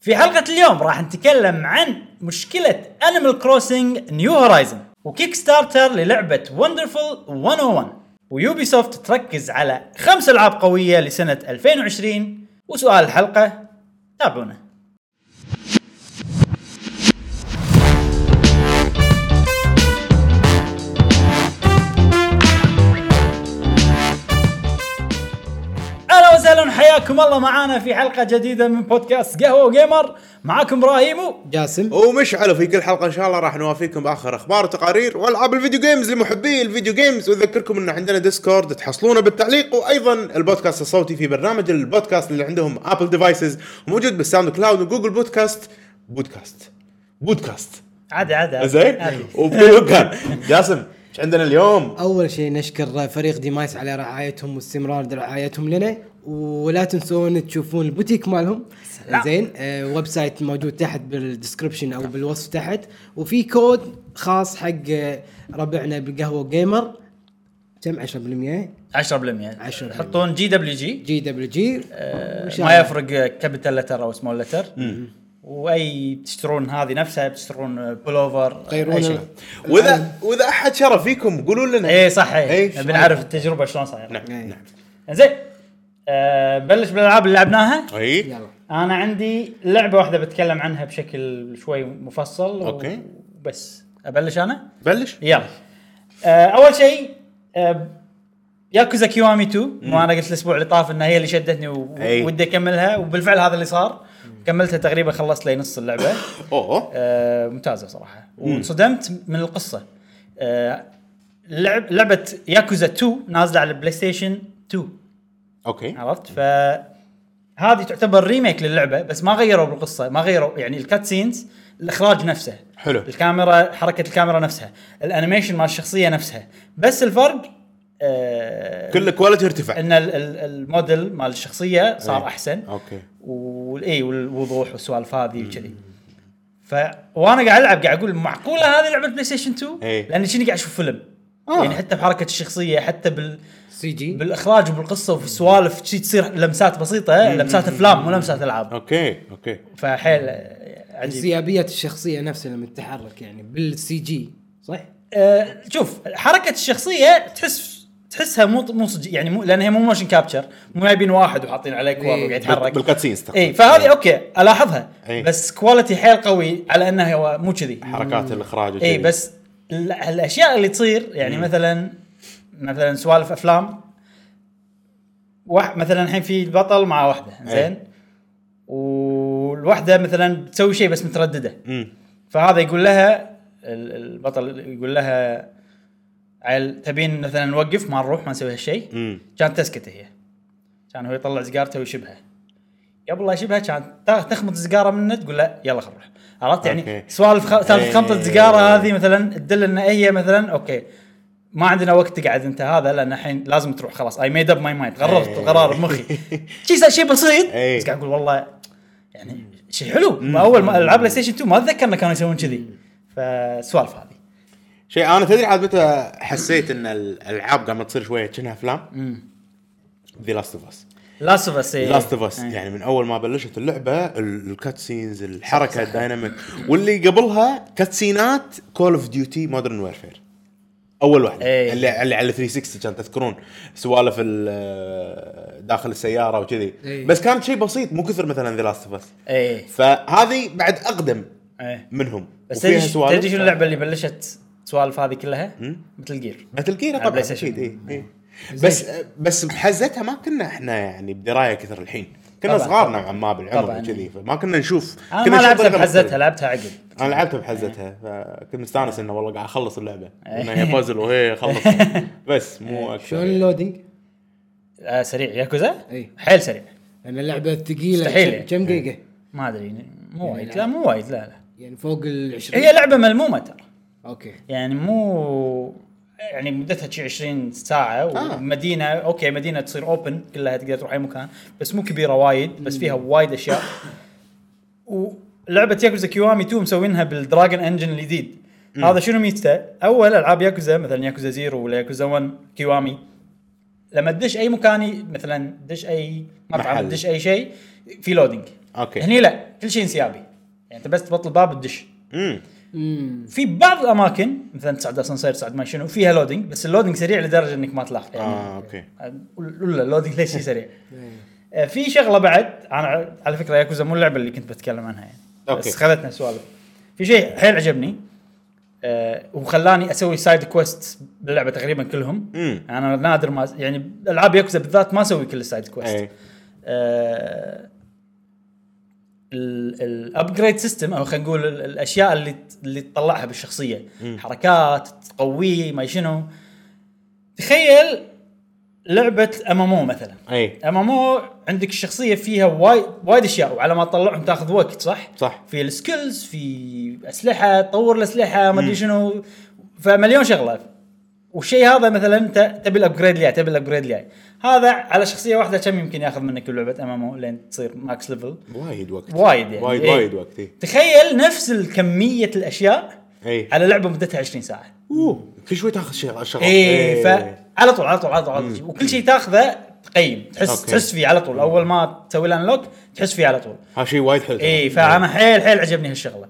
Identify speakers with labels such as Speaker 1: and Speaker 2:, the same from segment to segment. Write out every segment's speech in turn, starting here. Speaker 1: في حلقة اليوم راح نتكلم عن مشكلة انيمال كروسنج نيو هورايزن وكيك ستارتر للعبة oh وندرفul 101 ويوبي سوفت تركز على خمس العاب قوية لسنة 2020 وسؤال الحلقة تابعونا اهلا وسهلا حياكم الله معانا في حلقة جديدة من بودكاست قهوة جيمر معاكم ابراهيم
Speaker 2: جاسم
Speaker 3: ومشعل في كل حلقه ان شاء الله راح نوافيكم باخر اخبار وتقارير والعاب الفيديو جيمز لمحبي الفيديو جيمز واذكركم انه عندنا ديسكورد تحصلونه بالتعليق وايضا البودكاست الصوتي في برنامج البودكاست اللي عندهم ابل ديفايسز موجود بالساوند كلاود وجوجل بودكاست بودكاست بودكاست
Speaker 1: عادي عادي عادي.
Speaker 3: زين
Speaker 1: عادي.
Speaker 3: وبكل مكان جاسم ايش عندنا اليوم
Speaker 2: اول شيء نشكر فريق ديمايس على رعايتهم واستمرار رعايتهم لنا ولا تنسون تشوفون البوتيك مالهم
Speaker 1: سلام.
Speaker 2: زين آه ويب سايت موجود تحت بالدسكربشن او بالوصف تحت وفي كود خاص حق آه، ربعنا بقهوه جيمر كم 10%
Speaker 1: 10%
Speaker 2: 10%.
Speaker 1: حطون جي دبليو جي
Speaker 2: جي دبليو جي
Speaker 1: آه، ما يفرق كابيتال لتر او سمول لتر واي تشترون هذه نفسها بتشترون بلوفر أي شيء.
Speaker 2: غيرونا
Speaker 3: واذا واذا احد شرى فيكم قولوا لنا
Speaker 1: اي صح اي
Speaker 3: إيه، شلون؟
Speaker 1: بنعرف التجربه شلون صايره
Speaker 3: نعم
Speaker 2: إيه.
Speaker 3: نعم
Speaker 1: زين آه، نبلش بالالعاب اللي لعبناها
Speaker 3: اي
Speaker 2: يلا
Speaker 1: انا عندي لعبه واحده بتكلم عنها بشكل شوي مفصل و-
Speaker 3: أوكي.
Speaker 1: بس ابلش انا
Speaker 3: بلش
Speaker 1: يلا آه، اول شيء آه، ياكوزا كيوامي 2 مو انا قلت الاسبوع اللي طاف انها هي اللي شدتني و-
Speaker 3: أي.
Speaker 1: ودي اكملها وبالفعل هذا اللي صار كملتها تقريبا خلصت لي نص اللعبه
Speaker 3: اوه
Speaker 1: آه، ممتازه صراحه وانصدمت من القصه آه، لعب لعبه ياكوزا 2 نازله على البلاي ستيشن 2
Speaker 3: اوكي
Speaker 1: عرفت ف هذه تعتبر ريميك للعبه بس ما غيروا بالقصه ما غيروا يعني الكات سينز الاخراج نفسه
Speaker 3: حلو.
Speaker 1: الكاميرا حركه الكاميرا نفسها الانيميشن مال الشخصيه نفسها بس الفرق آه
Speaker 3: كل الكواليتي ارتفع
Speaker 1: ان ال- ال- الموديل مال الشخصيه صار
Speaker 3: إيه.
Speaker 1: احسن
Speaker 3: اوكي
Speaker 1: والاي والوضوح والسوالف هذه وكذي ف وانا قاعد العب قاعد اقول معقوله هذه لعبه بلاي ستيشن 2
Speaker 3: إيه.
Speaker 1: لان شنو قاعد اشوف فيلم
Speaker 3: آه.
Speaker 1: يعني حتى بحركه الشخصيه حتى بال
Speaker 2: سي جي
Speaker 1: بالاخراج وبالقصه وفي السوالف شي تصير لمسات بسيطه لمسات افلام مو لمسات العاب
Speaker 3: اوكي اوكي
Speaker 1: فحيل آه، عجيب
Speaker 2: انسيابيه الشخصيه نفسها لما تتحرك يعني بالسي جي صح؟
Speaker 1: أه شوف حركه الشخصيه تحس تحسها مو مو صج يعني مو لان هي مو موشن كابتشر مو جايبين واحد وحاطين عليه كور
Speaker 2: إيه.
Speaker 1: وقاعد يتحرك إيه،
Speaker 3: بالكاتسينز تقريباً.
Speaker 1: اي فهذه اوكي الاحظها
Speaker 3: إيه.
Speaker 1: بس كواليتي حيل قوي على انها هو مو كذي
Speaker 3: حركات الاخراج وكذي.
Speaker 1: اي إيه، بس ال- الاشياء اللي تصير يعني مثلا مثلا سوالف افلام واحد مثلا الحين في بطل مع واحده زين والواحده مثلا تسوي شيء بس متردده
Speaker 3: مم.
Speaker 1: فهذا يقول لها ال- البطل يقول لها عيل تبين مثلا نوقف ما نروح ما نسوي هالشيء
Speaker 3: مم.
Speaker 1: كانت تسكت هي كان هو يطلع سيجارته ويشبها قبل لا يشبها كانت تا- تخمط السيجاره منه تقول لا يلا خل نروح عرفت يعني
Speaker 3: أوكي.
Speaker 1: سوالف خ... سالفه
Speaker 3: إيه.
Speaker 1: خمطه السيجاره هذه مثلا تدل ان هي مثلا اوكي ما عندنا وقت تقعد انت هذا لان الحين لازم تروح خلاص اي ميد اب ماي مايند قررت
Speaker 3: إيه.
Speaker 1: القرار بمخي شيء شيء بسيط
Speaker 3: إيه.
Speaker 1: بس قاعد اقول والله يعني شيء حلو ما اول ما العاب بلاي ستيشن 2 ما اتذكر انه كانوا يسوون كذي فالسوالف هذه
Speaker 3: شيء انا تدري عاد متى حسيت ان الالعاب قامت تصير شويه كأنها افلام ذا لاست اوف اس
Speaker 1: لاست اوف اس
Speaker 3: لاست اوف
Speaker 1: إيه.
Speaker 3: اس يعني من اول ما بلشت اللعبه الكات سينز الحركه الدايناميك واللي قبلها كات سينات كول اوف ديوتي مودرن ويرفير اول
Speaker 1: إيه.
Speaker 3: واحده اللي, اللي على 360 كان تذكرون سوالف ال- داخل السياره وكذي
Speaker 2: إيه.
Speaker 3: بس كانت شيء بسيط مو كثر مثلا ذا لاست اوف اس
Speaker 1: اي
Speaker 3: فهذه بعد اقدم
Speaker 1: اي
Speaker 3: منهم
Speaker 1: إيه. بس
Speaker 3: وفيها
Speaker 1: تدري شنو-
Speaker 3: سوالف. طيب.
Speaker 1: تدري شنو اللعبه اللي بلشت سوالف هذه كلها؟ مثل جير
Speaker 3: مثل جير
Speaker 1: على
Speaker 3: طبعا
Speaker 1: بلاي ستيشن.
Speaker 3: اكيد إيه، إيه. بس بس بحزتها ما كنا احنا يعني بدرايه كثر الحين كنا
Speaker 1: طبعاً،
Speaker 3: صغار
Speaker 1: طبعاً.
Speaker 3: نوعا ما بالعمر
Speaker 1: طبعاً،
Speaker 3: وكذي فما كنا نشوف
Speaker 1: انا
Speaker 3: كنا
Speaker 1: ما
Speaker 3: نشوف
Speaker 1: لعبتها
Speaker 3: طريقة مختلفة.
Speaker 1: بحزتها لعبتها عقب
Speaker 3: انا لعبتها بحزتها فكنت مستانس انه والله قاعد اخلص اللعبه
Speaker 1: إيه.
Speaker 3: انها هي بازل وهي خلص بس مو
Speaker 2: شلون
Speaker 1: طيب.
Speaker 3: اكثر
Speaker 2: اللودينج؟ إيه.
Speaker 1: آه سريع
Speaker 3: إيه.
Speaker 1: ياكوزا؟
Speaker 2: إي.
Speaker 1: حيل سريع
Speaker 2: انا لعبه ثقيله
Speaker 1: مستحيل. يعني. إيه.
Speaker 2: كم دقيقه؟
Speaker 1: ما ادري
Speaker 3: إيه،
Speaker 1: مو وايد
Speaker 2: يعني
Speaker 1: لا مو وايد لا لا
Speaker 2: يعني فوق ال 20
Speaker 1: هي لعبه ملمومه ترى
Speaker 2: اوكي
Speaker 1: يعني مو يعني مدتها شي 20 ساعه
Speaker 3: آه.
Speaker 1: ومدينه اوكي مدينه تصير اوبن كلها تقدر تروح اي مكان بس مو كبيره وايد بس فيها وايد اشياء ولعبه ياكوزا كيوامي 2 مسوينها بالدراجون انجن الجديد هذا شنو ميزته؟ اول العاب ياكوزا مثلا ياكوزا زيرو ولا ياكوزا 1 كيوامي لما تدش اي مكان مثلا تدش اي مطعم
Speaker 3: محل.
Speaker 1: تدش اي شيء في لودينج
Speaker 3: اوكي
Speaker 1: هني لا كل شيء انسيابي يعني انت بس تبطل الباب تدش
Speaker 3: امم
Speaker 1: في بعض الاماكن مثلا تسعد اسانسير تسعد ما شنو فيها لودنج بس اللودنج سريع لدرجه انك ما تلاحق يعني
Speaker 3: اه اوكي
Speaker 1: ولا اللودنج ليش شي سريع آه، في شغله بعد انا ع- على فكره ياكوزا مو اللعبه اللي كنت بتكلم عنها يعني
Speaker 3: أوكي.
Speaker 1: بس خذتنا سوالف في شيء حيل عجبني آه، وخلاني اسوي سايد كويست باللعبه تقريبا كلهم
Speaker 3: مم.
Speaker 1: انا نادر ما يعني العاب ياكوزا بالذات ما اسوي كل السايد كويست
Speaker 3: اي
Speaker 1: آه، الابجريد سيستم او خلينا نقول ال- الاشياء اللي ت- اللي تطلعها بالشخصيه حركات تقويه ما شنو تخيل لعبه امامو مثلا
Speaker 3: اي
Speaker 1: امامو عندك الشخصيه فيها وايد وايد اشياء وعلى ما تطلعهم تاخذ وقت صح؟
Speaker 3: صح
Speaker 1: في السكيلز في اسلحه تطور الاسلحه ما ادري شنو فمليون شغله والشيء هذا مثلا انت تبي الابجريد اللي جاي، تبي الابجريد اللي جاي. هذا على شخصيه واحده كم يمكن ياخذ منك لعبه امامو لين تصير ماكس ليفل
Speaker 3: وايد وقت
Speaker 1: وايد يعني
Speaker 3: وايد
Speaker 1: إيه.
Speaker 3: وايد وقت اي
Speaker 1: تخيل نفس الكميه الاشياء
Speaker 3: اي
Speaker 1: على لعبه مدتها 20 ساعه
Speaker 3: اوه كل إيه. شوي تاخذ شغل شغل إيه.
Speaker 1: اي فعلى طول على طول على طول, على طول. وكل شيء تاخذه تقيم تحس
Speaker 3: أوكي.
Speaker 1: تحس فيه على طول اول ما تسوي الانلوك تحس فيه على طول
Speaker 3: ها شيء وايد حلو
Speaker 1: اي فانا إيه، حيل حيل عجبني هالشغله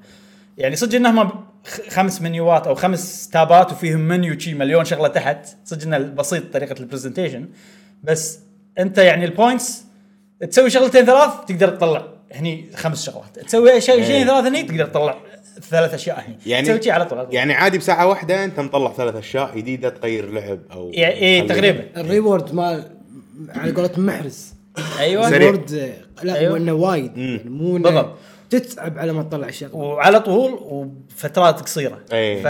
Speaker 1: يعني صدق انهم خ- خمس منيوات او خمس تابات وفيهم منيو شي مليون شغله تحت صدق انه بسيط طريقه البرزنتيشن بس انت يعني البوينتس تسوي شغلتين ثلاث تقدر تطلع هني خمس شغلات تسوي شيء شيء ثلاث هني تقدر تطلع ثلاث اشياء هني
Speaker 3: إيه. يعني
Speaker 1: تسوي شي على طول على طول.
Speaker 3: يعني عادي بساعه واحده انت مطلع ثلاث اشياء جديده تغير لعب او
Speaker 1: يعني اي
Speaker 3: تخلي-
Speaker 1: تقريبا
Speaker 2: الريورد مال على قولتهم محرز
Speaker 1: ايوه
Speaker 3: سريع.
Speaker 2: الريورد آه، لا
Speaker 1: أيوة.
Speaker 2: أيوة. انه وايد يعني مو إنه
Speaker 1: بالضبط.
Speaker 2: تتعب على ما تطلع الشغل
Speaker 1: وعلى طول وفترات قصيره
Speaker 3: إيه.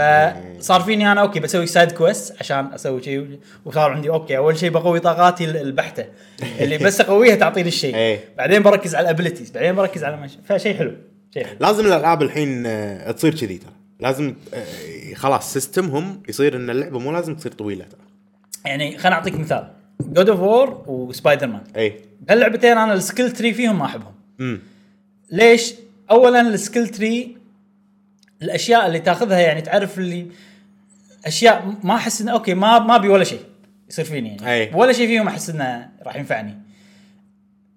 Speaker 1: فصار فيني انا اوكي بسوي سايد كويست عشان اسوي شيء وصار عندي اوكي اول شيء بقوي طاقاتي ال- البحته اللي بس اقويها تعطيني الشيء
Speaker 3: إيه.
Speaker 1: بعدين بركز على الابيلتيز بعدين بركز على مش... فشيء حلو شيء حلو
Speaker 3: لازم الالعاب الحين آه، تصير كذي ترى لازم آه، خلاص سيستمهم يصير ان اللعبه مو لازم تصير طويله ترى
Speaker 1: يعني خليني اعطيك مثال جود اوف وور وسبايدر مان
Speaker 3: اي
Speaker 1: هاللعبتين انا السكيل تري فيهم ما احبهم
Speaker 3: امم
Speaker 1: ليش؟ اولا السكيل تري الاشياء اللي تاخذها يعني تعرف اللي اشياء ما احس انه اوكي ما ما ابي ولا شيء يصير فيني يعني
Speaker 3: أي.
Speaker 1: ولا شيء فيهم احس انه راح ينفعني.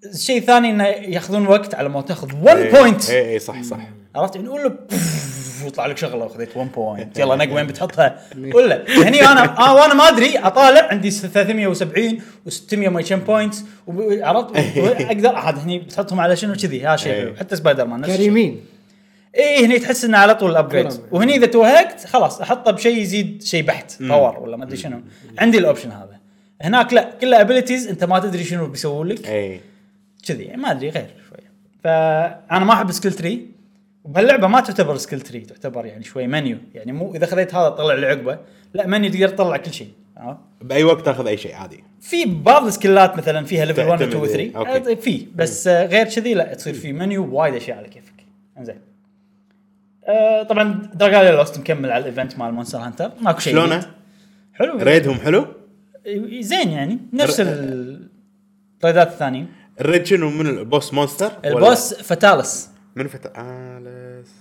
Speaker 1: الشيء الثاني انه ياخذون وقت على ما تاخذ 1 بوينت
Speaker 3: اي اي إيه. صح صح
Speaker 1: عرفت يعني قول له بف- وطلع لك شغله وخذيت 1 بوينت يلا نق وين بتحطها قول له هني انا اه وانا ما ادري اطالع عندي 370 و600 ما كم بوينتس وب- عرفت اقدر احد هني بتحطهم على شنو كذي ها شيء
Speaker 3: إيه.
Speaker 1: حلو. حتى سبايدر مان نفس الشيء.
Speaker 2: كريمين
Speaker 1: اي هني تحس انه على طول الابجريد
Speaker 2: كرم.
Speaker 1: وهني اذا توهقت خلاص احطه بشيء يزيد شيء بحت باور ولا ما ادري شنو عندي الاوبشن هذا هناك لا كلها ابيلتيز انت ما تدري شنو بيسوون لك
Speaker 3: اي
Speaker 1: كذي يعني ما ادري غير شويه فانا ما احب سكيل تري وبهاللعبه ما تعتبر سكيل تري تعتبر يعني شوي منيو يعني مو اذا خذيت هذا طلع اللي عقبه لا منيو تقدر تطلع كل شيء عرفت؟
Speaker 3: باي وقت تاخذ اي شيء عادي
Speaker 1: في بعض السكلات مثلا فيها ليفل 1 و 2 و
Speaker 3: تعتمد،
Speaker 1: 3
Speaker 3: أوكي.
Speaker 1: آه، في بس آه، غير كذي لا تصير في منيو وايد اشياء على كيفك انزين آه طبعا دراجالي لوست مكمل على الايفنت مال مونستر هانتر ماكو شيء
Speaker 3: شلونه؟
Speaker 1: جديد. حلو
Speaker 3: ريدهم حلو
Speaker 1: زين يعني نفس
Speaker 3: ر-
Speaker 1: الريدات الثانيين
Speaker 3: الريد شنو من البوس مونستر ولا-
Speaker 1: البوس فتالس
Speaker 3: من فت اليس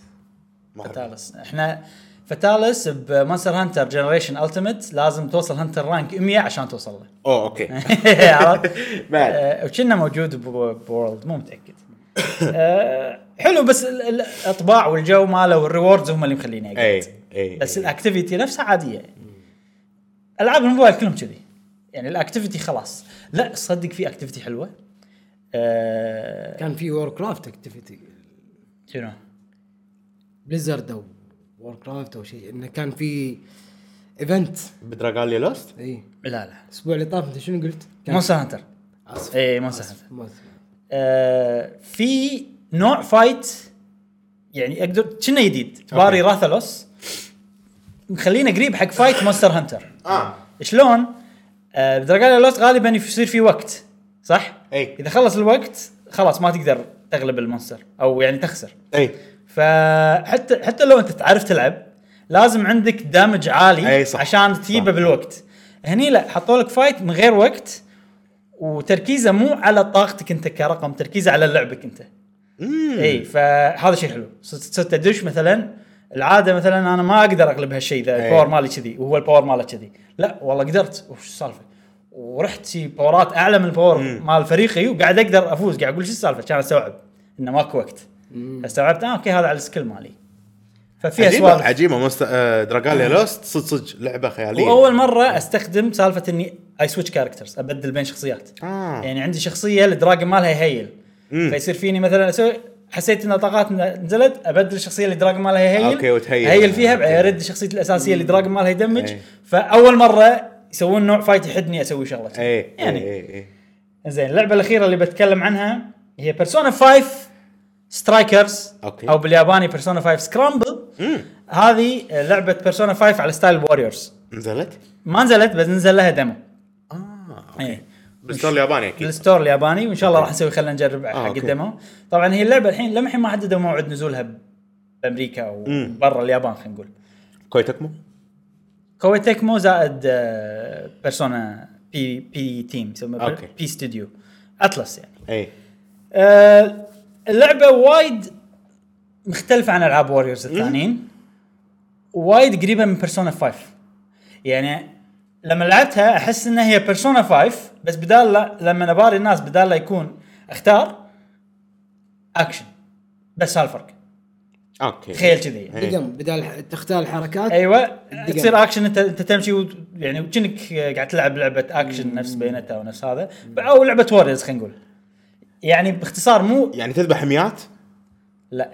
Speaker 3: ما أعرف.
Speaker 1: فتالس احنا فتالس بمونستر هانتر جنريشن التيمت لازم توصل هانتر رانك 100 عشان توصل له
Speaker 3: اوه اوكي
Speaker 1: عرفت؟
Speaker 3: بعد.
Speaker 1: آه، وكنا موجود ب- بورلد مو متاكد آه، حلو بس ال- ال- الاطباع والجو ماله والريوردز هم اللي مخليني
Speaker 3: اي
Speaker 1: اقعد
Speaker 3: اي
Speaker 1: بس
Speaker 3: أي.
Speaker 1: الاكتيفيتي نفسها عاديه يعني. العاب الموبايل كلهم كذي يعني الاكتيفيتي خلاص لا صدق في اكتيفيتي حلوه آه،
Speaker 2: كان في وور كرافت اكتيفيتي
Speaker 1: شنو
Speaker 2: بليزرد او وور كرافت او شيء انه كان في ايفنت
Speaker 3: بدراغالي لوست
Speaker 2: اي
Speaker 1: لا لا إيه،
Speaker 2: الاسبوع اللي طاف انت شنو قلت؟ كان
Speaker 1: مونستر هانتر
Speaker 2: اسف
Speaker 1: اي مونستر هانتر
Speaker 2: مونستر.
Speaker 1: آه، في نوع فايت يعني اقدر كنا جديد باري راثلوس مخلينا قريب حق فايت مونستر هانتر
Speaker 3: اه
Speaker 1: شلون؟ آه بدرجة لوس غالبا يصير في وقت صح؟
Speaker 3: اي
Speaker 1: اذا خلص الوقت خلاص ما تقدر تغلب المونستر او يعني تخسر
Speaker 3: اي
Speaker 1: فحتى حتى لو انت تعرف تلعب لازم عندك دامج عالي
Speaker 3: أي صح.
Speaker 1: عشان تجيبه
Speaker 3: صح.
Speaker 1: بالوقت هني لا حطوا لك فايت من غير وقت وتركيزه مو على طاقتك انت كرقم تركيزه على لعبك انت اي فهذا شيء حلو صرت صرت ادش مثلا العاده مثلا انا ما اقدر اغلب هالشيء ذا
Speaker 3: أي.
Speaker 1: الباور مالي كذي وهو الباور ماله كذي لا والله قدرت وش السالفه ورحت شي باورات اعلى من الباور مال فريقي وقاعد اقدر افوز قاعد اقول شو السالفه كان استوعب انه ماكو وقت استوعبت اه اوكي هذا على السكيل مالي ففيها
Speaker 3: عجيبه
Speaker 1: سوالف
Speaker 3: عجيبه مست... آه دراجاليا لوست صدق صدق لعبه خياليه
Speaker 1: واول مره استخدم سالفه اني اي سويتش كاركترز ابدل بين شخصيات
Speaker 3: آه.
Speaker 1: يعني عندي شخصيه الدراجون مالها يهيل فيصير فيني مثلا اسوي حسيت ان طاقات نزلت ابدل الشخصيه اللي دراجون مالها يهيل
Speaker 3: أوكي، وتهيل.
Speaker 1: هيل فيها بعدين
Speaker 3: أوكي.
Speaker 1: ارد شخصيتي الاساسيه اللي دراجون مالها يدمج
Speaker 3: إيه.
Speaker 1: فاول مره يسوون نوع فايت يحدني اسوي شغله
Speaker 3: اي
Speaker 1: يعني
Speaker 3: يعني اي اي
Speaker 1: زين اللعبه الاخيره اللي بتكلم عنها هي بيرسونا 5 سترايكرز
Speaker 3: أوكي.
Speaker 1: او بالياباني بيرسونا 5 سكرامبل هذه لعبه بيرسونا 5 على ستايل ووريرز
Speaker 3: نزلت؟
Speaker 1: ما نزلت بس نزل لها ديمو
Speaker 3: اه
Speaker 1: ايه
Speaker 3: بالستور الياباني اكيد
Speaker 1: بالستور الياباني وان شاء الله راح نسوي خلينا نجرب حق
Speaker 3: آه، أوكي.
Speaker 1: الديمو طبعا هي اللعبه الحين لما الحين ما حددوا موعد نزولها بامريكا
Speaker 3: مم.
Speaker 1: وبرا اليابان خلينا نقول
Speaker 3: كويتكمو
Speaker 1: كويت تكمو زائد آه، بيرسونا بي بي تيم يسمونه
Speaker 3: أوكي.
Speaker 1: بي ستوديو اتلس يعني
Speaker 3: اي
Speaker 1: آه، اللعبه وايد مختلفه عن العاب ووريرز الثانيين وايد قريبه من بيرسونا 5 يعني لما لعبتها احس انها هي بيرسونا 5 بس بدال لا لما نباري الناس بدال لا يكون اختار اكشن بس هالفرق
Speaker 3: اوكي
Speaker 1: تخيل كذي
Speaker 3: إيه.
Speaker 2: دقم بدال تختار الحركات
Speaker 1: ايوه
Speaker 2: دقيقة.
Speaker 1: تصير اكشن انت انت تمشي وت- يعني وكأنك قاعد تلعب لعبه اكشن نفس بينتا ونفس هذا او لعبه ووريرز خلينا نقول يعني باختصار مو
Speaker 3: يعني تذبح حميات؟
Speaker 1: لا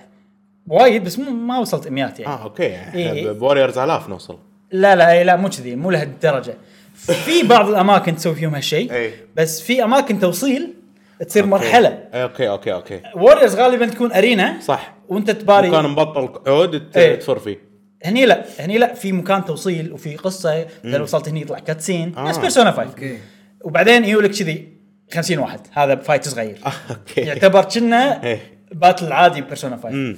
Speaker 1: وايد بس مو ما وصلت 100 يعني
Speaker 3: اه اوكي احنا
Speaker 1: إيه.
Speaker 3: بوريرز الاف نوصل
Speaker 1: لا لا إي، لا مو كذي مو لهالدرجه في بعض الاماكن تسوي فيهم هالشيء
Speaker 3: إي.
Speaker 1: بس في اماكن توصيل تصير
Speaker 3: أوكي.
Speaker 1: مرحله
Speaker 3: إيه، اوكي اوكي اوكي
Speaker 1: ووريرز غالبا تكون ارينا
Speaker 3: صح
Speaker 1: وانت تباري
Speaker 3: مكان مبطل عود ت-
Speaker 1: إيه.
Speaker 3: تفر فيه
Speaker 1: هني لا هني لا في مكان توصيل وفي قصه اذا وصلت هني يطلع كاتسين
Speaker 3: آه.
Speaker 1: نفس بيرسونا 5
Speaker 2: اوكي
Speaker 1: وبعدين يقولك كذي 50 واحد هذا فايت صغير
Speaker 3: آه، اوكي
Speaker 1: يعتبر كنا
Speaker 3: إيه.
Speaker 1: باتل عادي بيرسونا 5
Speaker 3: مم.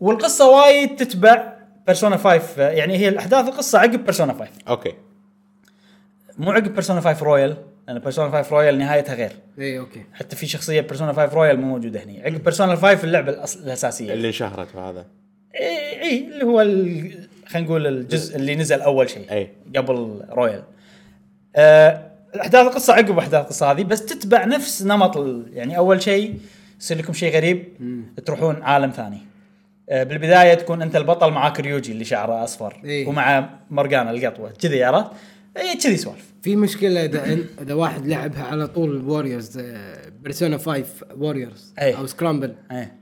Speaker 1: والقصه وايد تتبع بيرسونا 5 يعني هي الاحداث القصه عقب بيرسونا 5
Speaker 3: اوكي
Speaker 1: مو عقب بيرسونا 5 رويال لان بيرسونا 5 رويال نهايتها غير
Speaker 2: اي اوكي
Speaker 1: حتى في شخصيه بيرسونا 5 رويال مو موجوده هني عقب بيرسونا 5 اللعبه الأص... الاساسيه
Speaker 3: اللي انشهرت هذا
Speaker 1: اي إيه اللي هو ال... خلينا نقول الجزء اللي نزل اول شيء
Speaker 3: إي.
Speaker 1: قبل رويال آه... احداث القصه عقب احداث القصه هذه بس تتبع نفس نمط ال... يعني اول شيء يصير لكم شيء غريب تروحون عالم ثاني آه بالبدايه تكون انت البطل معاك ريوجي اللي شعره اصفر
Speaker 2: إي.
Speaker 1: ومع مرجانا القطوه كذي عرفت؟ إي، كذي سوالف
Speaker 2: في مشكله اذا إن- اذا واحد لعبها على طول آه، ووريرز بيرسونا 5 ووريرز
Speaker 1: إيه.
Speaker 2: او سكرامبل
Speaker 1: ايه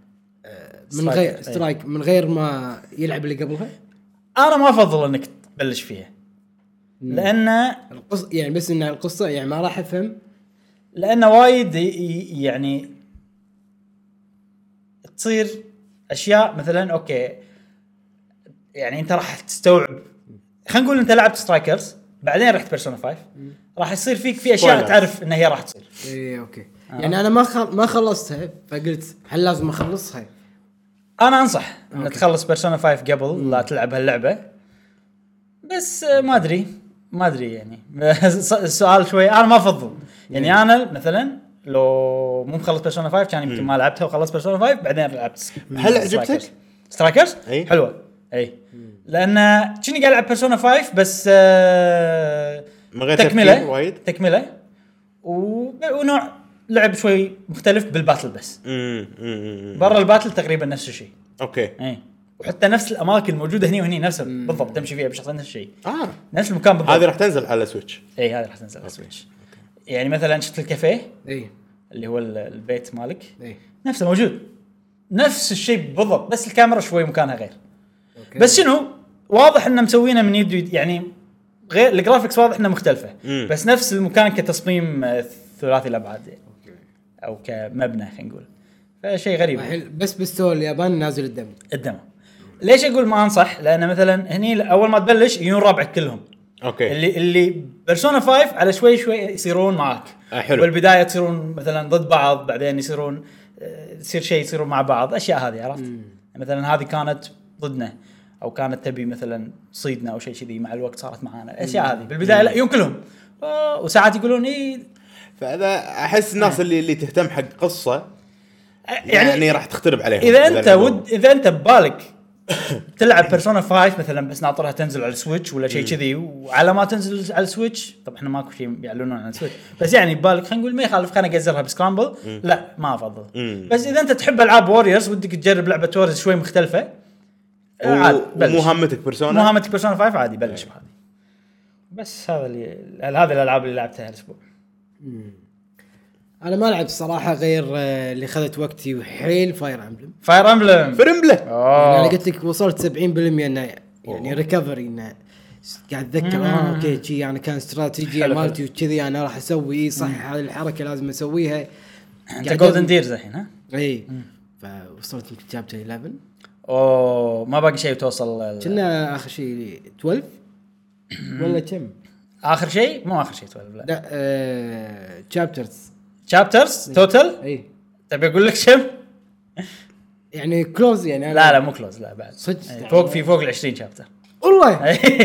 Speaker 2: من غير
Speaker 1: Strike. إيه.
Speaker 2: سترايك من غير ما يلعب اللي قبلها
Speaker 1: انا ما افضل انك تبلش فيها لان
Speaker 2: القص يعني بس ان القصه يعني ما راح افهم
Speaker 1: لان وايد ي- ي- يعني تصير اشياء مثلا اوكي يعني انت راح تستوعب خلينا نقول انت لعبت سترايكرز بعدين رحت بيرسونا 5 راح يصير فيك في اشياء
Speaker 3: Spoilers.
Speaker 1: تعرف ان هي راح تصير
Speaker 2: اي اوكي
Speaker 1: آه.
Speaker 2: يعني انا ما خل... ما خلصتها فقلت هل لازم اخلصها؟
Speaker 1: انا انصح ان
Speaker 2: أوكي.
Speaker 1: تخلص بيرسونا 5 قبل لا تلعب هاللعبه بس آه، ما ادري ما ادري يعني الس- السؤال شوي انا ما افضل
Speaker 3: إيه.
Speaker 1: يعني انا مثلا لو مو مخلص بيرسونا 5 كان يمكن ما لعبتها وخلصت بيرسونا 5 بعدين لعبت س-
Speaker 3: هل
Speaker 1: سترايكرز.
Speaker 3: عجبتك؟ إيه.
Speaker 1: سترايكرز؟
Speaker 3: أي.
Speaker 1: حلوه اي لان إيه. كني قاعد العب بيرسونا 5 بس آه،
Speaker 3: من غير تفكير
Speaker 1: تكمله
Speaker 3: وايد.
Speaker 1: تكمله و- ونوع لعب شوي مختلف بالباتل بس
Speaker 3: امم امم
Speaker 1: برا الباتل تقريبا نفس الشيء
Speaker 3: اوكي
Speaker 1: اي إيه. وحتى نفس الاماكن الموجوده هني وهني نفسها بالضبط تمشي فيها بشخص نفس الشيء
Speaker 3: اه
Speaker 1: نفس المكان بالضبط
Speaker 3: هذه راح تنزل على سويتش
Speaker 1: اي هذه راح تنزل على سويتش يعني مثلا شفت الكافيه
Speaker 2: اي
Speaker 1: اللي هو ال- البيت مالك
Speaker 2: اي
Speaker 1: نفسه موجود نفس الشيء بالضبط بس الكاميرا شوي مكانها غير
Speaker 2: اوكي
Speaker 1: بس شنو واضح انه مسوينه من يد ويد- يعني غير الجرافكس واضح انها مختلفه
Speaker 3: مم.
Speaker 1: بس نفس المكان كتصميم آه، ثلاثي الابعاد يعني.
Speaker 2: أوكي.
Speaker 1: او كمبنى خلينا نقول فشيء غريب
Speaker 2: الحين بس بالستور الياباني نازل الدم
Speaker 1: الدمو ليش اقول ما انصح؟ لان مثلا هني اول ما تبلش يجون ربعك كلهم
Speaker 3: اوكي
Speaker 1: اللي اللي بيرسونا 5 على شوي شوي يصيرون معك
Speaker 3: آه، حلو.
Speaker 1: بالبدايه تصيرون مثلا ضد بعض بعدين يصيرون آه، يصير شيء يصيرون مع بعض اشياء هذه عرفت؟ مثلا هذه كانت ضدنا او كانت تبي مثلا تصيدنا او شيء كذي مع الوقت صارت معانا الاشياء هذه بالبدايه لا يجون كلهم آه، وساعات يقولون اي
Speaker 3: فاذا احس الناس اللي اللي تهتم حق قصه
Speaker 1: يعني,
Speaker 3: يعني, راح تخترب عليهم
Speaker 1: اذا انت
Speaker 3: لعبوها.
Speaker 1: ود اذا انت ببالك تلعب بيرسونا 5 مثلا بس ناطرها تنزل على السويتش ولا شيء كذي وعلى ما تنزل على السويتش طبعا احنا ماكو شيء يعلنون عن السويتش بس يعني ببالك خلينا نقول ما يخالف خلينا اقزرها بسكرامبل لا ما افضل
Speaker 3: مم.
Speaker 1: بس اذا انت تحب العاب ووريرز ودك تجرب لعبه ووريرز شوي مختلفه آه، عادي بلش.
Speaker 3: ومو همتك بيرسونا
Speaker 1: مهمة بيرسونا 5 عادي بلش بهذه بس هذا اللي هذه الالعاب اللي لعبتها هالاسبوع
Speaker 2: انا ما لعبت صراحه غير آه، اللي خذت وقتي وحيل فاير امبلم
Speaker 1: فاير امبلم
Speaker 3: فرمله
Speaker 2: انا
Speaker 1: اوه
Speaker 2: قلت لك وصلت 70% انه يعني ريكفري انه س- قاعد اتذكر اه اوكي شي يعني كان استراتيجيه
Speaker 1: حلو،
Speaker 2: مالتي وكذي انا راح اسوي إيه صح هذه الحركه لازم اسويها
Speaker 1: انت جولدن ديرز الحين ها؟
Speaker 2: اي إيه. فوصلت يمكن شابتر 11
Speaker 1: اوه ما باقي شيء توصل ال-
Speaker 2: كنا اخر شيء 12 ولا كم؟
Speaker 1: اخر شيء مو اخر شيء 12 لا
Speaker 2: لا آه، شابترز
Speaker 1: شابترز توتل
Speaker 2: اي
Speaker 1: تبي اقول طيب لك كم؟
Speaker 2: يعني كلوز يعني أنا-
Speaker 1: لا لا مو كلوز لا بعد
Speaker 2: صدق؟
Speaker 1: إيه، فوق في فوق ال 20 شابتر
Speaker 2: والله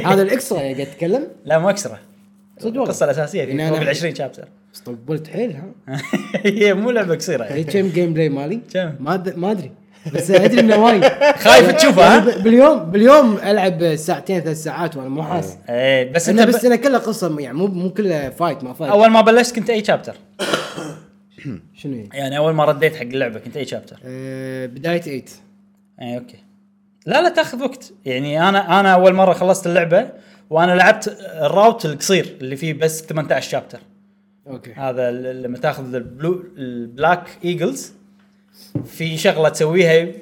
Speaker 2: هذا الاكسترا يعني قاعد اتكلم
Speaker 1: لا مو اكسره
Speaker 2: صدق
Speaker 1: القصه
Speaker 2: والله
Speaker 1: الاساسيه
Speaker 2: إن
Speaker 1: في
Speaker 2: أنا-
Speaker 1: فوق ال 20 شابتر
Speaker 2: بس طولت حيل ها
Speaker 1: هي مو لعبه قصيره
Speaker 2: هي
Speaker 1: يعني.
Speaker 2: كم جيم بلاي مالي؟
Speaker 1: كم؟
Speaker 2: ما أد- ما ادري بس ادري انه وايد
Speaker 1: خايف تشوفها، ها؟
Speaker 2: يعني ب- باليوم باليوم العب ساعتين ثلاث ساعات وانا مو حاس
Speaker 1: ايه بس انت
Speaker 2: انا بس
Speaker 1: ب...
Speaker 2: انا كلها قصه يعني مو مو كلها فايت ما فايت
Speaker 1: اول ما بلشت كنت اي شابتر
Speaker 2: شنو هي؟
Speaker 1: يعني اول ما رديت حق اللعبه كنت اي شابتر
Speaker 2: آه، بدايه 8
Speaker 1: اي اوكي لا لا تاخذ وقت يعني انا انا اول مره خلصت اللعبه وانا لعبت الراوت القصير اللي فيه بس 18 شابتر
Speaker 2: اوكي
Speaker 1: هذا ال- لما تاخذ البلو البلاك ايجلز في شغله تسويها ت-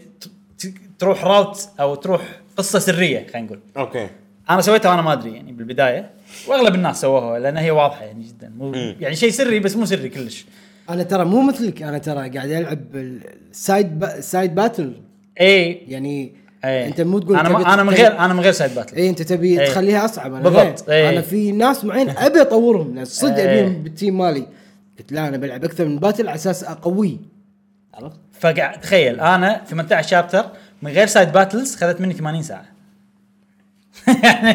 Speaker 1: ت- تروح راوت او تروح قصه سريه خلينا نقول
Speaker 3: اوكي
Speaker 1: انا سويتها وانا ما ادري يعني بالبدايه واغلب الناس سووها لان هي واضحه يعني جدا مو يعني شيء سري بس مو سري كلش
Speaker 2: انا ترى مو مثلك انا ترى قاعد العب السايد با... سايد باتل
Speaker 1: اي
Speaker 2: يعني
Speaker 1: اي
Speaker 2: انت مو تقول
Speaker 1: انا
Speaker 2: تبي-
Speaker 1: ما- انا من غير انا من غير سايد باتل
Speaker 2: اي انت تبي
Speaker 1: إيه.
Speaker 2: تخليها اصعب انا
Speaker 1: بالضبط،
Speaker 2: غير.
Speaker 1: إيه.
Speaker 2: انا في ناس معين ابي اطورهم ناس صدق
Speaker 1: إيه.
Speaker 2: ابيهم بالتيم مالي قلت لا انا بلعب اكثر من باتل على اساس اقويه عرفت؟
Speaker 1: فقاعد تخيل انا 18 شابتر من غير سايد باتلز خذت مني 80 ساعه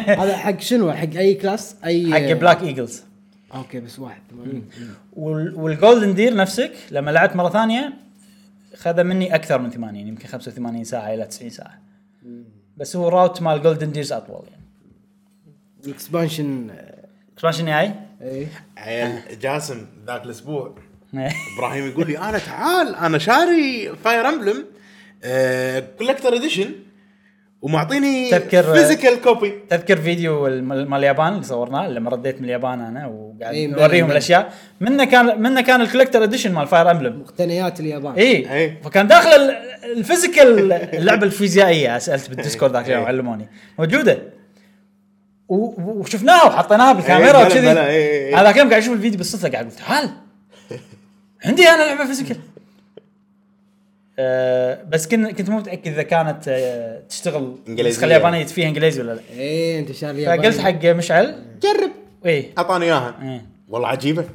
Speaker 2: هذا حق شنو حق اي كلاس اي
Speaker 1: إيه. حق بلاك ايجلز
Speaker 2: اوكي بس واحد ثمانين.
Speaker 1: وال- والجولدن دير نفسك لما لعبت مره ثانيه خذ مني اكثر من 80 يمكن 85 ساعه الى 90 ساعه بس هو راوت مال جولدن ديرز اطول يعني
Speaker 2: الاكسبانشن آه،
Speaker 1: اكسبانشن نهائي
Speaker 2: اي
Speaker 1: إيه.
Speaker 3: عيل جاسم ذاك الاسبوع ابراهيم يقول لي انا تعال انا شاري فاير امبلم كولكتر اديشن ومعطيني
Speaker 1: تذكر-
Speaker 3: فيزيكال كوبي
Speaker 1: تذكر فيديو الم- مال اليابان اللي صورناه لما رديت من اليابان انا وقاعد
Speaker 2: إيه، بلى،
Speaker 1: نوريهم
Speaker 2: بلى.
Speaker 1: الاشياء منه كان منه كان الكوليكتر اديشن مال فاير امبلم
Speaker 2: مقتنيات اليابان
Speaker 1: اي
Speaker 3: إيه.
Speaker 1: فكان داخل ال- الفيزيكال اللعبه الفيزيائيه سالت بالديسكورد ذاك اليوم
Speaker 3: إيه.
Speaker 1: علموني موجوده و- و- وشفناها وحطيناها بالكاميرا
Speaker 3: بلى،
Speaker 1: وكذي
Speaker 3: بلى، إيه، إيه.
Speaker 1: هذاك اليوم قاعد اشوف الفيديو بالصدفه قاعد اقول تعال عندي انا لعبه فيزيكال آه بس كن كنت مو متاكد اذا كانت آه تشتغل
Speaker 3: إنجليزية.
Speaker 1: النسخه اليابانيه فيها انجليزي ولا لا
Speaker 2: اي انت إيه، شاري ياباني
Speaker 1: فقلت حق مشعل
Speaker 3: جرب
Speaker 1: ايه
Speaker 3: اعطاني اياها
Speaker 1: إيه.
Speaker 3: والله عجيبه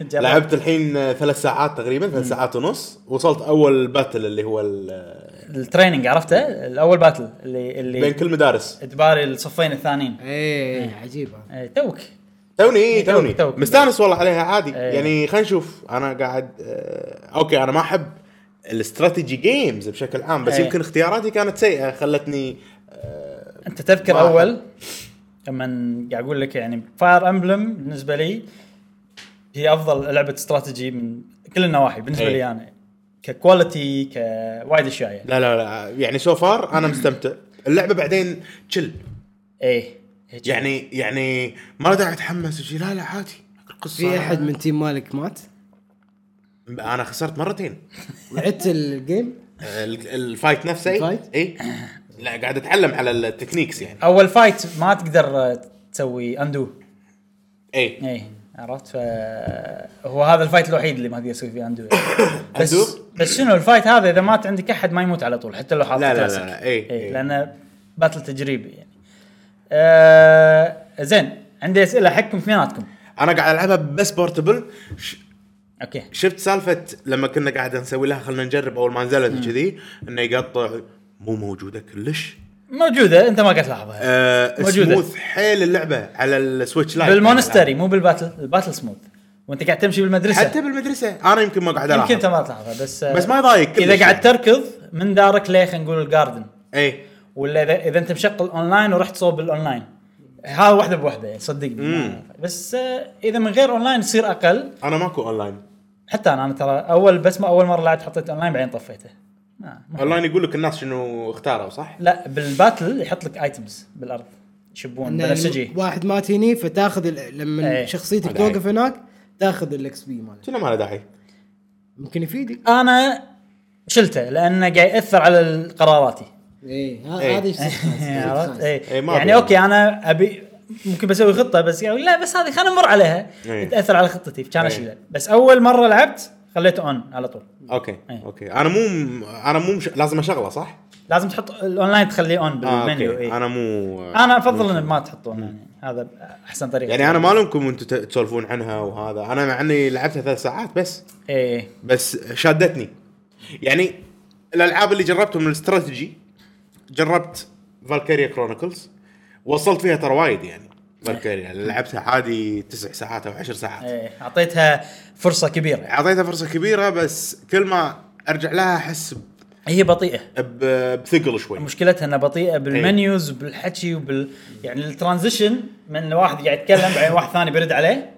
Speaker 1: جرب.
Speaker 3: لعبت الحين آه، ثلاث ساعات تقريبا ثلاث ساعات ونص وصلت اول باتل اللي هو ال- آه،
Speaker 1: التريننج عرفته الاول باتل اللي اللي
Speaker 3: بين كل مدارس
Speaker 1: تباري الصفين الثانيين
Speaker 2: اي عجيب هذا.
Speaker 1: إيه، توك
Speaker 3: توني
Speaker 1: إيه، توك-
Speaker 3: توني
Speaker 1: توك.
Speaker 3: مستانس والله عليها عادي
Speaker 1: إيه.
Speaker 3: يعني خلينا نشوف انا قاعد آه، اوكي انا ما احب الاستراتيجي جيمز بشكل عام بس
Speaker 1: إيه.
Speaker 3: يمكن اختياراتي كانت سيئه خلتني
Speaker 1: انت تذكر
Speaker 3: واحد.
Speaker 1: اول لما قاعد اقول لك يعني فاير امبلم بالنسبه لي هي افضل لعبه استراتيجي من كل النواحي بالنسبه
Speaker 3: إيه.
Speaker 1: لي انا ككواليتي كوايد اشياء يعني
Speaker 3: لا لا لا يعني سو فار انا مستمتع اللعبه بعدين تشل
Speaker 1: ايه
Speaker 3: يعني يعني ما داعي اتحمس وشي لا لا عادي القصه
Speaker 2: في احد من تيم مالك مات
Speaker 3: انا خسرت مرتين
Speaker 2: لعبت الجيم
Speaker 3: ال- الفايت نفسه اي
Speaker 2: الفايت؟
Speaker 3: اي لا قاعد اتعلم على التكنيكس يعني
Speaker 1: اول فايت ما تقدر آه، تسوي اندو
Speaker 3: اي
Speaker 1: ايه عرفت فهو هذا الفايت الوحيد اللي ما تقدر تسوي فيه اندو بس
Speaker 3: أندو؟
Speaker 1: بس شنو الفايت هذا اذا مات عندك احد ما يموت على طول حتى لو حاط
Speaker 3: لا لا لا،
Speaker 1: كلاسيك.
Speaker 3: لا،
Speaker 1: إيه،
Speaker 3: إيه، إيه.
Speaker 1: لانه باتل تجريبي يعني آه زين عندي اسئله حقكم اثنيناتكم
Speaker 3: انا قاعد العبها بس بورتبل ش-
Speaker 1: اوكي
Speaker 3: شفت سالفه لما كنا قاعد نسوي لها خلينا نجرب اول ما نزلت كذي انه يقطع مو موجوده كلش
Speaker 1: موجوده انت ما قاعد تلاحظها
Speaker 3: آه
Speaker 1: موجودة.
Speaker 3: سموث حيل اللعبه على السويتش لايت
Speaker 1: بالمونستري مو بالباتل الباتل سموث وانت قاعد تمشي بالمدرسه
Speaker 3: حتى بالمدرسه انا يمكن ما قاعد العب
Speaker 1: يمكن انت ما تلاحظها بس آه،
Speaker 3: بس ما يضايق كلش
Speaker 1: اذا قاعد
Speaker 3: يعني. إيه.
Speaker 1: تركض من دارك ليه خلينا نقول الجاردن
Speaker 3: اي
Speaker 1: ولا اذا اذا انت مشغل اونلاين ورحت صوب الاونلاين هذا واحده بواحده يعني صدقني
Speaker 3: مم.
Speaker 1: بس آه، اذا من غير اونلاين يصير اقل
Speaker 3: انا ماكو اونلاين
Speaker 1: حتى انا انا ترى اول بس ما اول مره لعبت حطيت اونلاين بعدين طفيته ما- ما-
Speaker 3: اونلاين يقول لك الناس شنو اختاروا صح؟
Speaker 1: لا بالباتل يحط لك ايتمز بالارض يشبون
Speaker 2: إنه
Speaker 1: بنفسجي
Speaker 2: واحد مات هني فتاخذ ال- لما
Speaker 1: إيه.
Speaker 2: شخصيتك
Speaker 3: هذا
Speaker 2: توقف هناك تاخذ الاكس بي مالك
Speaker 3: شنو ما له داعي
Speaker 2: ممكن يفيدك
Speaker 1: انا شلته لانه قاعد ياثر على قراراتي
Speaker 2: ايه
Speaker 3: إيه.
Speaker 2: ها- هذه
Speaker 1: عرفت؟
Speaker 2: السالفة.
Speaker 1: إيه.
Speaker 3: إيه، ما
Speaker 1: يعني
Speaker 3: أبي.
Speaker 1: اوكي انا ابي ممكن بسوي خطه بس يعني لا بس هذه خلينا نمر عليها
Speaker 3: إيه.
Speaker 1: تاثر على خطتي كان
Speaker 3: إيه.
Speaker 1: اشيلها بس اول مره لعبت خليته اون على طول
Speaker 3: اوكي
Speaker 1: إيه.
Speaker 3: اوكي انا مو انا مو مش... لازم اشغله صح؟
Speaker 1: لازم تحط الاونلاين تخليه اون
Speaker 3: آه
Speaker 1: بالمنيو
Speaker 3: اوكي
Speaker 1: إيه.
Speaker 3: انا مو
Speaker 1: انا افضل ان ما تحطون يعني هذا احسن طريقه
Speaker 3: يعني انا ما لومكم وانتم ت- تسولفون عنها وهذا انا مع اني لعبتها ثلاث ساعات بس
Speaker 1: ايه
Speaker 3: بس شادتني يعني الالعاب اللي جربتها من الاستراتيجي جربت فالكاريا كرونيكلز وصلت فيها ترى وايد يعني فالكاريا لعبتها عادي تسع ساعات او عشر
Speaker 2: إيه.
Speaker 3: ساعات
Speaker 1: ايه اعطيتها فرصه كبيره
Speaker 3: اعطيتها فرصه كبيره بس كل ما ارجع لها احس ب-
Speaker 1: هي بطيئه
Speaker 3: ب- بثقل شوي
Speaker 1: مشكلتها انها
Speaker 3: إيه.
Speaker 1: بطيئه بالمنيوز وبالحكي وبال يعني الترانزيشن من واحد قاعد يتكلم بعدين واحد ثاني بيرد عليه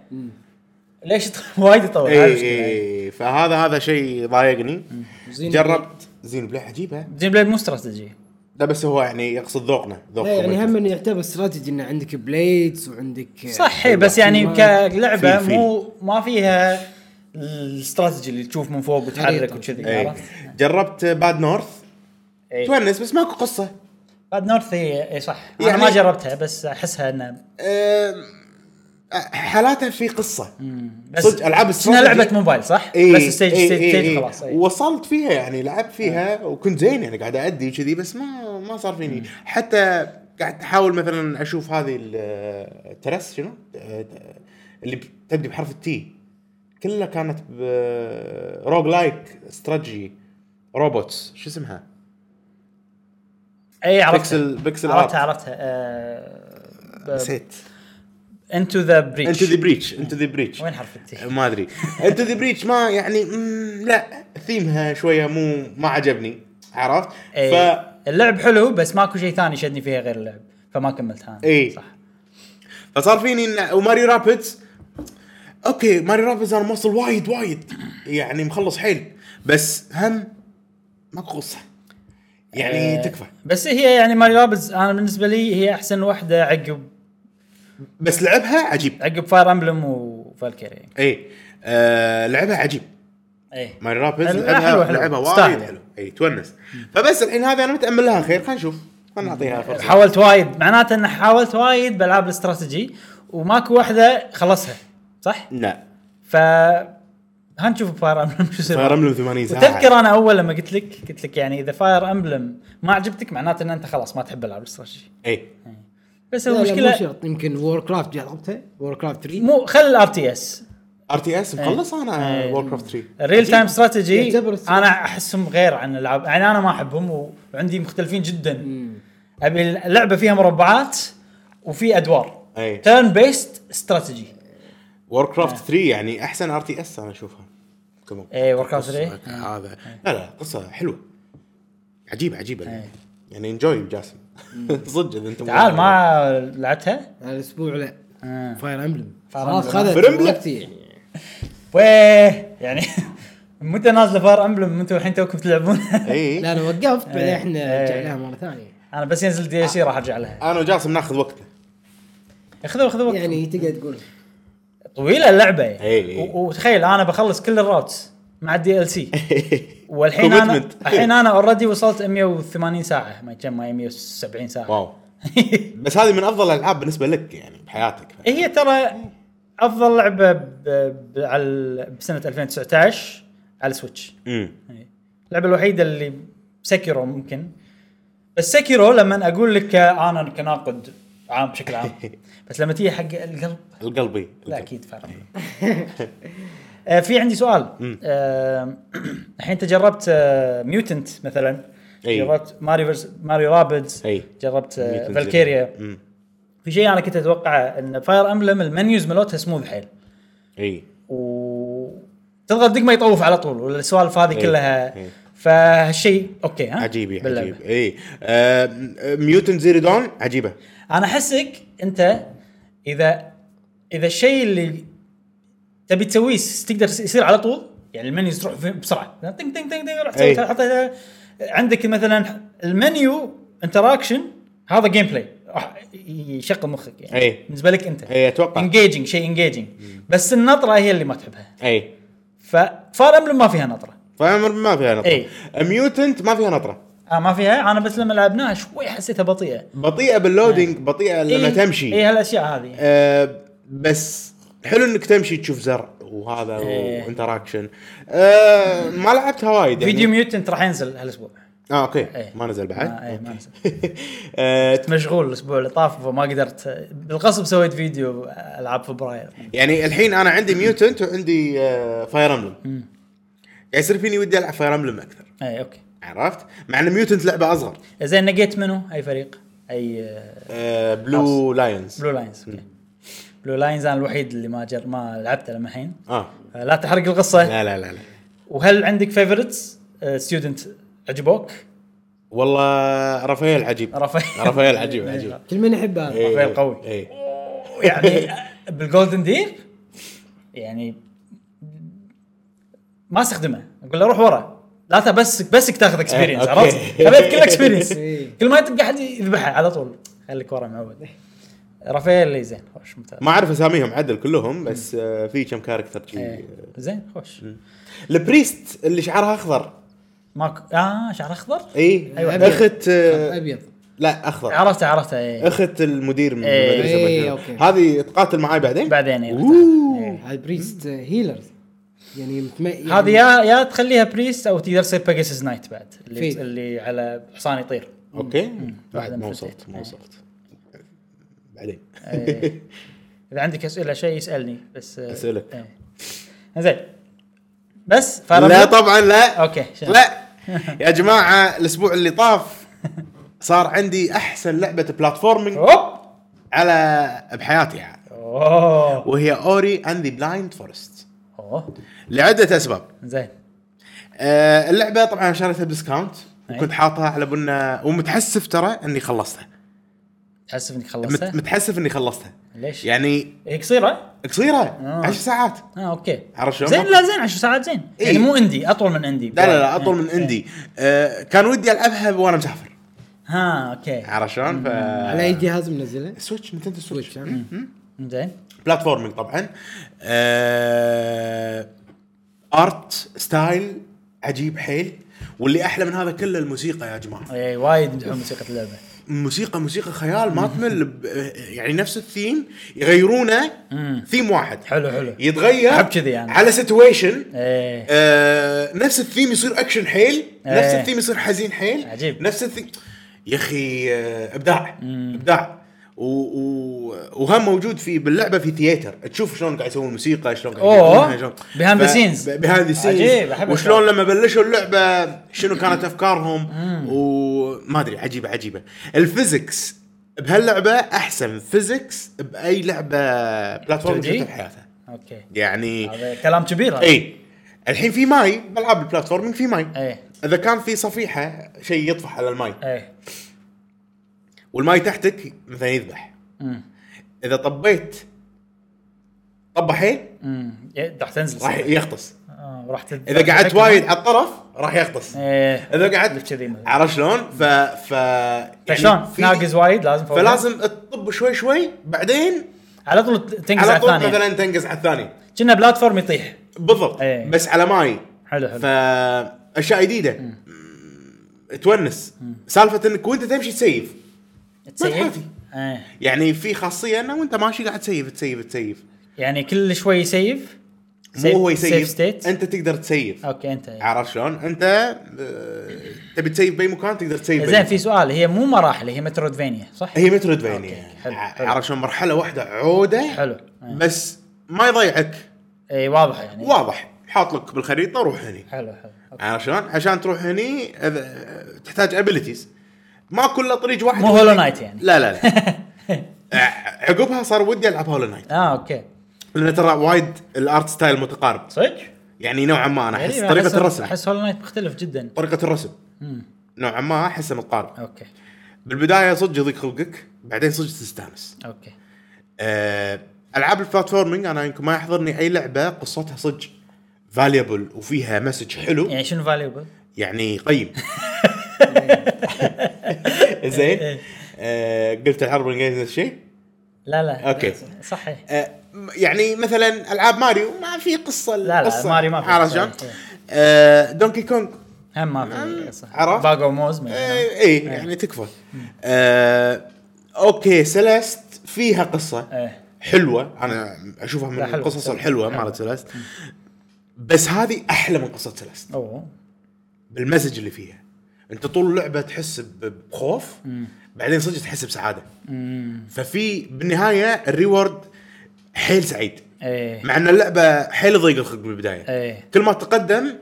Speaker 1: ليش يط- وايد يطول هاي
Speaker 3: اي
Speaker 1: المشكلة.
Speaker 3: اي إيه، فهذا هذا شيء ضايقني
Speaker 2: زين.
Speaker 3: جربت زين بلاي عجيبه
Speaker 1: جيم بلاي مو استراتيجي
Speaker 3: لا بس هو يعني يقصد ذوقنا ذوق
Speaker 2: لا يعني
Speaker 3: كومنتر.
Speaker 2: هم إنه يعتبر استراتيجي انه عندك بليدز وعندك آه،
Speaker 1: صح إيه، بس يعني
Speaker 2: ما-
Speaker 1: كلعبه
Speaker 3: في- في.
Speaker 1: مو ما فيها الاستراتيجي اللي تشوف من فوق وتحرك
Speaker 2: خريطة.
Speaker 1: وكذي
Speaker 3: إيه.
Speaker 1: عرفت؟
Speaker 3: جربت باد نورث
Speaker 1: إيه.
Speaker 3: تونس بس ماكو قصه
Speaker 1: باد نورث هي اي إيه، صح انا
Speaker 3: يعني-
Speaker 1: ما جربتها بس احسها انها
Speaker 3: أم، آه، حالاتها في قصه
Speaker 1: بس
Speaker 3: صدق، ألعاب
Speaker 1: شنها
Speaker 3: استراتيجي.
Speaker 1: لعبه موبايل صح؟
Speaker 3: إيه،
Speaker 1: بس ستيج
Speaker 3: إيه،
Speaker 1: ستيج
Speaker 3: إيه،
Speaker 1: ستيج
Speaker 3: إيه.
Speaker 1: خلاص إيه.
Speaker 3: وصلت فيها يعني لعبت فيها وكنت زين يعني قاعد اادي وكذي بس ما ما صار فيني حتى قاعد احاول مثلا اشوف هذه ال- الترس شنو أه، اللي تبدي بحرف التي كلها كانت روج لايك استراتيجي روبوتس شو اسمها؟
Speaker 1: اي إيه، عرفتها
Speaker 3: بيكسل بيكسل
Speaker 1: عرفتها آه،
Speaker 3: ارت
Speaker 1: عرفتها
Speaker 3: نسيت
Speaker 1: انتو ذا
Speaker 3: انت
Speaker 1: بريتش
Speaker 3: ذا بريتش انت ذا بريتش
Speaker 1: وين حرف التي؟
Speaker 3: ما ادري انت ذا بريتش ما يعني مم، لا ثيمها شويه مو ما عجبني عرفت؟ ف
Speaker 1: إيه، اللعب حلو بس ماكو شيء ثاني شدني فيها غير اللعب فما كملتها انا
Speaker 3: إيه.
Speaker 1: صح
Speaker 3: فصار فيني إن وماري رابيدز اوكي ماري رابيدز انا موصل وايد وايد يعني مخلص حيل بس هم ماكو قصه يعني
Speaker 1: آه،
Speaker 3: تكفى
Speaker 1: بس هي يعني ماري رابز انا بالنسبه لي هي احسن واحده عقب
Speaker 3: بس لعبها عجيب
Speaker 1: عقب فاير امبلم وفالكيري
Speaker 3: اي آه لعبها عجيب
Speaker 1: ايه
Speaker 3: ماري رابيدز
Speaker 1: حلو-
Speaker 3: لعبها
Speaker 1: حلوة- حلوة.
Speaker 3: لعبها وايد
Speaker 1: تستاهل.
Speaker 3: حلو اي تونس فبس الحين هذه انا متامل لها خير خلينا نشوف خلينا نعطيها فرصه
Speaker 1: حاولت وايد معناته ان حاولت وايد بالعاب الاستراتيجي وماكو واحده خلصها صح؟
Speaker 3: لا
Speaker 1: ف هنشوف فاير امبلم شو يصير
Speaker 3: فاير امبلم 80 ساعه
Speaker 1: وتذكر انا اول لما قلت لك قلت لك يعني اذا فاير امبلم ما عجبتك معناته ان انت خلاص ما تحب العاب الاستراتيجي
Speaker 3: اي
Speaker 1: بس
Speaker 2: لا، لا، مو
Speaker 1: المشكله
Speaker 2: شرط يمكن وور كرافت جربتها وور كرافت 3
Speaker 1: مو خل الار تي اس
Speaker 3: ار
Speaker 1: إيه.
Speaker 3: تي اس مخلص انا وور كرافت 3
Speaker 1: الريل تايم استراتيجي
Speaker 2: يعتبر استراتيجي.
Speaker 1: انا احسهم غير عن الالعاب يعني انا ما احبهم و- وعندي مختلفين جدا ابي لعبه فيها مربعات وفي ادوار
Speaker 3: اي
Speaker 1: تيرن بيست استراتيجي
Speaker 3: وور كرافت 3 يعني احسن ار تي اس انا اشوفها كمان
Speaker 1: إيه، Warcraft
Speaker 3: قصة
Speaker 1: 3.
Speaker 3: ك- هذا لا لا قصه حلوه عجيبه عجيبه
Speaker 1: إيه.
Speaker 3: يعني يعني انجوي جاسم صدق اذا انت مو-
Speaker 1: تعال ما لعبتها
Speaker 2: هذا الاسبوع لا
Speaker 1: آه.
Speaker 2: فاير امبلم
Speaker 1: Fire Emblem.
Speaker 2: خلاص خذت
Speaker 3: Fire Emblem.
Speaker 2: وقتي يعني
Speaker 1: ويه يعني متى نازله فار امبلم انتم الحين توكم تلعبون
Speaker 3: اي
Speaker 2: لا انا وقفت بعدين
Speaker 1: إيه.
Speaker 2: احنا رجعناها مره ثانيه
Speaker 1: انا بس ينزل دي سي راح ارجع لها
Speaker 3: انا وجاسم ناخذ وقتنا
Speaker 1: اخذوا اخذوا وقت
Speaker 2: يعني تقدر تقول
Speaker 1: طويله اللعبه يعني.
Speaker 3: إي إي.
Speaker 1: و- وتخيل انا بخلص كل الراوتس مع الدي ال سي والحين انا
Speaker 3: Commitment.
Speaker 1: الحين انا اوريدي وصلت 180 ساعه ما كم ما 170 ساعه
Speaker 3: واو بس هذه من افضل الالعاب بالنسبه لك يعني بحياتك
Speaker 1: هي ترى افضل لعبه ب... ب... على ال- بسنه 2019 على السويتش
Speaker 3: امم
Speaker 1: إي. اللعبه الوحيده اللي سكيرو ممكن بس سكيرو لما اقول لك انا كناقد عام بشكل عام بس لما تيجي حق القلب
Speaker 3: القلبي
Speaker 1: لا اكيد فرق آه، في عندي سؤال
Speaker 3: إيه. مم.
Speaker 1: آه، الحين انت جربت ميوتنت مثلا
Speaker 3: أي.
Speaker 1: جربت ماري فرس ماري رابيدز
Speaker 3: أي.
Speaker 1: جربت فالكيريا في شيء انا كنت اتوقعه ان فاير امبلم المنيوز ملوتها سموث حيل
Speaker 3: اي إيه.
Speaker 1: وتضغط دق ما يطوف على طول والسوالف هذه
Speaker 3: أي.
Speaker 1: كلها
Speaker 3: أي.
Speaker 1: فهالشيء اوكي ها
Speaker 3: إيه. عجيب إيه، يعني
Speaker 1: باللعبة.
Speaker 3: عجيب اي آه ميوتن زيرو دون عجيبه
Speaker 1: انا احسك انت اذا اذا الشيء اللي تبي تسويه س- تقدر س- يصير على طول يعني المنيوز تروح فيه بسرعه يعني تنك تنك تنك تنك رحت
Speaker 3: أي.
Speaker 1: سويت- حطيتها عندك مثلا المنيو انتراكشن هذا جيم بلاي راح يشغل مخك يعني
Speaker 3: أي.
Speaker 1: بالنسبه لك انت
Speaker 3: اي اتوقع
Speaker 1: انجيجنج شيء انجيجنج بس النطره هي اللي ما تحبها
Speaker 3: اي
Speaker 1: ففار امبلم ما فيها نطره
Speaker 3: فاير ما فيها نطره
Speaker 1: إي.
Speaker 3: ميوتنت ما فيها نطره
Speaker 1: آه ما فيها انا بس لما لعبناها شوي حسيتها بطيئه
Speaker 3: بطيئه باللودينج
Speaker 1: نعم.
Speaker 3: بطيئه لما
Speaker 1: إيه.
Speaker 3: تمشي
Speaker 1: اي هالاشياء هذه
Speaker 3: آه، بس حلو انك تمشي تشوف زرع وهذا
Speaker 1: إيه.
Speaker 3: وانتراكشن آه ما لعبتها وايد يعني
Speaker 1: فيديو ميوتنت راح ينزل هالاسبوع
Speaker 3: اه اوكي
Speaker 1: إيه.
Speaker 3: ما نزل بعد
Speaker 1: ما- إيه، ما نزل.
Speaker 3: آه
Speaker 1: كنت مشغول الاسبوع اللي طاف فما قدرت بالغصب سويت فيديو العاب فبراير
Speaker 3: يعني الحين انا عندي ميوتنت وعندي آه فاير امبلم يعني يصير فيني ودي العب فاير امبلم اكثر
Speaker 1: اي اوكي
Speaker 3: عرفت مع ان ميوتنت لعبه اصغر
Speaker 1: إيه، زين نقيت منو اي فريق اي آه،
Speaker 3: آه بلو لاينز
Speaker 1: بلو لاينز اوكي بلو لاينز انا الوحيد اللي ما جر... ما لعبته لما الحين
Speaker 3: اه
Speaker 1: آه، لا تحرق القصه
Speaker 3: لا لا لا, لا.
Speaker 1: وهل عندك فيفورتس ستودنت عجبوك
Speaker 3: والله رافائيل عجيب
Speaker 1: رافائيل.
Speaker 3: رافائيل عجيب عجيب
Speaker 2: كل من يحبها
Speaker 3: إيه.
Speaker 1: رافائيل قوي.
Speaker 3: إيه.
Speaker 1: يعني آه، بالجولدن دير يعني ما استخدمه اقول له روح ورا لا ت- بس بس تاخذ اكسبيرينس
Speaker 3: أوكي.
Speaker 1: عرفت؟ خليت كل اكسبيرينس
Speaker 2: إيه.
Speaker 1: كل ما تلقى احد يذبحه على طول خليك ورا معود رافائيل اللي زين خوش ممتاز
Speaker 3: ما اعرف اساميهم عدل كلهم بس آه في كم كاركتر شي.
Speaker 1: إيه، زين خوش
Speaker 3: البريست اللي شعرها اخضر
Speaker 1: ماكو اه شعر اخضر
Speaker 3: اي
Speaker 1: أيوة.
Speaker 3: اخت آه،
Speaker 2: ابيض
Speaker 3: لا اخضر
Speaker 1: عرفته عرفته ايه
Speaker 3: اخت المدير من
Speaker 1: إيه.
Speaker 3: المدرسه
Speaker 2: إيه،
Speaker 3: مثلاً.
Speaker 2: أوكي.
Speaker 3: هذه تقاتل معاي بعدين
Speaker 1: بعدين عرفتها.
Speaker 3: أوه.
Speaker 1: إيه.
Speaker 2: البريست هيلرز يعني متم... يعني
Speaker 1: هذه يا يا تخليها بريست او تقدر تصير بيجاسس نايت بعد اللي
Speaker 2: في.
Speaker 1: اللي على حصان يطير
Speaker 3: اوكي بعد
Speaker 1: بعدين
Speaker 3: ما
Speaker 1: فتيت.
Speaker 3: وصلت ما
Speaker 1: إيه.
Speaker 3: وصلت بعدين
Speaker 1: إيه. اذا عندك اسئله شيء اسالني بس آه،
Speaker 3: أسألك.
Speaker 1: إيه. زين بس فاير
Speaker 3: لا
Speaker 1: أمبلم؟
Speaker 3: طبعا لا
Speaker 1: اوكي شنو؟
Speaker 3: لا يا جماعه الاسبوع اللي طاف صار عندي احسن لعبه بلاتفورمينج
Speaker 1: أوب.
Speaker 3: على بحياتي يعني
Speaker 1: اوه
Speaker 3: وهي اوري اند ذا بلايند فورست
Speaker 1: اوه
Speaker 3: لعده اسباب
Speaker 1: زين
Speaker 3: آه، اللعبه طبعا شريتها بديسكاونت
Speaker 1: إيه.
Speaker 3: وكنت حاطها على بنا ومتحسف ترى اني خلصتها
Speaker 1: تحس انك
Speaker 3: مت-
Speaker 1: خلصتها؟
Speaker 3: متحسف اني خلصتها
Speaker 1: ليش؟
Speaker 3: يعني
Speaker 1: هي قصيره؟
Speaker 3: قصيره
Speaker 1: آه.
Speaker 3: 10 ساعات
Speaker 1: اه اوكي
Speaker 3: عرفت شلون؟
Speaker 1: زين لا إيه. زين 10 ساعات زين
Speaker 3: إيه.
Speaker 1: يعني مو اندي اطول من اندي
Speaker 3: لا لا لا اطول من عندي آه، كان ودي العبها وانا مسافر
Speaker 1: ها اوكي
Speaker 3: عرفت شلون؟ ف
Speaker 2: على اي جهاز منزله؟
Speaker 3: سويتش نتندو سويتش
Speaker 2: سويتش ها؟
Speaker 1: زين
Speaker 3: بلاتفورمينج طبعا آه، ارت ستايل عجيب حيل واللي احلى من هذا كله الموسيقى يا جماعه
Speaker 1: اي إيه، وايد مدحون موسيقى اللعبه
Speaker 3: موسيقى موسيقى خيال ما تمل ب- يعني نفس الثيم يغيرونه ثيم واحد
Speaker 1: حلو حلو
Speaker 3: إيه. يتغير
Speaker 1: أحب كذي يعني.
Speaker 3: على سيتويشن
Speaker 1: ايه
Speaker 3: آه نفس الثيم يصير اكشن حيل نفس
Speaker 1: إيه.
Speaker 3: الثيم يصير حزين حيل
Speaker 1: عجيب.
Speaker 3: نفس الثيم يا اخي آه ابداع ابداع و... و... وهم موجود في باللعبه في ثياتر تشوف شلون قاعد يسوون موسيقى شلون قاعد
Speaker 1: أوه.
Speaker 3: يقولونها، شلون
Speaker 1: Behind the scenes.
Speaker 3: بيهاند ذا
Speaker 1: عجيب،
Speaker 3: سينز
Speaker 1: أحب
Speaker 3: وشلون لما بلشوا اللعبه شنو كانت افكارهم وما ادري عجيبه عجيبه الفيزكس بهاللعبه احسن فيزكس باي لعبه بلاتفورم
Speaker 1: 2D؟
Speaker 3: شفتها بحياتها
Speaker 1: اوكي
Speaker 3: يعني
Speaker 1: هذا كلام كبير هذا.
Speaker 3: اي طيب. الحين في ماي بالعاب البلاتفورمينج في ماي
Speaker 1: ايه
Speaker 3: اذا كان في صفيحه شيء يطفح على الماي
Speaker 1: ايه
Speaker 3: والماي تحتك مثلا يذبح
Speaker 1: مم.
Speaker 3: اذا طبيت طبحين
Speaker 1: امم ي- راح تنزل
Speaker 3: راح
Speaker 1: صدق.
Speaker 3: يغطس
Speaker 1: آه، راح تد...
Speaker 3: اذا قعدت وايد على الطرف راح يغطس
Speaker 1: ايه
Speaker 3: اذا قعدت
Speaker 1: كذي مثلاً.
Speaker 3: عرفت شلون ف ف
Speaker 1: فشلون
Speaker 3: يعني في-
Speaker 1: تناقز وايد لازم فوق.
Speaker 3: فلازم تطب شوي شوي بعدين
Speaker 1: على طول تنقز على
Speaker 3: على طول
Speaker 1: الثانيه
Speaker 3: مثلا تنقز على الثاني
Speaker 1: كنا بلاتفورم يطيح
Speaker 3: بالضبط
Speaker 1: إيه.
Speaker 3: بس على ماي
Speaker 1: حلو حلو
Speaker 3: فاشياء جديده مم. تونس سالفه انك وانت تمشي تسيف
Speaker 1: تسيف
Speaker 3: عادي.
Speaker 1: ايه
Speaker 3: يعني في خاصيه انه وانت ماشي قاعد تسيف تسيف تسيف
Speaker 1: يعني كل شوي يسيف
Speaker 3: مو هو
Speaker 1: سيف
Speaker 3: يسيف
Speaker 1: ستيت
Speaker 3: انت تقدر تسيف
Speaker 1: اوكي انت إيه.
Speaker 3: عرفت شلون؟ انت آه، تبي تسيف باي مكان تقدر تسيف باي
Speaker 1: زين
Speaker 3: مكان.
Speaker 1: في سؤال هي مو مراحل هي مترودفينيا صح؟
Speaker 3: هي مترودفينيا
Speaker 1: أوكي، حلو، حلو.
Speaker 3: عرفت شلون مرحله واحده عوده
Speaker 1: حلو إيه.
Speaker 3: بس ما يضيعك
Speaker 1: اي واضحه يعني
Speaker 3: واضح حاط لك بالخريطه روح هني
Speaker 1: حلو حلو أوكي.
Speaker 3: عرفت شلون؟ عشان تروح هني أذ- تحتاج ابيلتيز ما كله طريق واحد
Speaker 1: مو هولو نايت يعني
Speaker 3: لا لا لا ع- عقبها صار ودي العب هولو نايت
Speaker 1: اه اوكي
Speaker 3: لان ترى وايد الارت ستايل متقارب
Speaker 1: صدق؟
Speaker 3: يعني نوعا ما انا احس
Speaker 1: غريبة،
Speaker 3: طريقه
Speaker 1: أحس-
Speaker 3: الرسم
Speaker 1: احس هولو نايت مختلف جدا
Speaker 3: طريقه الرسم
Speaker 1: مم.
Speaker 3: نوعا ما احسها متقاربه
Speaker 1: اوكي
Speaker 3: بالبدايه صدق يضيق خلقك بعدين صدق تستانس
Speaker 1: اوكي
Speaker 3: آه، العاب البلاتفورمينج انا يمكن ما يحضرني اي لعبه قصتها صدق فاليبل وفيها مسج حلو
Speaker 1: يعني شنو فاليوبل؟
Speaker 3: يعني قيم زين آه، قلت الحرب الانجليزي نفس الشيء
Speaker 1: لا لا
Speaker 3: أوكي.
Speaker 1: صحيح
Speaker 3: آه، يعني مثلا العاب ماريو ما في قصه
Speaker 1: لا،
Speaker 3: القصة.
Speaker 1: ماريو ما في
Speaker 3: عرفت
Speaker 1: قصة. إيه.
Speaker 3: شلون؟ آه، دونكي كونغ
Speaker 1: هم ما في صح
Speaker 3: عرفت؟
Speaker 1: باقو موز من هنا.
Speaker 3: اي إيه يعني تكفى آه، اوكي سيليست فيها قصه
Speaker 1: إيه.
Speaker 3: حلوه انا اشوفها من
Speaker 1: لا، حلوة. إيه.
Speaker 3: القصص
Speaker 1: حلوة.
Speaker 3: الحلوه مالت سيليست بس هذه احلى من قصه سيليست
Speaker 1: اوه
Speaker 3: بالمسج اللي فيها انت طول اللعبه تحس ب- بخوف بعدين صدق تحس بسعاده ففي بالنهايه الريورد حيل سعيد
Speaker 1: ايه
Speaker 3: مع ان اللعبه حيل ضيق الخلق بالبدايه
Speaker 1: ايه
Speaker 3: كل ما تقدم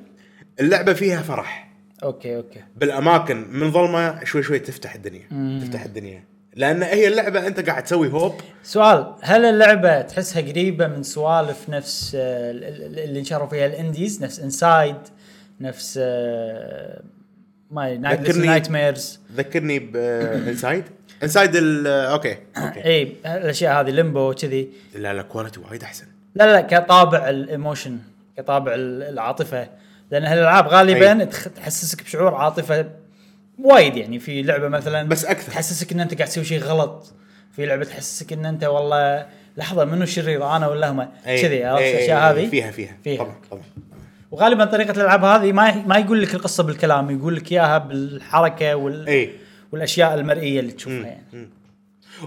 Speaker 3: اللعبه فيها فرح
Speaker 1: اوكي اوكي
Speaker 3: بالاماكن من ظلمه شوي شوي تفتح الدنيا تفتح الدنيا لان هي اللعبه انت قاعد تسوي هوب
Speaker 1: سؤال هل اللعبه تحسها قريبه من سوالف نفس آه، ال- ال- اللي نشروا فيها الانديز نفس انسايد نفس آه، ما
Speaker 3: ذكرني-
Speaker 1: نايت ميرز
Speaker 3: ذكرني بانسايد انسايد اوكي اوكي
Speaker 1: اي الاشياء إيه، هذه ليمبو كذي
Speaker 3: لا لا كواليتي وايد احسن
Speaker 1: لا لا كطابع الايموشن كطابع ال- العاطفه لان هالالعاب غالبا
Speaker 3: أي.
Speaker 1: تخ- تحسسك بشعور عاطفه وايد يعني في لعبه مثلا
Speaker 3: بس أكثر.
Speaker 1: تحسسك ان انت قاعد تسوي شيء غلط في لعبه تحسسك ان انت والله لحظه منو الشرير انا ولا هم
Speaker 3: أي-
Speaker 1: كذي عرفت
Speaker 3: أي- أي-
Speaker 1: الاشياء
Speaker 3: أي،
Speaker 1: هذه
Speaker 3: إيه. فيها فيها,
Speaker 1: فيها.
Speaker 3: طبعا طبعا
Speaker 1: وغالبا طريقه الالعاب هذه ما ما يقول لك القصه بالكلام يقول لك اياها بالحركه وال...
Speaker 3: اي
Speaker 1: والاشياء المرئيه اللي تشوفها يعني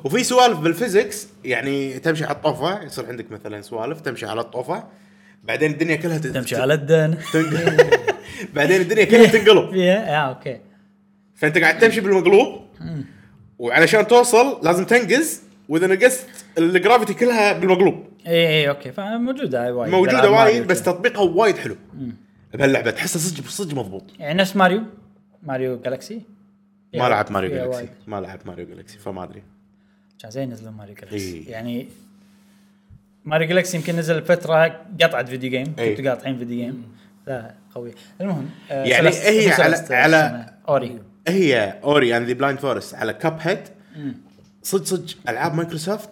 Speaker 3: وفي سوالف بالفيزكس يعني تمشي على الطوفه يصير عندك مثلا سوالف تمشي على الطوفه بعدين الدنيا كلها تت-
Speaker 1: تمشي على الدن
Speaker 3: تنقلب بعدين الدنيا كلها تنقلب
Speaker 1: فيها اه اوكي
Speaker 3: فانت قاعد تمشي بالمقلوب وعلشان توصل لازم تنقز واذا نقزت الجرافيتي كلها بالمقلوب
Speaker 1: اي اي اوكي فموجوده إيه، وايد
Speaker 3: موجوده
Speaker 1: بالألعاب ماريو
Speaker 3: وايد بس تطبيقها وايد حلو بهاللعبه تحسها صدق صدق مضبوط
Speaker 1: يعني نفس ماريو ماريو جالكسي
Speaker 3: ما لعبت ماريو
Speaker 1: فيها
Speaker 3: جالكسي
Speaker 1: وايد.
Speaker 3: ما لعبت ماريو جالكسي فما ادري
Speaker 1: كان زين نزلوا ماريو جالكسي
Speaker 3: إي.
Speaker 1: يعني ماريو جالكسي يمكن نزل فتره قطعت فيديو جيم
Speaker 3: إي.
Speaker 1: كنتوا قاطعين فيديو جيم لا قوي المهم آه،
Speaker 3: يعني
Speaker 1: سلست-
Speaker 3: هي
Speaker 1: مو
Speaker 3: على-
Speaker 1: سلست،
Speaker 3: على-
Speaker 1: اسمها اوري
Speaker 3: هي اوري اند ذا بلايند فورست على كاب هيد صدق صدق العاب مايكروسوفت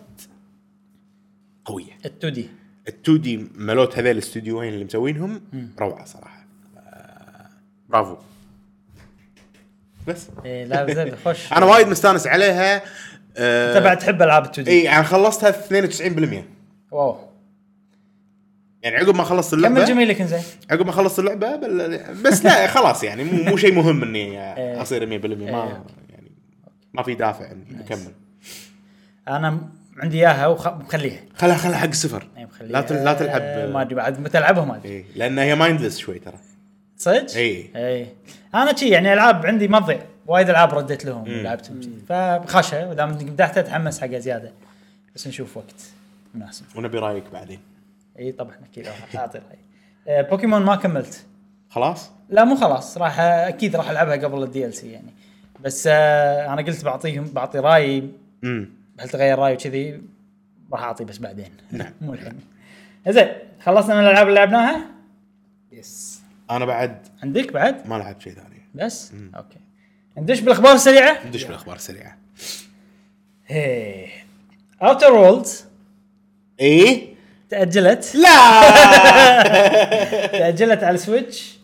Speaker 3: قويه
Speaker 1: ال2 دي
Speaker 3: ال2 دي ملوت هذيل الاستوديوين اللي مسوينهم روعه صراحه آه، برافو بس
Speaker 1: إي، إيه، لا زين خوش
Speaker 3: انا وايد مستانس عليها آه،
Speaker 1: انت بعد تحب العاب ال2 دي
Speaker 3: اي انا خلصتها 92%
Speaker 1: واو
Speaker 3: يعني عقب ما خلصت
Speaker 1: كمل
Speaker 3: اللعبه
Speaker 1: جميلك زين
Speaker 3: عقب ما خلصت اللعبه بل... بس لا خلاص يعني مو مو شيء مهم اني
Speaker 1: إيه.
Speaker 3: اصير 100% ما يعني ما في دافع اني اكمل
Speaker 1: انا م- عندي اياها ومخليها
Speaker 3: خلها خلها حق صفر
Speaker 1: يعني مخليها آه،
Speaker 3: لا تل... لا
Speaker 1: ما
Speaker 3: تلعب
Speaker 1: ادري بعد متى العبها ما ادري
Speaker 3: اي لان هي مايندلس شوي ترى
Speaker 1: صدق؟
Speaker 3: إي.
Speaker 1: اي انا شي يعني العاب عندي ما تضيع وايد العاب رديت لهم ولعبتهم شي. فخاشه ودام انك مدحته اتحمس حقها زياده بس نشوف وقت مناسب
Speaker 3: ونبي رايك بعدين
Speaker 1: اي طبعا اكيد راح اعطي رايي آه، بوكيمون ما كملت
Speaker 3: خلاص
Speaker 1: لا مو خلاص راح اكيد راح العبها قبل الدي ال سي يعني بس آه، انا قلت بعطيهم بعطي رايي
Speaker 3: امم
Speaker 1: هل تغير رايي وكذي راح اعطي بس بعدين مو الحين زين خلصنا من الالعاب اللي لعبناها
Speaker 2: يس
Speaker 3: انا بعد
Speaker 1: عندك بعد
Speaker 3: ما لعبت شيء ثاني
Speaker 1: بس اوكي ندش بالاخبار السريعه
Speaker 3: ندش بالاخبار السريعه
Speaker 1: إيه. اوتر وولدز
Speaker 3: ايه
Speaker 1: تاجلت
Speaker 3: لا
Speaker 1: تاجلت على السويتش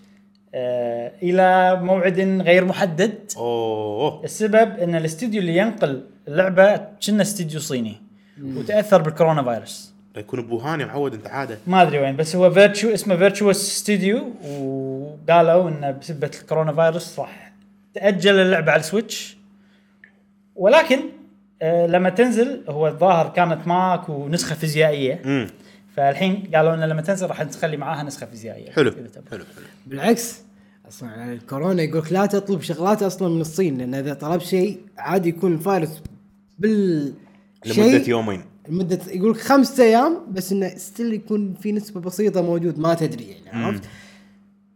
Speaker 1: آه، الى موعد غير محدد
Speaker 3: اوه
Speaker 1: السبب ان الاستوديو اللي ينقل اللعبه كنا استوديو صيني وتاثر بالكورونا فايروس
Speaker 3: يكون بوهان يا معود انت عاده
Speaker 1: ما ادري وين بس هو فيرتشو اسمه فيرتشوس ستوديو وقالوا انه بسبه الكورونا فايروس راح تاجل اللعبه على السويتش ولكن آه، لما تنزل هو الظاهر كانت ماك ونسخه فيزيائيه
Speaker 3: امم
Speaker 1: فالحين قالوا انه لما تنزل راح نخلي معاها نسخه فيزيائيه
Speaker 3: حلو
Speaker 1: إذا تبغى.
Speaker 3: حلو حلو
Speaker 2: بالعكس اصلا يعني الكورونا يقول لك لا تطلب شغلات اصلا من الصين لان اذا طلب شيء عادي يكون الفيروس بال
Speaker 3: لمده
Speaker 2: شيء
Speaker 3: يومين
Speaker 2: لمدة يقول لك خمسة ايام بس انه ستيل يكون في نسبة بسيطة موجود ما تدري يعني عرفت؟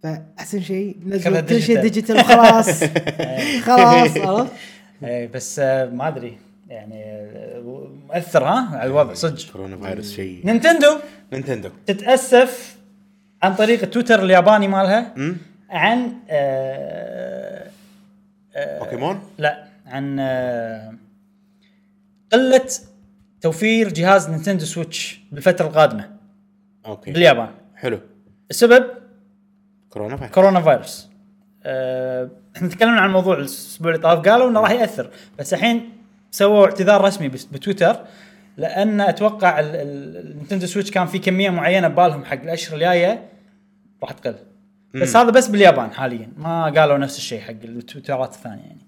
Speaker 2: فاحسن شيء
Speaker 1: خذها
Speaker 2: نزل كل شيء
Speaker 1: ديجيتال.
Speaker 2: ديجيتال وخلاص خلاص عرفت؟
Speaker 1: إيه، بس آه، ما ادري يعني آه، مؤثر ها على الوضع صدق
Speaker 3: كورونا فايروس شيء
Speaker 1: نينتندو
Speaker 3: نينتندو
Speaker 1: تتاسف عن طريق التويتر الياباني مالها
Speaker 3: امم
Speaker 1: عن آه
Speaker 3: بوكيمون
Speaker 1: لا عن آه قله توفير جهاز نينتندو سويتش بالفتره القادمه
Speaker 3: اوكي
Speaker 1: باليابان
Speaker 3: حلو
Speaker 1: السبب
Speaker 3: كورونا فايروس
Speaker 1: كورونا فيروس آه، احنا تكلمنا عن الموضوع الاسبوع اللي طاف قالوا انه راح ياثر بس الحين سووا اعتذار رسمي بس- بتويتر لان اتوقع ال- ال- النينتندو سويتش كان في كميه معينه ببالهم حق الاشهر الجايه راح تقل بس هذا بس باليابان حاليا ما قالوا نفس الشيء حق التويترات الثانيه يعني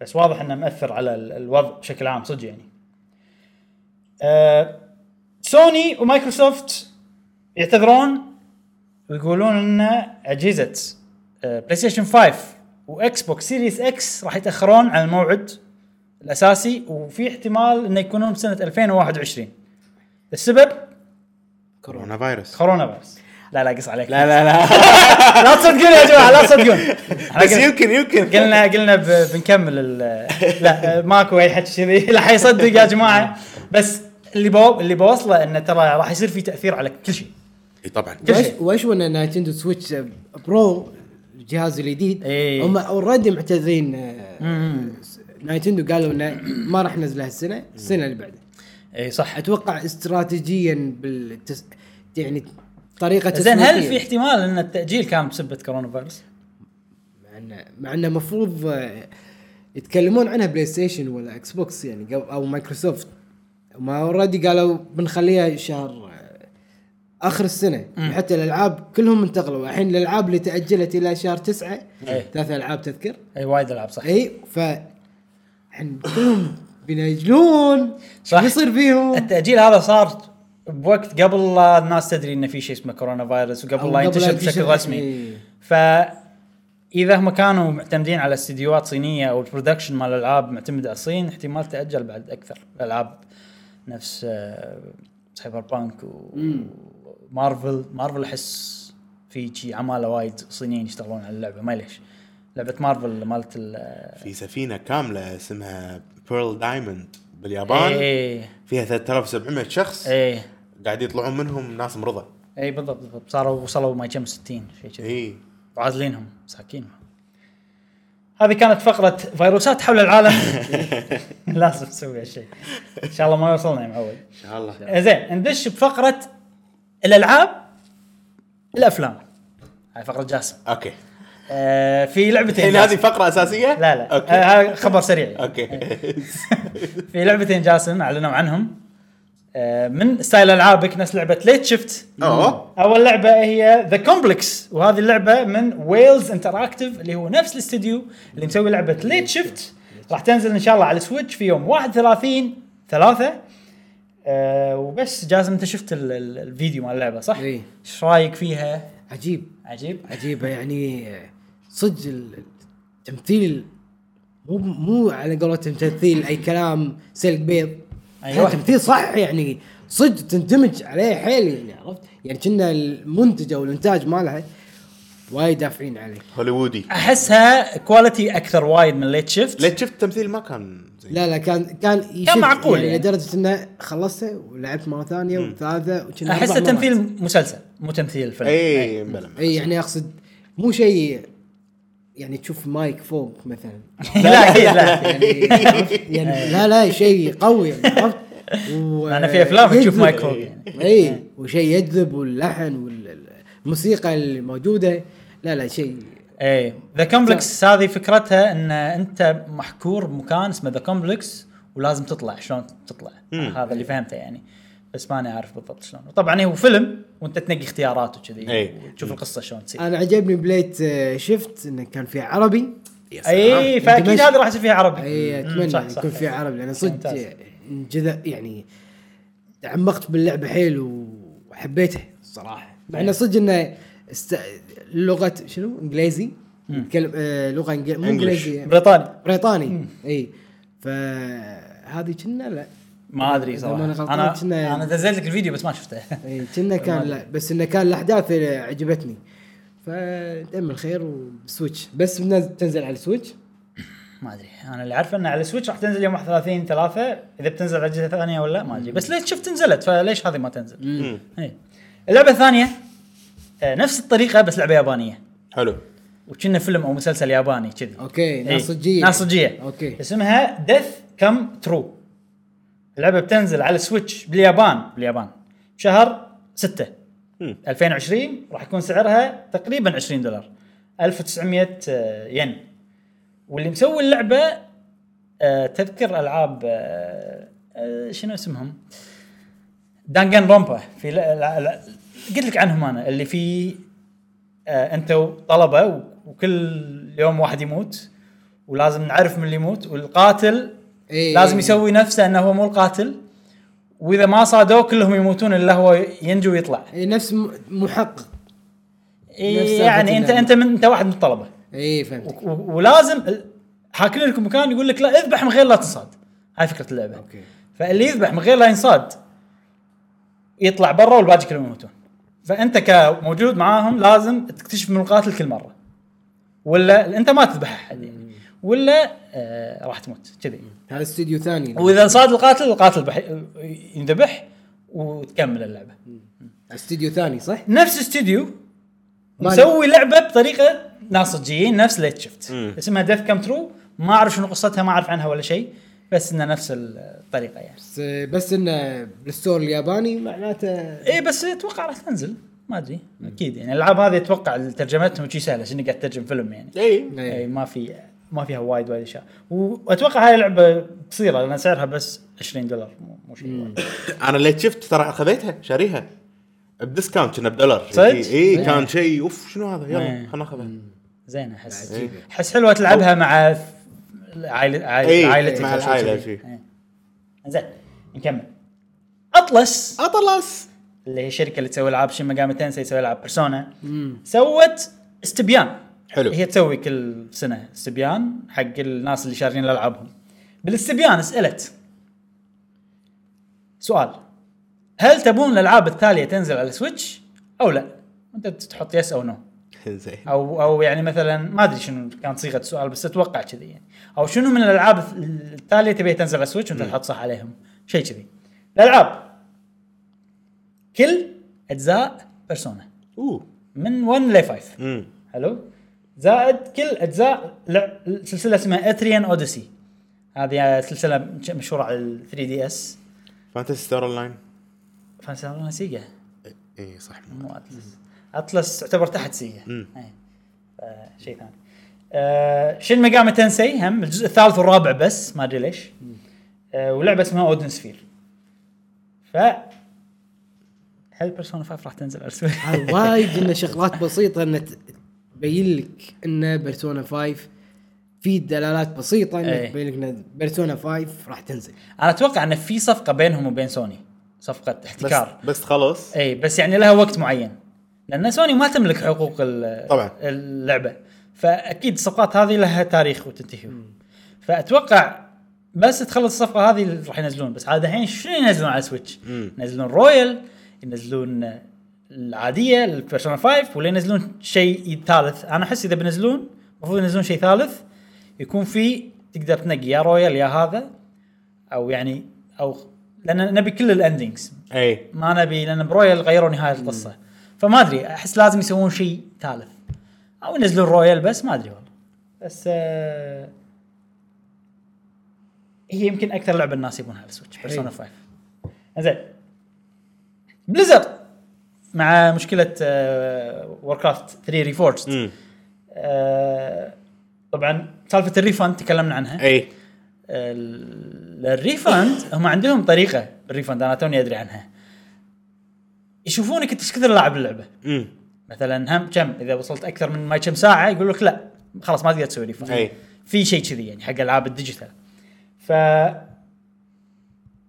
Speaker 1: بس واضح انه مأثر على ال- الوضع بشكل عام صدق يعني آه، سوني ومايكروسوفت يعتذرون ويقولون ان اجهزه آه، بلاي ستيشن 5 واكس بوكس سيريس اكس راح يتاخرون عن الموعد الاساسي وفي احتمال انه يكونون بسنه 2021 السبب
Speaker 3: كورونا فايروس
Speaker 1: كورونا فيروس لا لا قص عليك
Speaker 3: لا لا
Speaker 1: لا تصدقون يا جماعه لا تصدقون إحنا
Speaker 3: بس
Speaker 1: قلنا-
Speaker 3: يمكن يمكن
Speaker 1: قلنا قلنا ب- بنكمل ال- لا آه، ماكو اي حكي كذي لا حيصدق يا جماعه بس اللي بو اللي بوصله انه ترى راح يصير في تاثير على كل شيء
Speaker 3: اي طبعا
Speaker 1: كل
Speaker 2: وايش
Speaker 1: شيء.
Speaker 2: وايش وان نايتندو سويتش برو الجهاز الجديد
Speaker 1: إيه.
Speaker 2: هم اوريدي معتذرين آه،
Speaker 1: مم.
Speaker 2: س- نايتندو قالوا انه ما راح ننزلها السنه السنه اللي بعدها
Speaker 1: اي صح
Speaker 2: اتوقع استراتيجيا بالتس... يعني طريقه
Speaker 1: زين هل في
Speaker 2: تسويقية.
Speaker 1: احتمال ان التاجيل كان بسبه كورونا فيروس؟
Speaker 2: مع انه مع انه المفروض يتكلمون عنها بلاي ستيشن ولا اكس بوكس يعني قبل- او مايكروسوفت ما اوريدي قالوا بنخليها شهر آه، اخر السنه حتى الالعاب كلهم انتقلوا الحين الالعاب اللي تاجلت الى شهر تسعة
Speaker 1: إيه.
Speaker 2: ثلاث العاب تذكر
Speaker 1: اي وايد العاب صح
Speaker 2: اي ف الحين كلهم بينجلون
Speaker 1: صح.
Speaker 2: صح يصير فيهم
Speaker 1: التاجيل هذا صار بوقت قبل لا الناس تدري انه في شيء اسمه كورونا فايروس وقبل
Speaker 2: أو
Speaker 1: لا
Speaker 2: قبل
Speaker 1: ينتشر
Speaker 2: ينتشر،
Speaker 1: بشكل رسمي
Speaker 2: إيه.
Speaker 1: ف اذا هم كانوا معتمدين على استديوهات صينيه او البرودكشن مال الالعاب معتمد على الصين احتمال تاجل بعد اكثر الالعاب نفس آه، سايبر بانك ومارفل مارفل احس في شي عماله وايد صينيين يشتغلون على اللعبه ما ليش لعبه مارفل مالت ال آه،
Speaker 3: في سفينه كامله اسمها بيرل دايموند باليابان
Speaker 1: ايه
Speaker 3: فيها 3700 شخص
Speaker 1: ايه
Speaker 3: قاعد يطلعون منهم ناس مرضى إيه.
Speaker 1: اي إيه، بالضبط بالضبط صاروا وصلوا ما كم 60 شيء كذي
Speaker 3: اي
Speaker 1: وعازلينهم مساكين هذه كانت فقرة فيروسات حول العالم لازم تسوي هالشيء ان شاء الله ما يوصلنا يا معود
Speaker 3: ان شاء الله
Speaker 1: زين ندش بفقرة الالعاب الافلام هاي فقرة جاسم
Speaker 3: اوكي
Speaker 1: آه في لعبتين
Speaker 3: الحين إيه، هذه
Speaker 1: جاسم.
Speaker 3: فقره اساسيه
Speaker 1: لا لا
Speaker 3: اوكي
Speaker 1: آه إيه. هاي خبر سريع
Speaker 3: اوكي
Speaker 1: في لعبتين جاسم اعلنوا عنهم آه من ستايل العابك نفس لعبة ليت شفت
Speaker 3: اوه
Speaker 1: اول لعبه هي ذا كومبلكس وهذه اللعبه من ويلز انتراكتيف اللي هو نفس الاستديو اللي مسوي لعبه ليت شيفت راح تنزل ان شاء الله على السويتش في يوم 31 3 أه وبس جاسم انت شفت ال- ال- الفيديو مال اللعبه صح؟
Speaker 2: إي.
Speaker 1: ايش رايك فيها؟
Speaker 2: إيه. عجيب
Speaker 1: عجيب
Speaker 2: عجيبه يعني صدق ال- التمثيل مو مو على قولتهم تمثيل اي كلام سلك بيض
Speaker 1: أيوة.
Speaker 2: ايوه تمثيل صح يعني صدق تندمج عليه حيل يعني عرفت يعني كنا المنتج او الانتاج مالها وايد دافعين عليه
Speaker 3: هوليوودي
Speaker 1: احسها كواليتي اكثر وايد من ليت شيفت
Speaker 3: ليت شفت التمثيل ما كان زين
Speaker 2: لا لا كان كان يشد
Speaker 1: معقول
Speaker 2: يعني
Speaker 1: يعني.
Speaker 2: لدرجه انه خلصته ولعبت مره ثانيه وثالثه وكنا
Speaker 1: احسه
Speaker 2: أربع مرات.
Speaker 1: تمثيل مسلسل مو تمثيل فيلم
Speaker 3: اي إيه، بلا
Speaker 2: اي يعني اقصد مو شيء يعني تشوف مايك فوق مثلا
Speaker 1: لا اكيد لا
Speaker 2: يعني عرفت؟ يعني لا لا شيء قوي يعني عرفت؟ و-
Speaker 1: انا في افلام تشوف
Speaker 2: يجذب.
Speaker 1: مايك هوك يعني
Speaker 2: اي إيه، وشيء يجذب واللحن والموسيقى الموجوده لا لا شيء
Speaker 1: ايه ذا كومبلكس هذه فكرتها ان انت محكور بمكان اسمه ذا كومبلكس ولازم تطلع شلون تطلع
Speaker 3: مم.
Speaker 1: هذا اللي فهمته يعني بس ماني عارف بالضبط شلون طبعا هو فيلم وانت تنقي اختيارات وكذي
Speaker 3: إيه.
Speaker 1: وتشوف القصه شلون تصير
Speaker 2: انا عجبني بليت آه، شفت انه كان فيه عربي
Speaker 1: اي فاكيد
Speaker 2: ماشي.
Speaker 1: هذا إيه، راح يصير فيه عربي
Speaker 2: اي
Speaker 1: مم،
Speaker 2: اتمنى
Speaker 1: صح،
Speaker 2: يعني
Speaker 1: صح.
Speaker 2: يكون فيه عربي لان
Speaker 1: ممتاز.
Speaker 2: صدق انجذب يعني تعمقت باللعبه حيل وحبيتها الصراحه مع
Speaker 1: إيه.
Speaker 2: انه صدق انه است... لغه شنو انجليزي كلم... آه لغه انجليزي مو
Speaker 3: English.
Speaker 2: انجليزي
Speaker 1: بريطاني
Speaker 2: بريطاني اي فهذه كنا لا
Speaker 1: ما ادري
Speaker 2: إذا
Speaker 1: صراحه
Speaker 2: ماني غلطان
Speaker 1: انا
Speaker 2: كنا-
Speaker 1: انا دزيت لك الفيديو بس ما شفته
Speaker 2: اي كنا كان لا بس انه كان الاحداث اللي عجبتني فدم الخير وسويتش بس بنز- تنزل على السويتش
Speaker 1: ما ادري انا اللي عارفه انه على السويتش راح تنزل يوم 31 3 اذا بتنزل على اجهزه ثانيه ولا لا، ما ادري بس ليش شفت نزلت فليش هذه ما تنزل؟
Speaker 3: مم.
Speaker 1: إيه. اللعبه الثانيه آه، نفس الطريقه بس لعبه يابانيه
Speaker 3: حلو
Speaker 1: وكنا فيلم او مسلسل ياباني كذي
Speaker 2: اوكي
Speaker 1: إيه،
Speaker 2: ناصجيه
Speaker 1: ناصجيه
Speaker 2: اوكي
Speaker 1: اسمها ديث كم ترو اللعبه بتنزل على السويتش باليابان باليابان شهر 6
Speaker 3: مم.
Speaker 1: 2020 راح يكون سعرها تقريبا 20 دولار 1900 آه، ين واللي مسوي اللعبه آه، تذكر العاب آه، آه، شنو اسمهم؟ دانجان رومبا في لا لا لا قلت لك عنهم انا اللي في آه انت طلبه و- وكل يوم واحد يموت ولازم نعرف من اللي يموت والقاتل
Speaker 2: إيه.
Speaker 1: لازم يسوي نفسه انه هو مو القاتل واذا ما صادوه كلهم يموتون الا هو ينجو ويطلع
Speaker 2: اي نفس م- محقق نفس
Speaker 1: إيه
Speaker 2: سالفة
Speaker 1: يعني انت
Speaker 2: اللعبة.
Speaker 1: انت من انت واحد من الطلبه
Speaker 2: اي فهمت
Speaker 1: و- و- ولازم ال- حاكين لكم مكان يقول لك لا اذبح من غير لا تصاد هاي فكره اللعبه
Speaker 2: اوكي
Speaker 1: فاللي يذبح من غير لا ينصاد يطلع برا والباقي كلهم يموتون فانت كموجود معاهم لازم تكتشف من القاتل كل مره ولا انت ما تذبح احد يعني ولا آه راح تموت كذي
Speaker 2: هذا استوديو ثاني
Speaker 1: واذا صاد القاتل القاتل بح... ينذبح وتكمل اللعبه
Speaker 2: استوديو ثاني صح؟
Speaker 1: نفس استوديو
Speaker 2: ما-
Speaker 1: مسوي لعبه بطريقه ناصجيين نفس ليت شفت
Speaker 3: مم.
Speaker 1: اسمها ديف كام ترو ما اعرف شنو قصتها ما اعرف عنها ولا شيء بس انها نفس الطريقه يعني
Speaker 2: بس, بس انه بالستور الياباني معناته
Speaker 1: اي إيه، بس اتوقع راح تنزل ما ادري اكيد يعني الالعاب هذه اتوقع ترجمتهم شي سهله شنو قاعد تترجم فيلم يعني
Speaker 3: اي
Speaker 2: إيه.
Speaker 1: اي ما في ما فيها وايد وايد اشياء واتوقع هاي لعبه قصيره لان سعرها بس 20 دولار مو- مو شيء وايد.
Speaker 3: انا اللي شفت ترى خذيتها شاريها بديسكاونت كنا بدولار
Speaker 1: صدق؟
Speaker 3: اي
Speaker 1: إيه.
Speaker 3: كان شيء اوف شنو هذا
Speaker 1: إيه.
Speaker 3: يلا خلينا ناخذها
Speaker 1: زين احس
Speaker 3: إيه.
Speaker 1: احس حلوه تلعبها مع ف- عائلة
Speaker 3: إيه،
Speaker 1: عائلة عائلتك
Speaker 3: مع
Speaker 1: أو شيء
Speaker 3: العائلة،
Speaker 1: كذي.
Speaker 3: شيء.
Speaker 1: إيه. زين نكمل اطلس
Speaker 3: اطلس
Speaker 1: اللي هي الشركه اللي تسوي العاب شين مقام تنسي تسوي العاب بيرسونا سوت استبيان
Speaker 3: حلو
Speaker 1: هي تسوي كل سنه استبيان حق الناس اللي شارين العابهم بالاستبيان سالت سؤال هل تبون الالعاب التاليه تنزل على سويتش او لا؟ انت تحط يس او نو
Speaker 3: زين
Speaker 1: او او يعني مثلا ما ادري شنو كانت صيغه السؤال بس اتوقع كذي يعني او شنو من الالعاب التاليه تبيها تنزل على سويتش وانت تحط صح عليهم شيء كذي الالعاب كل اجزاء بيرسونا
Speaker 3: اوه
Speaker 1: من 1 ل 5
Speaker 3: امم
Speaker 1: حلو زائد كل اجزاء لع- سلسله اسمها اتريان اوديسي هذه سلسله مش- مشهوره على ال 3 دي اس
Speaker 3: فانتسي ستار اون لاين
Speaker 1: فانا سيجا
Speaker 3: اي إيه، صح
Speaker 1: مو اتلس اتلس تعتبر تحت سيجا
Speaker 3: مم.
Speaker 1: إيه. آه، شيء ثاني آه شين ميجامي تنسي هم الجزء الثالث والرابع بس ما ادري ليش آه ولعبه اسمها اودن سفير ف هل بيرسونا 5 راح تنزل على السويتش؟
Speaker 2: هاي وايد انه شغلات بسيطه انه ت- تبين لك ان بيرسونا 5 في دلالات بسيطه انه
Speaker 1: إيه.
Speaker 2: تبين لك ان بيرسونا 5 راح تنزل
Speaker 1: انا اتوقع ان في صفقه بينهم وبين سوني صفقه
Speaker 3: بس
Speaker 1: احتكار
Speaker 3: بس خلص
Speaker 1: اي بس يعني لها وقت معين لان سوني ما تملك حقوق ال-
Speaker 3: طبعاً.
Speaker 1: اللعبه فاكيد الصفقات هذه لها تاريخ وتنتهي فاتوقع بس تخلص الصفقه هذه اللي راح ينزلون بس عاد الحين شنو ينزلون على سويتش؟
Speaker 3: مم.
Speaker 1: ينزلون رويال ينزلون العاديه البيرسونا 5 ولا ينزلون شيء ثالث انا احس اذا بينزلون المفروض ينزلون شيء ثالث يكون في تقدر تنقي يا رويال يا هذا او يعني او لان نبي كل الاندنجز
Speaker 3: اي
Speaker 1: ما نبي لان برويال غيروا نهايه القصه فما ادري احس لازم يسوون شيء ثالث او ينزلون رويال بس ما ادري والله بس آه هي يمكن اكثر لعبه الناس يبونها على السويتش بيرسونا 5 زين بليزر مع مشكله آه ووركرافت 3 ريفورجد
Speaker 3: امم
Speaker 1: آه طبعا سالفه الريفند تكلمنا عنها
Speaker 3: اي
Speaker 1: ال- الريفند هم عندهم طريقه الريفند انا توني ادري عنها يشوفونك انت ايش كثر لاعب اللعبه
Speaker 3: امم
Speaker 1: مثلا هم كم اذا وصلت اكثر من ما كم ساعه يقول لك لا خلاص ما تقدر تسوي ريفند
Speaker 3: أي.
Speaker 1: في شيء كذي يعني حق العاب الديجيتال ف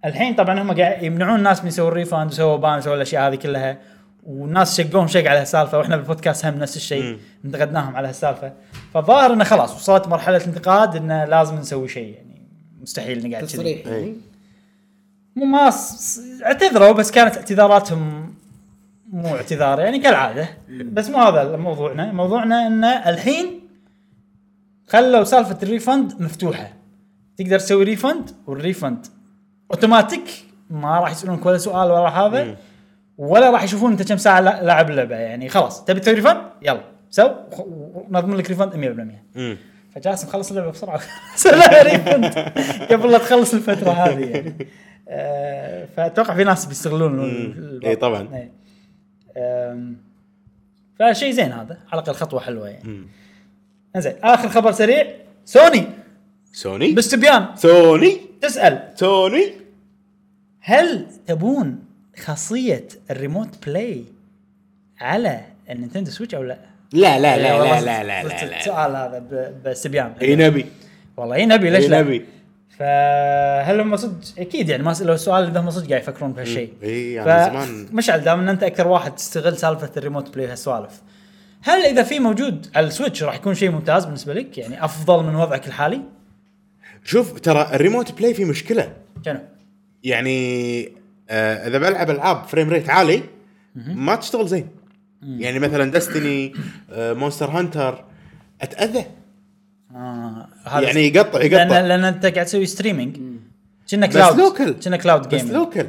Speaker 1: الحين طبعا هم قاعد يمنعون الناس من يسوون ريفند وسووا بان وسووا الاشياء هذه كلها والناس شقوهم شق على هالسالفه واحنا بالبودكاست هم نفس الشيء
Speaker 3: مم.
Speaker 1: انتقدناهم على هالسالفه فالظاهر انه خلاص وصلت مرحله انتقاد انه لازم نسوي شيء يعني مستحيل نقعد كذي
Speaker 2: تصريح
Speaker 3: إيه.
Speaker 2: يعني.
Speaker 1: مو ما ص- ص- اعتذروا بس كانت اعتذاراتهم مو اعتذار يعني كالعاده بس مو هذا موضوعنا موضوعنا ان الحين خلوا سالفه الريفند مفتوحه تقدر تسوي ريفند والريفند اوتوماتيك ما راح يسالونك ولا سؤال ولا هذا ولا راح يشوفون انت كم ساعه لا- لعب اللعبه يعني خلاص تبي تسوي ريفند يلا سو وخ- ونضمن لك ريفند 100%
Speaker 3: مم.
Speaker 1: فجالس مخلص اللعبه بسرعه سلها ريفند قبل لا تخلص الفتره هذه يعني آه، فاتوقع في ناس بيستغلون ال-
Speaker 3: إي إيه، طبعاً.
Speaker 1: إي. آم، فشيء زين هذا على الاقل خطوه حلوه يعني
Speaker 3: مم.
Speaker 1: زين اخر خبر سريع سوني
Speaker 3: سوني
Speaker 1: باستبيان
Speaker 3: سوني
Speaker 1: تسال
Speaker 3: سوني
Speaker 1: هل تبون خاصيه الريموت بلاي على النينتندو سويتش او لا؟
Speaker 3: لا لا
Speaker 1: إي
Speaker 3: لا
Speaker 1: إيه، والله
Speaker 3: لا لا لا لا لا
Speaker 1: السؤال هذا ب- باستبيان
Speaker 3: اي إيه، نبي
Speaker 1: والله اي نبي ليش
Speaker 3: اي
Speaker 1: لا؟
Speaker 3: نبي
Speaker 1: فهل هم صدق اكيد يعني ما س- لو السؤال اذا هم صدق قاعد يفكرون بهالشيء
Speaker 3: مم. إي، أنا إيه، يعني زمان-
Speaker 1: مشعل دام ان انت اكثر واحد تستغل سالفه الريموت بلاي هالسوالف هل اذا في موجود على السويتش راح يكون شيء ممتاز بالنسبه لك يعني افضل من وضعك الحالي؟
Speaker 3: شوف ترى الريموت بلاي في مشكله
Speaker 1: شنو؟
Speaker 3: يعني آه اذا بلعب العاب فريم ريت عالي ما تشتغل زين يعني مثلا دستني آه مونستر هانتر اتاذى
Speaker 1: آه هذا
Speaker 3: يعني يقطع
Speaker 1: لان
Speaker 3: يقطع
Speaker 1: لان انت قاعد تسوي ستريمينج كنا
Speaker 3: بس
Speaker 1: كلاود
Speaker 3: لوكل.
Speaker 1: كنا كلاود
Speaker 3: بس
Speaker 1: جيمنج
Speaker 3: لوكل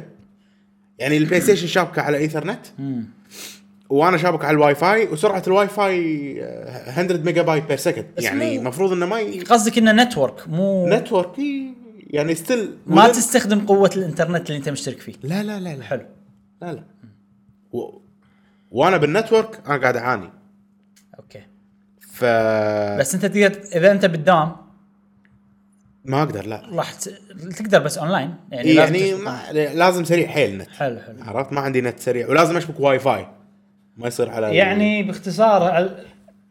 Speaker 3: يعني البلاي ستيشن شابكه على ايثرنت وانا شابك على الواي فاي وسرعه الواي فاي آه، 100 ميجا بايت بير سكند
Speaker 1: بس
Speaker 3: يعني
Speaker 1: مو-
Speaker 3: المفروض انه ما ي...
Speaker 1: قصدك انه نتورك مو
Speaker 3: نتورك إي، يعني ستيل
Speaker 1: ما تستخدم قوه الانترنت اللي انت مشترك فيه
Speaker 3: لا لا لا لا
Speaker 1: حلو
Speaker 3: لا لا و... وانا بالنتورك انا قاعد اعاني
Speaker 1: اوكي
Speaker 3: ف
Speaker 1: بس انت تقدر اذا انت بالدوام
Speaker 3: ما اقدر لا
Speaker 1: راح ت... تقدر بس اونلاين يعني
Speaker 3: يعني,
Speaker 1: لازم
Speaker 3: يعني
Speaker 1: تشبك-
Speaker 3: ما... لازم سريع حيل نت
Speaker 1: حلو حلو
Speaker 3: عرفت ما عندي نت سريع ولازم اشبك واي فاي ما يصير على ال-
Speaker 1: يعني باختصار على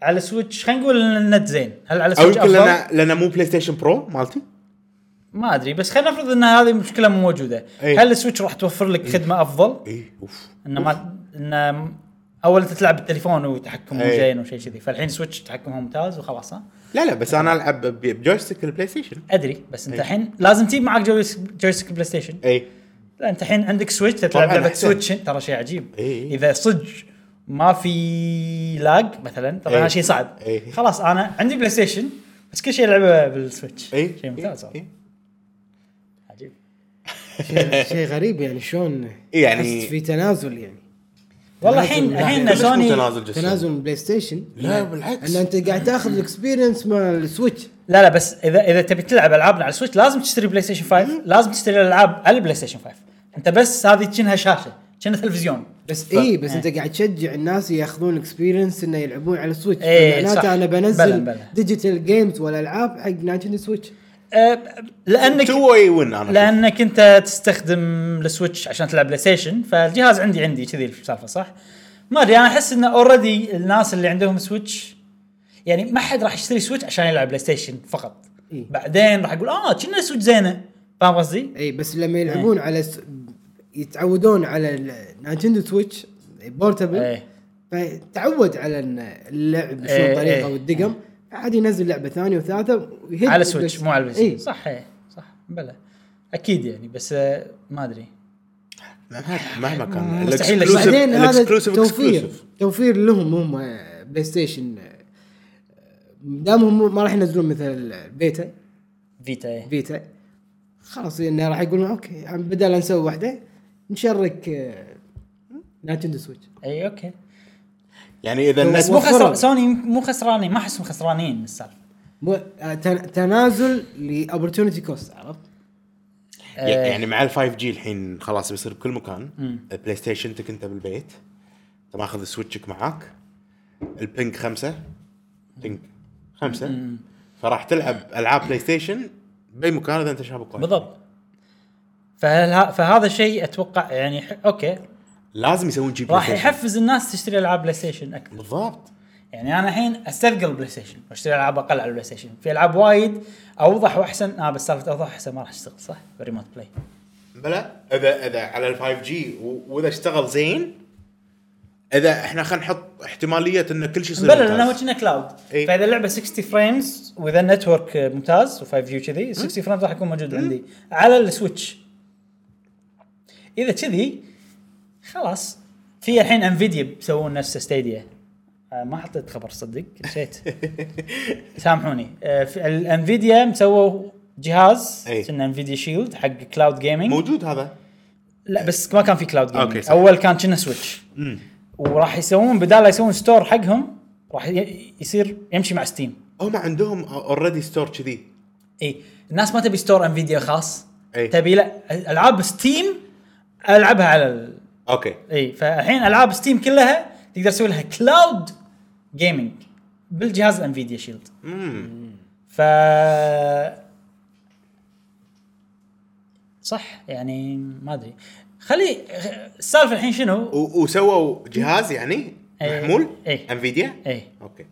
Speaker 1: على سويتش خلينا نقول ان النت زين هل على
Speaker 3: او
Speaker 1: سويتش
Speaker 3: يمكن
Speaker 1: افضل؟
Speaker 3: لان لان مو بلاي ستيشن برو مالتي
Speaker 1: ما ادري بس خلينا نفرض ان هذه المشكله مو موجوده
Speaker 3: إيه.
Speaker 1: هل السويتش راح توفر لك خدمه افضل
Speaker 3: اي اوف
Speaker 1: انه ما انه اول انت تلعب بالتليفون وتحكم
Speaker 3: إيه.
Speaker 1: زين وشيء كذي فالحين سويتش تحكمها ممتاز وخلاص ها
Speaker 3: لا لا بس انا العب ب- بجويستيك البلاي ستيشن
Speaker 1: ادري بس
Speaker 3: إيه.
Speaker 1: انت الحين لازم تجيب معك جويس- جويستيك بلاي ستيشن
Speaker 3: اي
Speaker 1: لا انت الحين عندك سويتش تلعب
Speaker 3: طبعاً
Speaker 1: لعبه
Speaker 3: أحسن.
Speaker 1: سويتش ترى شيء عجيب
Speaker 3: إيه.
Speaker 1: اذا صدق ما في لاج مثلا طبعا
Speaker 3: إيه.
Speaker 1: هذا شيء صعب
Speaker 3: إيه.
Speaker 1: خلاص انا عندي بلاي ستيشن بس كل شيء العبه بالسويتش
Speaker 3: اي
Speaker 1: شيء ممتاز
Speaker 3: إي.
Speaker 1: والله. عجيب
Speaker 2: شيء شيء غريب يعني شلون
Speaker 3: يعني-
Speaker 2: أحس في تنازل يعني
Speaker 1: والله
Speaker 2: تنازل
Speaker 1: الحين
Speaker 2: من
Speaker 1: الحين
Speaker 3: كلش مو
Speaker 1: سوني
Speaker 3: تنازل جسم.
Speaker 2: تنازل من بلاي ستيشن
Speaker 3: لا، بالعكس.
Speaker 2: ان انت قاعد تاخذ الاكسبيرينس مال السويتش
Speaker 1: لا لا بس اذا اذا تبي تلعب العابنا على السويتش لازم تشتري بلاي ستيشن 5 لازم تشتري الالعاب على البلاي ستيشن 5 انت بس هذه كأنها شاشه كأنها تلفزيون
Speaker 2: بس اي
Speaker 1: إيه.
Speaker 2: بس انت قاعد تشجع الناس ياخذون اكسبيرينس انه يلعبون على السويتش
Speaker 1: إيه، صح.
Speaker 2: معناته انا
Speaker 1: بلى،
Speaker 2: بنزل
Speaker 1: بلى.
Speaker 2: ديجيتال جيمز والالعاب حق نايتن سويتش
Speaker 1: أه لانك
Speaker 3: تو واي وين انا أشوف.
Speaker 1: لانك انت تستخدم السويتش عشان تلعب بلاي ستيشن فالجهاز عندي عندي كذي السالفه صح؟ ما ادري انا احس انه اوريدي الناس اللي عندهم سويتش يعني ما حد راح يشتري سويتش عشان يلعب بلاي ستيشن فقط
Speaker 2: إي.
Speaker 1: بعدين راح يقول اه كنا سويتش زينه فاهم قصدي؟
Speaker 2: اي بس لما يلعبون على س... يتعودون على نايتندو سويتش بورتبل
Speaker 1: ايه
Speaker 2: فتعود على إن اللعب
Speaker 1: إيه،
Speaker 2: بشو
Speaker 1: إيه.
Speaker 2: طريقه والدقم عاد ينزل لعبه ثانيه وثالثه ويهد
Speaker 1: على سويتش
Speaker 2: بس-
Speaker 1: مو على البلاي
Speaker 2: إيه.
Speaker 1: ستيشن صح ايه صح بلى اكيد يعني بس آه، ما ادري
Speaker 3: مهما- مهما كان
Speaker 1: مستحيل.
Speaker 3: الإكسكلوسيف-
Speaker 2: بعدين هذا
Speaker 3: الإكسكلوسيف
Speaker 2: توفير
Speaker 3: إكسكلوسيف.
Speaker 2: توفير لهم هم بلاي ستيشن دام هم ما راح ينزلون مثل البيتا
Speaker 1: فيتا ايه
Speaker 2: فيتا خلاص انه راح يقولون اوكي عم- بدل لا نسوي واحده نشرك آه، نايتندو سويتش
Speaker 1: اي اوكي
Speaker 3: يعني اذا
Speaker 1: بس
Speaker 3: النت
Speaker 1: مو خسر
Speaker 2: وفروا.
Speaker 1: سوني مو خسرانين ما احسهم خسرانين من السالفه
Speaker 2: مو آه، تن- تنازل لاوبرتونيتي كوست عرفت؟
Speaker 1: آه.
Speaker 3: يعني مع ال 5 جي الحين خلاص بيصير بكل مكان البلاي ستيشن تك انت بالبيت انت ماخذ سويتشك معاك البينج خمسة بينج خمسة فراح تلعب العاب بلاي ستيشن باي مكان اذا انت شابك واي.
Speaker 1: بالضبط فهل ه- فهذا الشيء اتوقع يعني ح... اوكي
Speaker 3: لازم يسوون جي بي
Speaker 1: راح
Speaker 3: ستيشن.
Speaker 1: يحفز الناس تشتري العاب بلاي ستيشن اكثر
Speaker 3: بالضبط
Speaker 1: يعني انا الحين استثقل بلاي ستيشن واشتري العاب اقل على البلاي ستيشن في العاب وايد اوضح واحسن اه بس سالفه اوضح واحسن ما راح تشتغل صح بالريموت بلاي
Speaker 3: بلا اذا اذا على ال 5 جي واذا اشتغل زين اذا احنا خلينا نحط احتماليه ان كل شيء يصير
Speaker 1: بلى لانه هو
Speaker 3: ممتاز. إيه.
Speaker 1: كنا كلاود
Speaker 3: إي.
Speaker 1: فاذا اللعبه 60 فريمز واذا النتورك آه، ممتاز و5 جي كذي 60 فريمز راح يكون موجود عندي على السويتش اذا كذي خلاص في الحين انفيديا بيسوون نفس ستيديا آه، ما حطيت خبر صدق نسيت سامحوني آه، في- ال- انفيديا مسووا جهاز
Speaker 3: إي.
Speaker 1: كنا انفيديا شيلد حق كلاود جيمنج
Speaker 3: موجود هذا
Speaker 1: لا بس ما كان في كلاود جيمنج
Speaker 3: أوكي، صح.
Speaker 1: اول كان كنا سويتش وراح يسوون بدال لا يسوون ستور حقهم راح ي- يصير يمشي مع ستيم
Speaker 3: هم عندهم اوريدي ستور كذي
Speaker 1: اي إيه. الناس ما تبي ستور انفيديا خاص
Speaker 3: إي.
Speaker 1: تبي لا العاب ستيم العبها على ال...
Speaker 3: اوكي
Speaker 1: اي فالحين العاب ستيم كلها تقدر تسوي لها كلاود جيمنج بالجهاز انفيديا شيلد
Speaker 3: امم
Speaker 1: ف صح يعني ما ادري خلي السالفه الحين شنو؟
Speaker 3: و- وسووا جهاز يعني
Speaker 1: إيه.
Speaker 3: محمول
Speaker 1: إيه.
Speaker 3: انفيديا
Speaker 1: ايه
Speaker 3: اوكي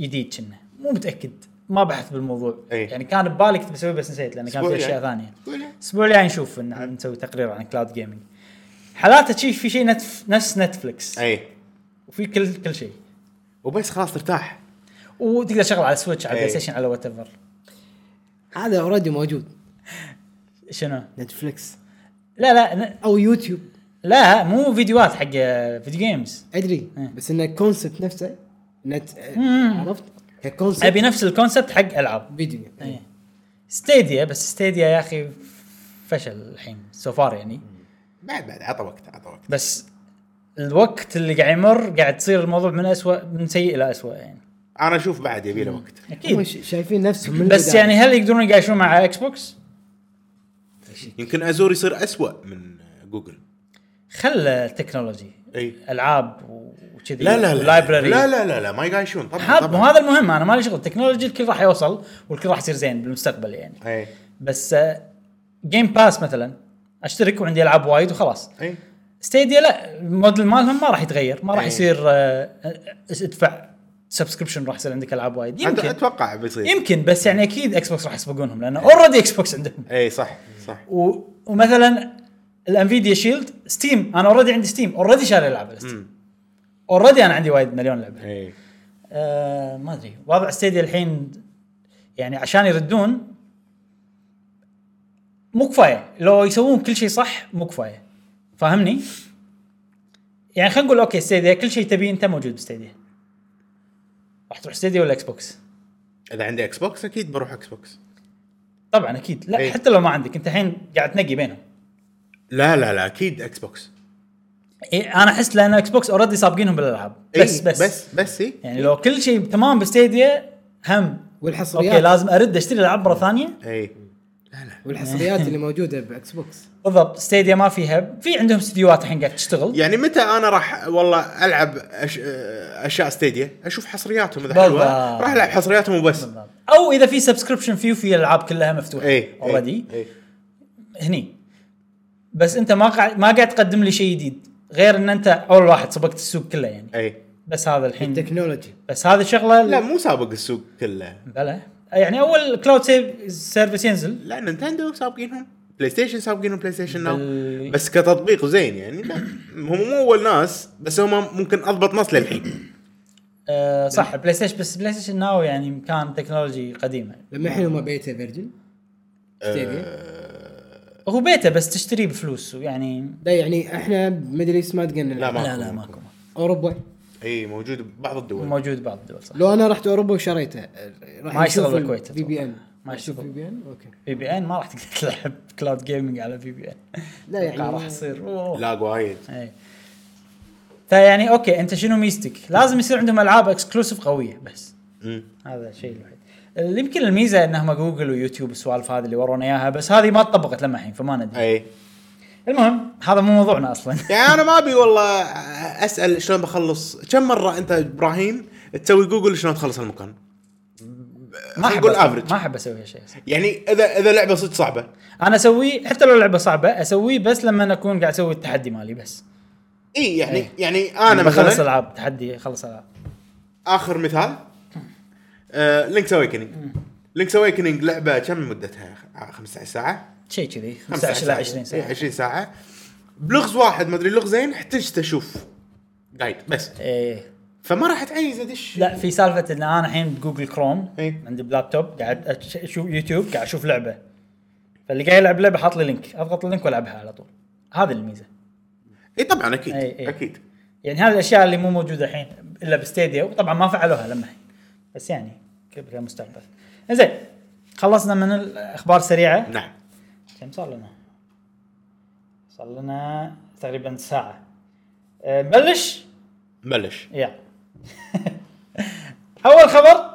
Speaker 1: جديد كنا مو متاكد ما بحث بالموضوع
Speaker 3: إيه.
Speaker 1: يعني كان ببالي كنت بسويه بس نسيت لان كان في
Speaker 3: أسبوع
Speaker 1: اشياء
Speaker 3: يعني.
Speaker 1: ثانيه
Speaker 3: قول.
Speaker 1: الاسبوع الجاي نشوف ان عم نسوي تقرير عن كلاود جيمنج حالاته شي في شيء نتف... نفس نتفلكس
Speaker 3: اي
Speaker 1: وفي كل كل شيء
Speaker 3: إيه. وبس خلاص ترتاح
Speaker 1: وتقدر تشغل على سويتش على
Speaker 3: إيه.
Speaker 1: بلاي ستيشن على وات ايفر
Speaker 2: هذا اوريدي موجود
Speaker 1: شنو؟
Speaker 2: نتفلكس
Speaker 1: لا لا ن...
Speaker 2: او يوتيوب
Speaker 1: لا مو فيديوهات حق فيديو جيمز
Speaker 2: ادري
Speaker 1: إيه.
Speaker 2: بس ان الكونسبت نفسه نت آه، عرفت يعني ككونسبت
Speaker 1: ابي نفس الكونسبت حق العاب
Speaker 2: فيديو
Speaker 1: إيه. ستيديا بس ستيديا يا اخي فشل الحين سوفار يعني
Speaker 3: بعد بعد عطى وقت عطى وقت
Speaker 1: بس الوقت اللي قاعد يمر قاعد تصير الموضوع من اسوء من سيء الى اسوء يعني
Speaker 3: انا اشوف بعد يبي له وقت
Speaker 2: هم
Speaker 1: اكيد
Speaker 2: ش- شايفين نفسهم من
Speaker 1: بس
Speaker 2: البداية.
Speaker 1: يعني هل يقدرون يقاشون مع اكس بوكس؟
Speaker 3: يمكن ازور يصير أسوأ من جوجل
Speaker 1: خل التكنولوجي
Speaker 3: اي
Speaker 1: العاب وكذي
Speaker 3: إيه. لا لا لا
Speaker 1: ولايبراري.
Speaker 3: لا لا لا, لا ما يقايشون طبعا
Speaker 1: هذا مو
Speaker 3: طبعا
Speaker 1: هذا المهم انا مالي شغل التكنولوجي الكل راح يوصل والكل راح يصير زين بالمستقبل يعني
Speaker 3: اي
Speaker 1: بس آه، جيم باس مثلا اشترك وعندي العاب وايد وخلاص
Speaker 3: اي
Speaker 1: ستيديا لا الموديل مالهم ما راح يتغير ما راح
Speaker 3: إيه.
Speaker 1: يصير آه، ادفع سبسكربشن راح يصير عندك العاب وايد
Speaker 3: أت-
Speaker 1: يمكن
Speaker 3: اتوقع بيصير
Speaker 1: يمكن بس يعني اكيد اكس بوكس راح يسبقونهم لان اوريدي اكس بوكس عندهم
Speaker 3: اي صح صح
Speaker 1: و... ومثلا الانفيديا شيلد ستيم انا اوريدي عندي ستيم اوريدي شاري العاب على ستيم اوريدي انا عندي وايد مليون لعبه
Speaker 3: اي
Speaker 1: آه ما ادري وضع ستيديا الحين يعني عشان يردون مو كفايه لو يسوون كل شيء صح مو كفايه فاهمني؟ يعني خلينا نقول اوكي ستيديا كل شيء تبيه انت موجود بستيديا راح تروح ستيديا ولا اكس بوكس؟
Speaker 3: اذا عندي اكس بوكس اكيد بروح اكس بوكس
Speaker 1: طبعا اكيد لا
Speaker 3: إيه.
Speaker 1: حتى لو ما عندك انت الحين قاعد تنقي بينهم
Speaker 3: لا لا لا اكيد اكس بوكس
Speaker 1: إيه انا احس لان اكس بوكس اوريدي سابقينهم بالالعاب
Speaker 3: إي،
Speaker 1: بس بس بس
Speaker 3: إيه، بس بس اي
Speaker 1: يعني لو كل شيء تمام بستيديا هم
Speaker 2: والحصريات
Speaker 1: اوكي لازم ارد اشتري العاب مره ثانيه
Speaker 3: اي
Speaker 2: والحصريات
Speaker 1: إيه.
Speaker 2: اللي موجوده باكس بوكس
Speaker 1: بالضبط ستيديا ما فيها في عندهم استديوهات الحين قاعد تشتغل
Speaker 3: يعني متى انا راح والله العب أش... اشياء ستيديا اشوف حصرياتهم اذا
Speaker 1: بالضبط.
Speaker 3: حلوه راح العب حصرياتهم وبس
Speaker 1: بالضبط. او اذا في سبسكربشن فيه وفي العاب كلها مفتوحه
Speaker 3: اي
Speaker 1: اوريدي
Speaker 3: اي
Speaker 1: هني بس انت ما قاعد ما قاعد تقدم لي شيء جديد غير ان انت اول واحد سبقت السوق كله يعني
Speaker 3: اي
Speaker 1: بس هذا الحين
Speaker 2: التكنولوجي
Speaker 1: بس هذا شغله
Speaker 3: لا مو سابق السوق كله
Speaker 1: بلا يعني اول كلاود سيف سيرفيس ينزل
Speaker 3: لا نينتندو سابقينهم بلاي ستيشن سابقينهم بلاي ستيشن
Speaker 1: بال-
Speaker 3: ناو بس كتطبيق زين يعني لا هم مو اول ناس بس هم ممكن اضبط ناس للحين
Speaker 1: آه صح بلاي ستيشن بس بلاي ستيشن ناو يعني كان تكنولوجي قديمه
Speaker 2: لما الحين هم بيتا فيرجن
Speaker 3: آه.
Speaker 2: ستيديا.
Speaker 1: هو بيته بس تشتريه بفلوس يعني
Speaker 2: ده يعني احنا مدري ايش ما تقلنا
Speaker 3: لا، ما-
Speaker 1: لا
Speaker 3: ماكو،
Speaker 1: لا
Speaker 3: ماكو.
Speaker 1: ماكو
Speaker 2: اوروبا
Speaker 3: اي موجود ببعض الدول
Speaker 1: موجود بعض الدول صح
Speaker 2: لو انا رحت اوروبا وشريته راح
Speaker 1: ما يشتغل بالكويت
Speaker 2: في بي ان
Speaker 1: ما يشتغل.
Speaker 2: في بي ان اوكي
Speaker 1: في بي ان ما راح تقدر تلعب كلاود جيمنج على في بي ان
Speaker 2: لا يعني
Speaker 1: راح يصير أوه.
Speaker 3: لاج وايد
Speaker 1: إيه. فيعني اوكي انت شنو ميزتك؟ لازم يصير عندهم العاب اكسكلوسيف قويه بس
Speaker 3: مم.
Speaker 1: هذا الشيء الوحيد. اللي يمكن الميزه انهم جوجل ويوتيوب والسوالف هذه اللي ورونا اياها بس هذه ما طبقت لما الحين فما ندري.
Speaker 3: اي
Speaker 1: المهم هذا مو موضوعنا اصلا.
Speaker 3: يعني انا ما ابي والله اسال شلون بخلص كم مره انت ابراهيم تسوي جوجل شلون تخلص المكان
Speaker 1: ما احب
Speaker 3: نقول
Speaker 1: أسوي-
Speaker 3: average.
Speaker 1: ما احب اسوي هالشيء أصلاً.
Speaker 3: يعني اذا اذا لعبه صدق صعبه
Speaker 1: انا اسويه حتى لو لعبه صعبه اسويه بس لما اكون قاعد اسوي التحدي مالي بس.
Speaker 3: اي يعني
Speaker 1: إيه.
Speaker 3: يعني انا
Speaker 1: لما اخلص
Speaker 3: مثلا
Speaker 1: العاب تحدي اخلص العاب.
Speaker 3: اخر مثال آه، لينكس اويكننج لينكس اويكننج لعبه كم مدتها 15 ساعه
Speaker 1: شيء كذي 15 الى 20
Speaker 3: إيه،
Speaker 1: ساعه.
Speaker 3: 20 ساعه بلغز واحد ما ادري لغزين احتجت اشوف جايد بس
Speaker 1: ايه
Speaker 3: فما راح تعيز ادش
Speaker 1: لا في سالفه ان انا الحين بجوجل كروم
Speaker 3: إي.
Speaker 1: عندي بلابتوب قاعد أش- اشوف يوتيوب قاعد اشوف لعبه فاللي قاعد يلعب لعبه حاط لي لينك اضغط اللينك والعبها على طول هذه الميزه
Speaker 3: اي طبعا اكيد
Speaker 1: إيه، إيه.
Speaker 3: اكيد
Speaker 1: يعني هذه الاشياء اللي مو موجوده الحين الا بستيديا وطبعا ما فعلوها لما الحين بس يعني كبر المستقبل زين خلصنا من الاخبار السريعه
Speaker 3: نعم
Speaker 1: كم صار لنا؟ صار لنا تقريبا ساعه أه، نبلش
Speaker 3: بلش
Speaker 1: يا اول خبر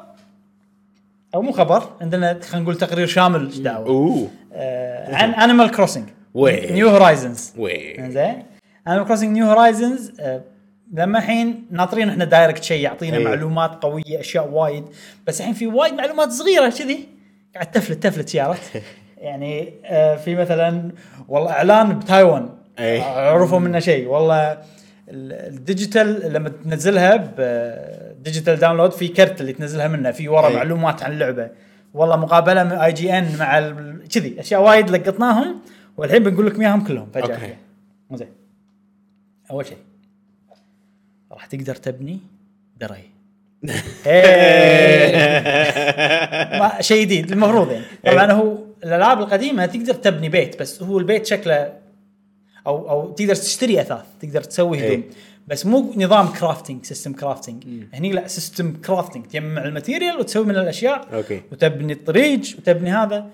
Speaker 1: او مو خبر عندنا خلينا نقول تقرير شامل ايش دعوه
Speaker 3: اوه
Speaker 1: آه عن انيمال كروسنج
Speaker 3: وين؟
Speaker 1: نيو هورايزنز
Speaker 3: وين
Speaker 1: زين انيمال كروسنج نيو هورايزنز آه، لما الحين ناطرين احنا دايركت شيء يعطينا
Speaker 3: أي.
Speaker 1: معلومات قويه اشياء وايد بس الحين في وايد معلومات صغيره كذي قاعد تفلت تفلت عرفت يعني آه في مثلا والله اعلان بتايوان
Speaker 3: أي.
Speaker 1: عرفوا منه شيء والله ال- الديجيتال لما تنزلها بديجيتال داونلود في كرت اللي تنزلها منه في ورا
Speaker 3: أي.
Speaker 1: معلومات عن اللعبه والله مقابله من اي جي ان مع ال- كذي اشياء وايد لقطناهم والحين بنقول لكم اياهم كلهم فجاه
Speaker 3: أوكي.
Speaker 1: زين اول شيء راح تقدر تبني دري إيه. ما- شيء جديد المفروض يعني
Speaker 3: إيه.
Speaker 1: طبعا هو الالعاب القديمه تقدر تبني بيت بس هو البيت شكله او او تقدر تشتري اثاث تقدر تسوي هدوم
Speaker 3: إيه.
Speaker 1: بس مو نظام كرافتنج سيستم كرافتنج هني لا سيستم كرافتنج تجمع الماتيريال وتسوي من الاشياء
Speaker 3: أوكي.
Speaker 1: وتبني الطريق وتبني هذا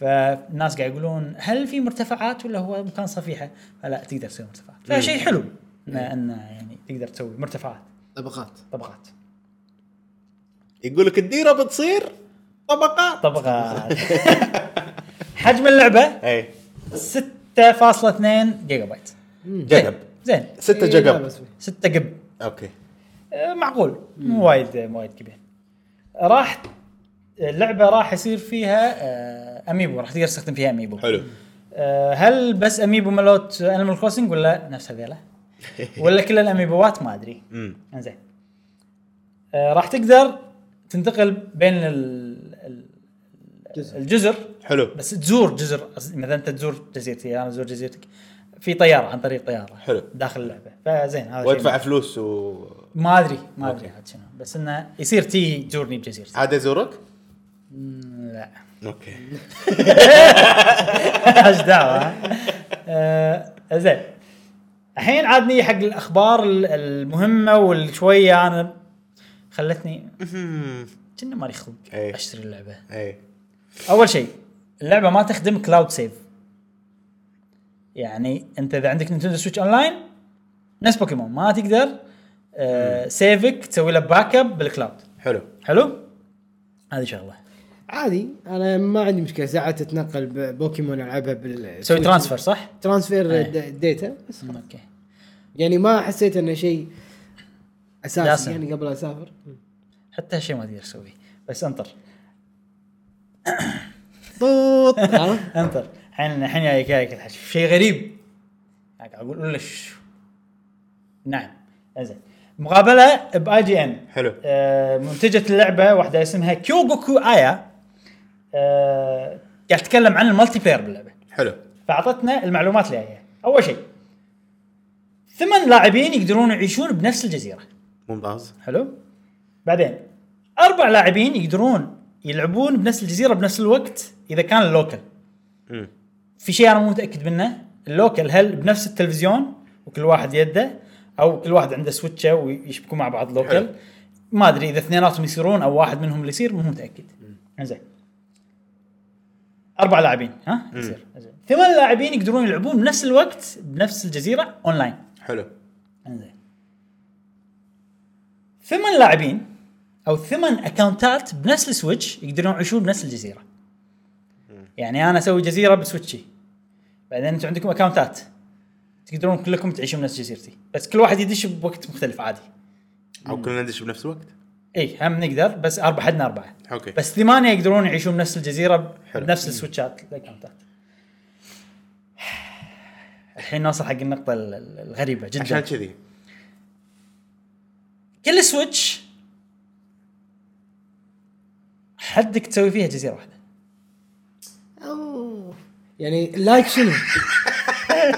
Speaker 1: فالناس قاعد يقولون هل في مرتفعات ولا هو مكان صفيحه؟ لا تقدر تسوي مرتفعات فشيء حلو إنه- انه يعني تقدر تسوي مرتفعات
Speaker 2: طبقات
Speaker 1: طبقات
Speaker 3: يقول لك الديره بتصير طبقات
Speaker 1: طبقات حجم اللعبه
Speaker 3: اي
Speaker 1: 6.2 جيجا بايت
Speaker 3: جنب
Speaker 1: زين
Speaker 3: 6
Speaker 2: إيه، لا
Speaker 3: جقب
Speaker 2: بس-
Speaker 1: 6 جب
Speaker 3: اوكي
Speaker 1: آه، معقول مو وايد مو وايد كبير راح اللعبه راح يصير فيها آه، اميبو راح تقدر تستخدم فيها اميبو
Speaker 3: حلو
Speaker 1: آه، هل بس اميبو مالوت انيمال كروسنج ولا نفس هذيلا؟ ولا كل الاميبوات ما ادري
Speaker 3: امم
Speaker 1: انزين آه، راح تقدر تنتقل بين ال- ال-
Speaker 2: جزء.
Speaker 1: الجزر
Speaker 3: حلو
Speaker 1: بس تزور جزر مثلا انت تزور جزيرتي انا ازور جزيرتك في طياره عن طريق طياره
Speaker 3: حلو.
Speaker 1: داخل اللعبه فزين هذا شيء
Speaker 3: وادفع فلوس و
Speaker 1: ما ادري ما ادري عاد شنو بس انه يصير تي تزورني بجزيرتي
Speaker 3: عاد ازورك؟
Speaker 1: لا
Speaker 3: اوكي
Speaker 1: ايش دعوه ها؟ آه، زين الحين عاد نيجي حق الاخبار ال- المهمه والشويه انا خلتني كنا مالي خلق
Speaker 3: إيه.
Speaker 1: اشتري اللعبه
Speaker 3: اي
Speaker 1: اول شيء اللعبه ما تخدم كلاود سيف يعني انت اذا عندك نينتندو سويتش اونلاين نفس بوكيمون ما تقدر آه سيفك تسوي له باك اب بالكلاود
Speaker 3: حلو
Speaker 1: حلو هذه شغله
Speaker 2: عادي انا ما عندي مشكله ساعات اتنقل بوكيمون العبها بال
Speaker 1: تسوي ترانسفير صح
Speaker 2: ترانسفير
Speaker 1: إيه.
Speaker 2: د- ديتا بس
Speaker 1: مم، اوكي
Speaker 2: يعني ما حسيت انه شيء
Speaker 1: لازم.
Speaker 2: اساسي يعني قبل اسافر
Speaker 1: حتى هالشيء ما تقدر تسويه بس انطر
Speaker 2: طوط عرفت؟
Speaker 1: انطر الحين الحين جايك جايك الحكي شيء غريب قاعد اقول ليش نعم زين مقابله باي جي ان
Speaker 3: حلو
Speaker 1: آه، منتجة اللعبة واحدة اسمها كيوغوكو آيا آه، قاعد تتكلم عن المالتي بلاير باللعبة
Speaker 3: حلو
Speaker 1: فأعطتنا المعلومات اللي هي أول شيء ثمان لاعبين يقدرون يعيشون بنفس الجزيرة
Speaker 3: ممتاز
Speaker 1: حلو بعدين أربع لاعبين يقدرون يلعبون بنفس الجزيرة بنفس الوقت إذا كان اللوكل
Speaker 3: امم
Speaker 1: في شيء انا مو متاكد منه اللوكل هل بنفس التلفزيون وكل واحد يده او كل واحد عنده سويتشه ويشبكوا مع بعض
Speaker 3: حلو.
Speaker 1: لوكل ما ادري اذا اثنيناتهم يصيرون او واحد منهم اللي يصير مو متاكد زين اربع لاعبين ها يصير زين. ثمان لاعبين يقدرون يلعبون بنفس الوقت بنفس الجزيره اونلاين
Speaker 3: حلو
Speaker 1: انزين ثمان لاعبين او ثمان اكونتات بنفس السويتش يقدرون يعيشون بنفس الجزيره. يعني انا اسوي جزيره بسويتشي بعدين انتم عندكم اكونتات تقدرون كلكم تعيشون بنفس جزيرتي بس كل واحد يدش بوقت مختلف عادي.
Speaker 3: او كلنا ندش بنفس الوقت
Speaker 1: اي هم نقدر بس اربع حدنا اربعه.
Speaker 3: اوكي
Speaker 1: بس ثمانيه يقدرون يعيشون بنفس الجزيره ب-
Speaker 3: حلو.
Speaker 1: بنفس السويتشات الاكونتات. الحين نوصل حق النقطه ال- ال- الغريبه جدا
Speaker 3: عشان كذي
Speaker 1: كل سويتش حدك تسوي فيها جزيره واحده
Speaker 2: أوه. يعني اللايت شنو؟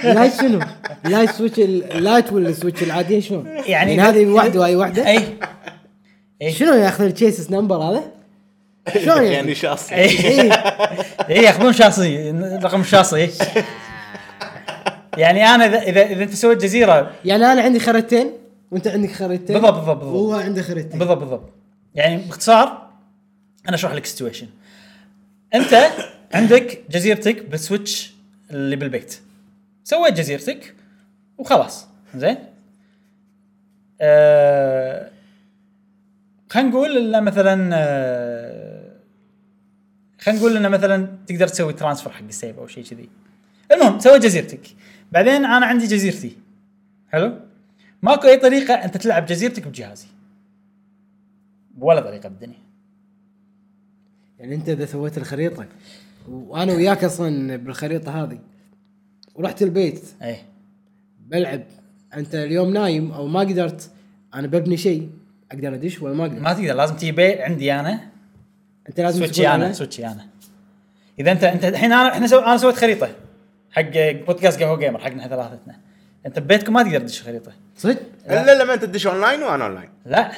Speaker 2: اللايت شنو؟ اللايت سويتش ال- اللايت ولا السويتش العاديه شنو؟ يعني, يعني هذه واحده وهي واحده
Speaker 1: اي اي
Speaker 2: شنو ياخذ التشيسس نمبر هذا؟ شلون
Speaker 3: يعني
Speaker 2: يعني؟
Speaker 3: شخص
Speaker 1: اي
Speaker 2: اي
Speaker 1: إي، ياخذون شاصي رقم شاصي يعني انا اذا اذا, إذا انت سويت جزيره
Speaker 2: يعني انا عندي خريطتين وانت عندك خريطتين
Speaker 1: بالضبط، بالضبط، بالضبط.
Speaker 2: وهو عنده خريطتين
Speaker 1: بالضبط بالضبط يعني باختصار انا اشرح لك السيتويشن انت عندك جزيرتك بالسويتش اللي بالبيت سويت جزيرتك وخلاص زين آه خلينا نقول إن مثلا آه خلينا نقول انه مثلا تقدر تسوي ترانسفر حق السيف او شيء كذي المهم سويت جزيرتك بعدين انا عندي جزيرتي حلو ماكو اي طريقه انت تلعب جزيرتك بجهازي ولا طريقه بالدنيا
Speaker 2: يعني انت اذا سويت الخريطه وانا وياك اصلا بالخريطه هذه ورحت البيت
Speaker 1: ايه
Speaker 2: بلعب انت اليوم نايم او ما قدرت انا ببني شيء اقدر ادش ولا ما اقدر
Speaker 1: ما تقدر لازم تجيبه عندي انا
Speaker 2: انت لازم
Speaker 1: سويتشي
Speaker 2: تكون
Speaker 1: انا سويتشي انا اذا انت انت الحين انا احنا سو... انا سويت خريطه حق بودكاست قهوه جيمر حقنا احنا ثلاثتنا انت ببيتكم ما تقدر تدش خريطه
Speaker 2: صدق
Speaker 3: الا لما انت تدش اونلاين وانا اونلاين
Speaker 1: لا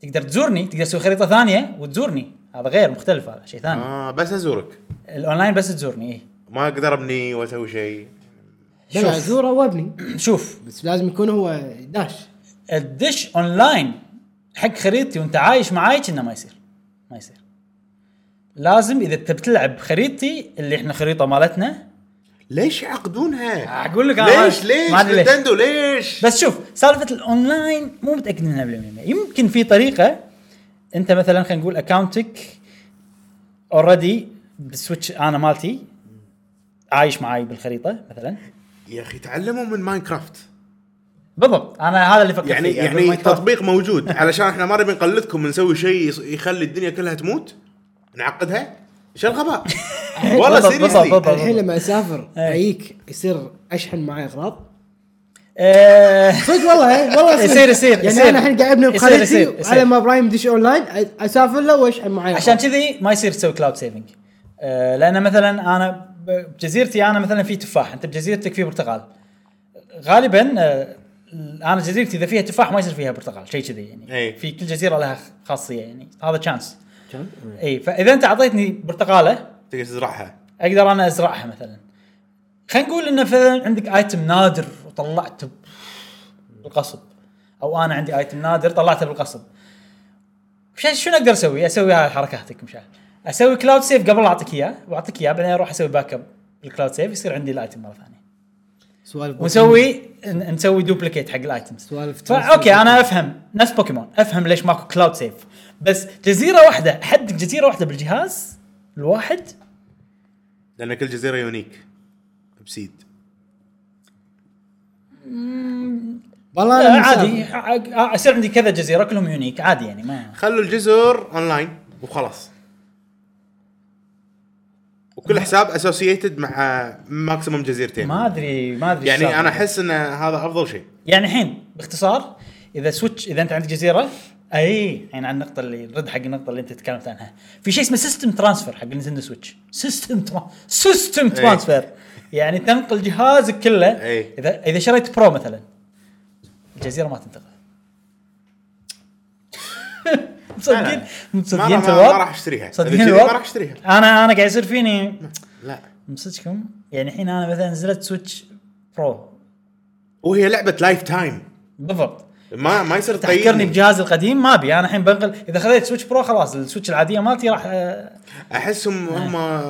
Speaker 1: تقدر تزورني تقدر تسوي خريطه ثانيه وتزورني هذا غير مختلف هذا شيء ثاني
Speaker 3: اه بس ازورك
Speaker 1: الاونلاين بس تزورني ايه
Speaker 3: ما اقدر ابني واسوي شيء
Speaker 2: بلع زوره وابني
Speaker 1: شوف
Speaker 2: بس لازم يكون هو داش
Speaker 1: الدش اونلاين حق خريطتي وانت عايش معاي كنا ما يصير ما يصير لازم اذا تبي تلعب خريطتي اللي احنا خريطه مالتنا
Speaker 3: ليش يعقدونها؟
Speaker 1: أقول لك أنا
Speaker 3: ليش
Speaker 1: ما-
Speaker 3: ليش
Speaker 1: ما أدري ليش.
Speaker 3: نتندو ليش؟
Speaker 1: بس شوف سالفه الاونلاين مو متاكد منها 100% يمكن في طريقه انت مثلا خلينا نقول اكونتك اوريدي بالسويتش انا مالتي عايش معاي بالخريطه مثلا
Speaker 3: يا اخي تعلموا من ماينكرافت
Speaker 1: بالضبط انا هذا اللي فكرت
Speaker 3: يعني
Speaker 1: فيه.
Speaker 3: يعني
Speaker 1: Minecraft.
Speaker 3: تطبيق موجود علشان احنا ما نبي نقلدكم ونسوي شيء يص- يخلي الدنيا كلها تموت نعقدها ايش الغباء؟ والله
Speaker 1: بالضبط، بالضبط،
Speaker 3: سيريسلي
Speaker 1: بالضبط. إيه.
Speaker 2: الحين لما اسافر اجيك يصير اشحن معي اغراض
Speaker 1: آه،
Speaker 2: صدق والله إيه، والله صدق.
Speaker 1: يصير- يصير- يصير.
Speaker 2: يعني انا الحين قاعد ابني
Speaker 1: يصير- يصير-
Speaker 2: بخريطتي
Speaker 1: يصير.
Speaker 2: على ما ابراهيم دش اونلاين أ- اسافر له واشحن معي
Speaker 1: عشان
Speaker 2: أغراض.
Speaker 1: كذي ما يصير تسوي كلاود سيفنج آه لان مثلا انا ب- بجزيرتي انا مثلا في تفاح انت بجزيرتك في برتقال غالبا آه انا جزيرتي اذا فيها تفاح ما يصير فيها برتقال شيء كذي يعني
Speaker 3: إي.
Speaker 1: في كل جزيره لها خاصيه يعني هذا إيه، تشانس
Speaker 2: كان؟
Speaker 1: اي فاذا انت اعطيتني برتقاله
Speaker 3: تقدر تزرعها
Speaker 1: اقدر انا ازرعها مثلا خلينا نقول انه مثلا عندك ايتم نادر وطلعته ب- بالقصب او انا عندي ايتم نادر طلعته بالقصب وش- شنو اقدر اسوي؟ اسوي هاي حركاتك مشان اسوي كلاود سيف قبل اعطيك اياه واعطيك اياه بعدين اروح اسوي باك اب بالكلاود سيف يصير عندي الايتم مره ثانيه
Speaker 2: سوالف
Speaker 1: ونسوي ن- نسوي دوبليكيت حق الايتمز
Speaker 2: سوالف
Speaker 1: فا- اوكي انا افهم نفس بوكيمون افهم ليش ماكو كلاود سيف بس جزيره واحده حد جزيره واحده بالجهاز الواحد
Speaker 3: لان كل جزيره يونيك بسيد
Speaker 2: والله
Speaker 1: لا
Speaker 2: أنا
Speaker 1: آه، عادي
Speaker 2: مسافر.
Speaker 1: ع- ع- آه، يصير عندي كذا جزيره كلهم يونيك عادي يعني ما
Speaker 3: خلوا الجزر اونلاين وخلاص وكل حساب اسوسييتد مع ماكسيموم جزيرتين
Speaker 1: ما ادري ما ادري إيش
Speaker 3: يعني
Speaker 1: صار.
Speaker 3: انا احس ان هذا افضل شيء
Speaker 1: يعني الحين باختصار اذا سويتش اذا انت عندك جزيره اي يعني عن النقطه اللي رد حق النقطه اللي انت تكلمت عنها في شيء اسمه سيستم ترانسفير حق نينتندو سويتش سيستم ترا... سيستم
Speaker 3: إيه.
Speaker 1: ترانسفير يعني تنقل جهازك كله
Speaker 3: إي.
Speaker 1: اذا اذا شريت برو مثلا الجزيره ما تنتقل مصدقين
Speaker 3: ما
Speaker 1: مصدقين
Speaker 3: راح ما- ما
Speaker 1: الوضع؟
Speaker 3: راح اشتريها إذا
Speaker 1: مصدقين
Speaker 3: كذي
Speaker 1: الوضع؟
Speaker 3: ما راح اشتريها
Speaker 1: انا انا قاعد يصير فيني
Speaker 3: لا
Speaker 1: مصدقكم يعني الحين انا مثلا نزلت سويتش برو
Speaker 3: وهي لعبه لايف تايم
Speaker 1: بالضبط
Speaker 3: ما ما يصير طيب.
Speaker 1: تحكرني
Speaker 3: تغيرني
Speaker 1: بجهازي القديم ما ابي انا الحين بنقل اذا خذيت سويتش برو خلاص السويتش العاديه مالتي راح آه،
Speaker 3: احسهم هم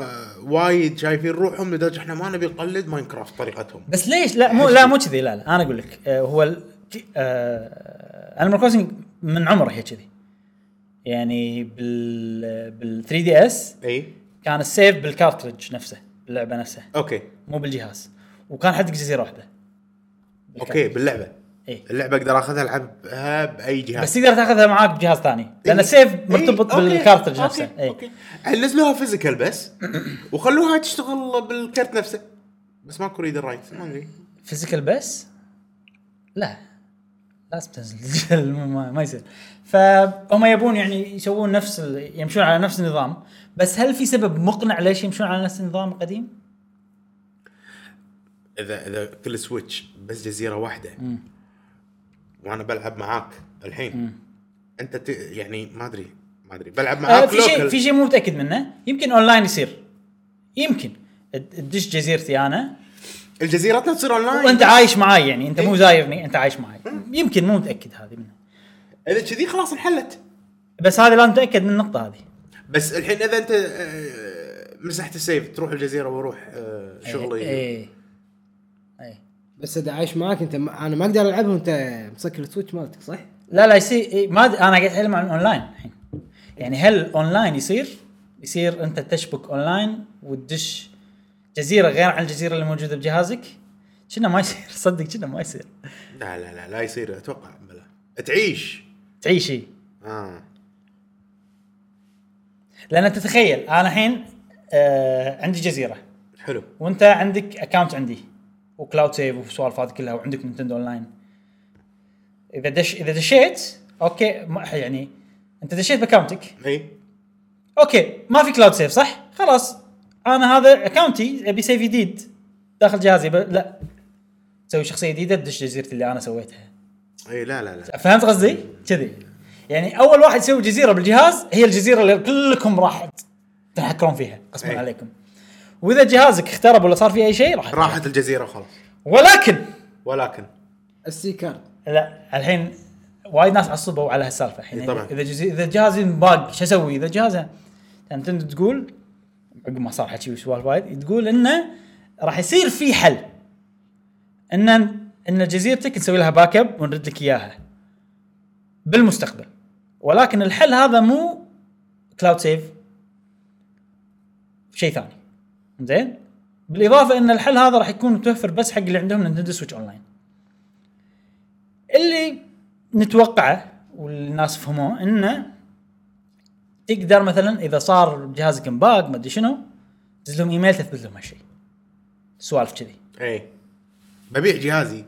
Speaker 3: وايد شايفين روحهم لدرجه احنا ما نبي نقلد ماينكرافت طريقتهم
Speaker 1: بس ليش لا مو لا مو كذي لا لا انا اقول لك آه، هو ال- آه، انيمال كروسنج من عمره هي كذي يعني بال بال 3 دي اس
Speaker 3: اي
Speaker 1: كان السيف بالكارترج نفسه باللعبه نفسها
Speaker 3: اوكي
Speaker 1: مو بالجهاز وكان حدك جزيره واحده
Speaker 3: اوكي باللعبه
Speaker 1: اي
Speaker 3: اللعبه اقدر اخذها العبها باي جهاز
Speaker 1: بس تقدر تاخذها معاك بجهاز ثاني لان السيف مرتبط بالكارترج نفسه إيه.
Speaker 3: اي
Speaker 1: إي.
Speaker 3: اوكي نزلوها فيزيكال بس وخلوها تشتغل بالكرت نفسه بس ماكو ريد رايت ما ادري
Speaker 1: فيزيكال بس لا لازم تنزل ديجيتال ما, ما يصير فهم يبون يعني يسوون نفس ال... يمشون على نفس النظام بس هل في سبب مقنع ليش يمشون على نفس النظام القديم؟
Speaker 3: اذا اذا كل سويتش بس جزيره واحده وانا بلعب معاك الحين انت ت... يعني ما ادري ما ادري بلعب
Speaker 1: آه
Speaker 3: معاك
Speaker 1: في شيء
Speaker 3: لوكال
Speaker 1: في شيء مو متاكد منه يمكن اونلاين يصير يمكن تدش جزيرتي انا
Speaker 3: الجزيرتنا تصير اونلاين
Speaker 1: وانت عايش معاي يعني انت مو زايرني انت عايش معاي يمكن مو متاكد هذه منه
Speaker 3: اذا كذي خلاص انحلت
Speaker 1: بس هذه لازم نتاكد من النقطه هذه
Speaker 3: بس الحين اذا انت
Speaker 1: إيه،
Speaker 3: آه، مسحت السيف تروح الجزيره واروح آه، شغلي
Speaker 1: ايه اي
Speaker 2: بس اذا عايش معاك انت ما انا ما اقدر العبها وانت مسكر السويتش مالتك صح؟
Speaker 1: لا لا يصير إي، ما أد- انا قاعد اتكلم عن اونلاين الحين يعني هل اونلاين يصير؟ يصير انت تشبك اونلاين وتدش جزيره غير عن الجزيره اللي موجوده بجهازك؟ كنا ما يصير صدق كنا ما يصير
Speaker 3: لا لا لا لا يصير اتوقع بلا تعيش
Speaker 1: تعيشي
Speaker 3: اه
Speaker 1: لان تتخيل انا الحين آه عندي جزيره
Speaker 3: حلو
Speaker 1: وانت عندك اكونت عندي وكلاود سيف والسوالف هذه كلها وعندك نينتندو اونلاين اذا دش اذا دشيت اوكي ما يعني انت دشيت باكونتك
Speaker 3: اي
Speaker 1: اوكي ما في كلاود سيف صح؟ خلاص انا هذا اكونتي ابي سيف جديد داخل جهازي ب... لا تسوي شخصيه جديده تدش جزيرتي اللي انا سويتها
Speaker 3: اي إيه، لا لا لا
Speaker 1: فهمت قصدي؟ كذي يعني اول واحد يسوي جزيره بالجهاز هي الجزيره اللي كلكم راح تنحكرون فيها قسما
Speaker 3: أي.
Speaker 1: عليكم واذا جهازك اخترب ولا صار فيه اي شيء راح
Speaker 3: راحت الجزيره وخلاص
Speaker 1: ولكن
Speaker 3: ولكن
Speaker 2: السي كارد
Speaker 1: لا الحين وايد ناس عصبوا على يعني هالسالفه الحين
Speaker 3: إي طبعاً.
Speaker 1: اذا جزي... اذا جهازي باق شو اسوي اذا جهازه نتندو يعني تقول عقب ما صار حكي وسوالف وايد تقول انه راح يصير في حل ان ان جزيرتك نسوي لها باك اب ونرد لك اياها بالمستقبل ولكن الحل هذا مو كلاود سيف شيء ثاني زين بالاضافه ان الحل هذا راح يكون متوفر بس حق اللي عندهم نينتندو سويتش اونلاين اللي نتوقعه والناس فهموه انه تقدر مثلا اذا صار جهازك مباق ما ادري شنو تدز لهم ايميل تثبت لهم هالشيء سوالف كذي
Speaker 3: اي إيه. ببيع جهازي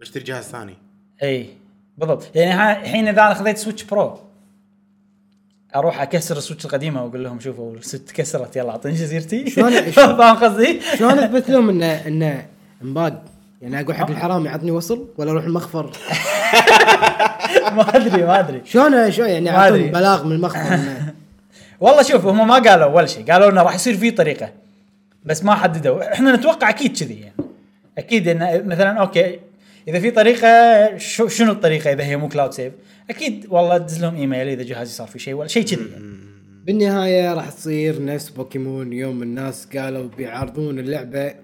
Speaker 3: بشتري جهاز ثاني
Speaker 1: اي بالضبط يعني ها- الحين اذا انا خذيت سويتش برو اروح اكسر السويتش القديمه واقول لهم شوفوا السويتش تكسرت يلا اعطيني جزيرتي
Speaker 2: شلون-
Speaker 1: فاهم قصدي؟
Speaker 2: شلون اثبت لهم انه انه مباق؟ يعني اقول حق الحرامي عطني وصل ولا اروح المخفر؟
Speaker 1: ما ادري ما ادري
Speaker 2: شلون شلون يعني
Speaker 1: ما أدري.
Speaker 2: اعطيهم بلاغ من المخفر إنه-
Speaker 1: والله شوف هم ما قالوا ولا شيء قالوا انه راح يصير في طريقه بس ما حددوا احنا نتوقع اكيد كذي يعني اكيد انه مثلا اوكي اذا في طريقه شو شنو الطريقه اذا هي مو كلاود سيف اكيد والله دز لهم ايميل اذا جهازي صار في شيء ولا شيء كذي يعني.
Speaker 2: بالنهايه راح تصير نفس بوكيمون يوم الناس قالوا بيعرضون اللعبه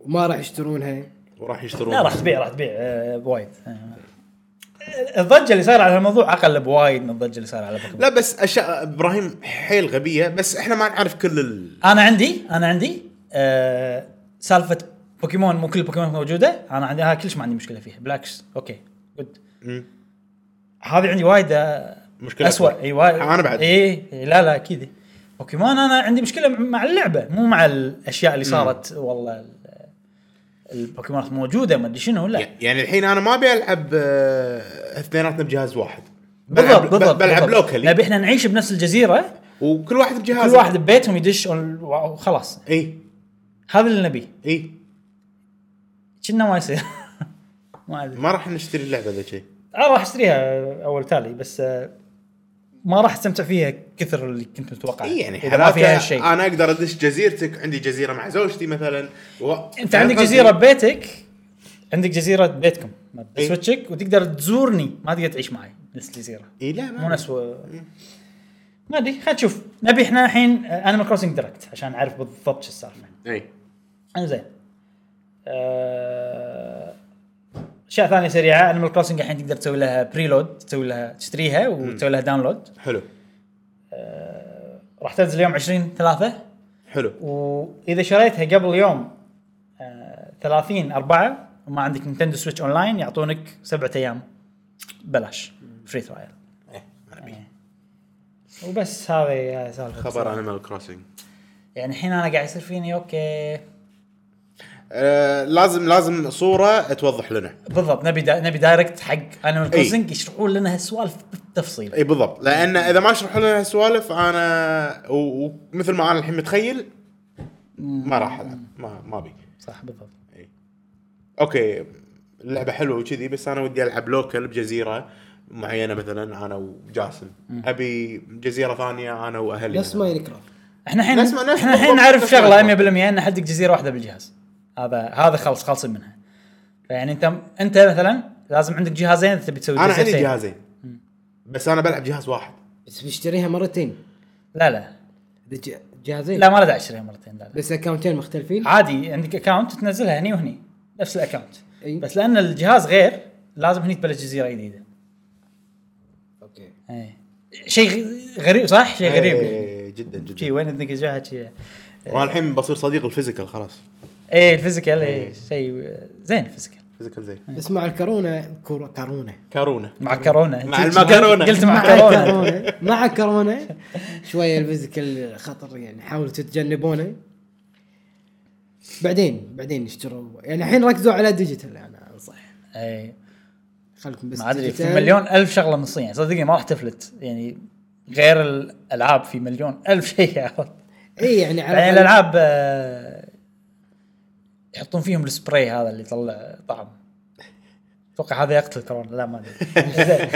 Speaker 2: وما راح يشترونها
Speaker 3: وراح يشترون
Speaker 1: لا راح تبيع راح تبيع آه، بوايد آه. الضجه اللي صايره على الموضوع اقل بوايد من الضجه اللي صايره على بوكيمون
Speaker 3: لا بس اشياء ابراهيم حيل غبيه بس احنا ما نعرف كل ال...
Speaker 1: انا عندي انا عندي آه سالفه بوكيمون مو كل بوكيمون موجوده انا عندي ها كلش ما عندي مشكله فيها بالعكس اوكي جود هذه عندي وايد آه،
Speaker 3: مشكلة
Speaker 1: اسوء
Speaker 3: أكبر.
Speaker 1: اي وايد
Speaker 3: أنا بعد.
Speaker 1: اي لا لا اكيد بوكيمون انا عندي مشكله مع اللعبه مو مع الاشياء اللي صارت والله ال- البوكيمونات موجوده ما ادري شنو لا
Speaker 3: يعني الحين انا ما ابي العب آه، اثنيناتنا بجهاز واحد
Speaker 1: بالضبط
Speaker 3: بلعب-
Speaker 1: بالضبط
Speaker 3: بلعب
Speaker 1: بالضبط.
Speaker 3: لوكالي
Speaker 1: نبي احنا نعيش بنفس الجزيره
Speaker 3: وكل واحد بجهازه
Speaker 1: كل واحد ببيتهم يدش ون- وخلاص
Speaker 3: اي
Speaker 1: هذا اللي نبيه
Speaker 3: اي
Speaker 1: كنا ما يصير ما ادري
Speaker 3: ما راح نشتري اللعبه ذا شيء
Speaker 1: انا آه، راح اشتريها اول تالي بس آه، ما راح استمتع فيها كثر اللي كنت متوقعه
Speaker 3: اي يعني
Speaker 1: اذا طيب. ما فيها
Speaker 3: حالاتها
Speaker 1: شيء
Speaker 3: انا اقدر ادش جزيرتك عندي جزيره مع زوجتي مثلا و...
Speaker 1: انت عندك
Speaker 3: قصدي-
Speaker 1: جزيره ببيتك عندك جزيره ببيتكم
Speaker 3: إي.
Speaker 1: سويتشك وتقدر تزورني ما تقدر تعيش معي نفس الجزيره
Speaker 3: اي لا
Speaker 1: مو
Speaker 3: ما
Speaker 1: نفس ما ادري خلينا نشوف نبي احنا الحين آه، انيمال كروسنج دايركت عشان نعرف بالضبط شو السالفه
Speaker 3: اي
Speaker 1: انزين آه، اشياء ثانيه سريعه انيمال كروسنج الحين تقدر تسوي لها بريلود تسوي لها تشتريها وتسوي لها داونلود
Speaker 3: حلو
Speaker 1: راح تنزل يوم 20 3
Speaker 3: حلو
Speaker 1: واذا شريتها قبل يوم آه، 30 4 وما عندك نينتندو سويتش اونلاين يعطونك سبعة ايام بلاش فري ترايل
Speaker 3: إيه، ما نبي.
Speaker 1: وبس هذه هذه سالفه
Speaker 3: خبر انيمال كروسنج
Speaker 1: يعني الحين انا قاعد يصير فيني اوكي
Speaker 3: آه لازم لازم صوره توضح لنا
Speaker 1: بالضبط نبي دا نبي دايركت حق انيمال
Speaker 3: إي.
Speaker 1: كروسنج يشرحون لنا هالسوالف بالتفصيل
Speaker 3: اي بالضبط لان اذا ما شرحوا لنا هالسوالف انا و- ومثل ما انا الحين متخيل ما راح العب ما ما بي
Speaker 1: صح بالضبط
Speaker 3: اوكي اللعبه حلوه وكذي بس انا ودي العب لوكل بجزيره معينه مثلا انا وجاسم ابي جزيره ثانيه انا واهلي
Speaker 2: نفس ماين كرافت
Speaker 1: احنا الحين
Speaker 3: نفس ما- نفس
Speaker 1: احنا الحين
Speaker 3: بالضبط
Speaker 1: نعرف
Speaker 3: نفس ما
Speaker 1: شغله
Speaker 3: يقول.
Speaker 1: 100% ان حدك جزيره واحده بالجهاز هذا هذا خلص خالصين منها فيعني انت انت مثلا لازم عندك جهازين اذا تبي تسوي
Speaker 3: انا عندي
Speaker 1: جزيرتين.
Speaker 3: جهازين بس انا بلعب جهاز واحد
Speaker 2: بس بيشتريها مرتين
Speaker 1: لا لا
Speaker 2: إذا ج- جهازين
Speaker 1: لا ما له داعي اشتريها مرتين لا, لا.
Speaker 2: بس اكونتين مختلفين
Speaker 1: عادي عندك اكونت تنزلها هني وهني نفس الاكونت
Speaker 2: أي.
Speaker 1: بس لان الجهاز غير لازم هني تبلش جزيره جديده
Speaker 2: اوكي
Speaker 1: إيه. شيء غ- غريب صح شيء غريب
Speaker 3: إيه، جدا
Speaker 1: شي
Speaker 3: جدا
Speaker 1: وين اذنك جاها شي
Speaker 3: وانا الحين بصير صديق الفيزيكال خلاص
Speaker 1: ايه الفيزيكال ايه شيء زين الفيزيكال
Speaker 3: فيزيكال زين
Speaker 2: بس مع الكورونا كورو- كورونا
Speaker 3: كارونا
Speaker 1: مع كورونا
Speaker 3: مع المكرونة.
Speaker 1: قلت
Speaker 2: مع
Speaker 1: مع كورونا
Speaker 2: كورونا مع كورونا شويه الفيزيكال خطر يعني حاولوا تتجنبونه بعدين بعدين اشتروا يعني الحين ركزوا على ديجيتال انا انصح
Speaker 1: ايه
Speaker 2: خلكم بس
Speaker 1: ما ادري في
Speaker 2: ديجيتال.
Speaker 1: مليون الف شغله نصين يعني صدقني ما راح تفلت يعني غير الالعاب في مليون الف شيء عرفت
Speaker 2: اي يعني على
Speaker 1: يعني
Speaker 2: الأقل-
Speaker 1: الالعاب آه، يحطون فيهم السبراي هذا اللي يطلع طعم اتوقع هذا يقتل كورونا لا ما ادري زين.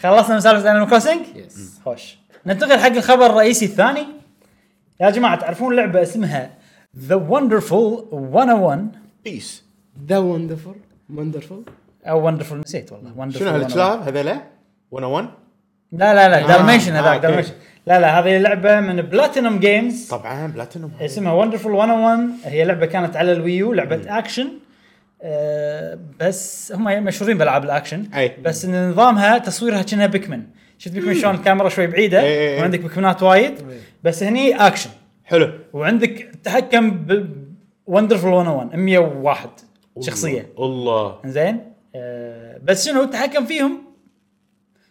Speaker 1: خلصنا من سالفه انيمال كروسنج
Speaker 2: يس
Speaker 1: خوش ننتقل حق الخبر الرئيسي الثاني يا جماعه تعرفون لعبه اسمها ذا وندرفول 101
Speaker 3: بيس
Speaker 2: ذا وندرفول وندرفول
Speaker 1: او وندرفول نسيت والله وندرفول
Speaker 3: شنو هالكلاب هذيلا 101
Speaker 1: لا لا لا
Speaker 3: آه،
Speaker 1: دالميشن
Speaker 3: آه،
Speaker 1: هذاك
Speaker 3: أوكي.
Speaker 1: دالميشن لا لا هذه لعبه من بلاتينوم جيمز
Speaker 3: طبعا بلاتينوم
Speaker 1: اسمها وندرفول 101 هي لعبه كانت على الويو لعبه اكشن أه بس هم مشهورين بالعاب الاكشن
Speaker 3: أي.
Speaker 1: بس ان نظامها تصويرها كأنها بيكمن شفت بيكمن شلون الكاميرا شوي بعيده
Speaker 3: أي، أي، أي.
Speaker 1: وعندك بيكمنات وايد
Speaker 2: أي.
Speaker 1: بس هني اكشن
Speaker 3: حلو
Speaker 1: وعندك تحكم ب oh وندرفول 101 101 شخصيه
Speaker 3: الله
Speaker 1: زين آه بس شنو تتحكم فيهم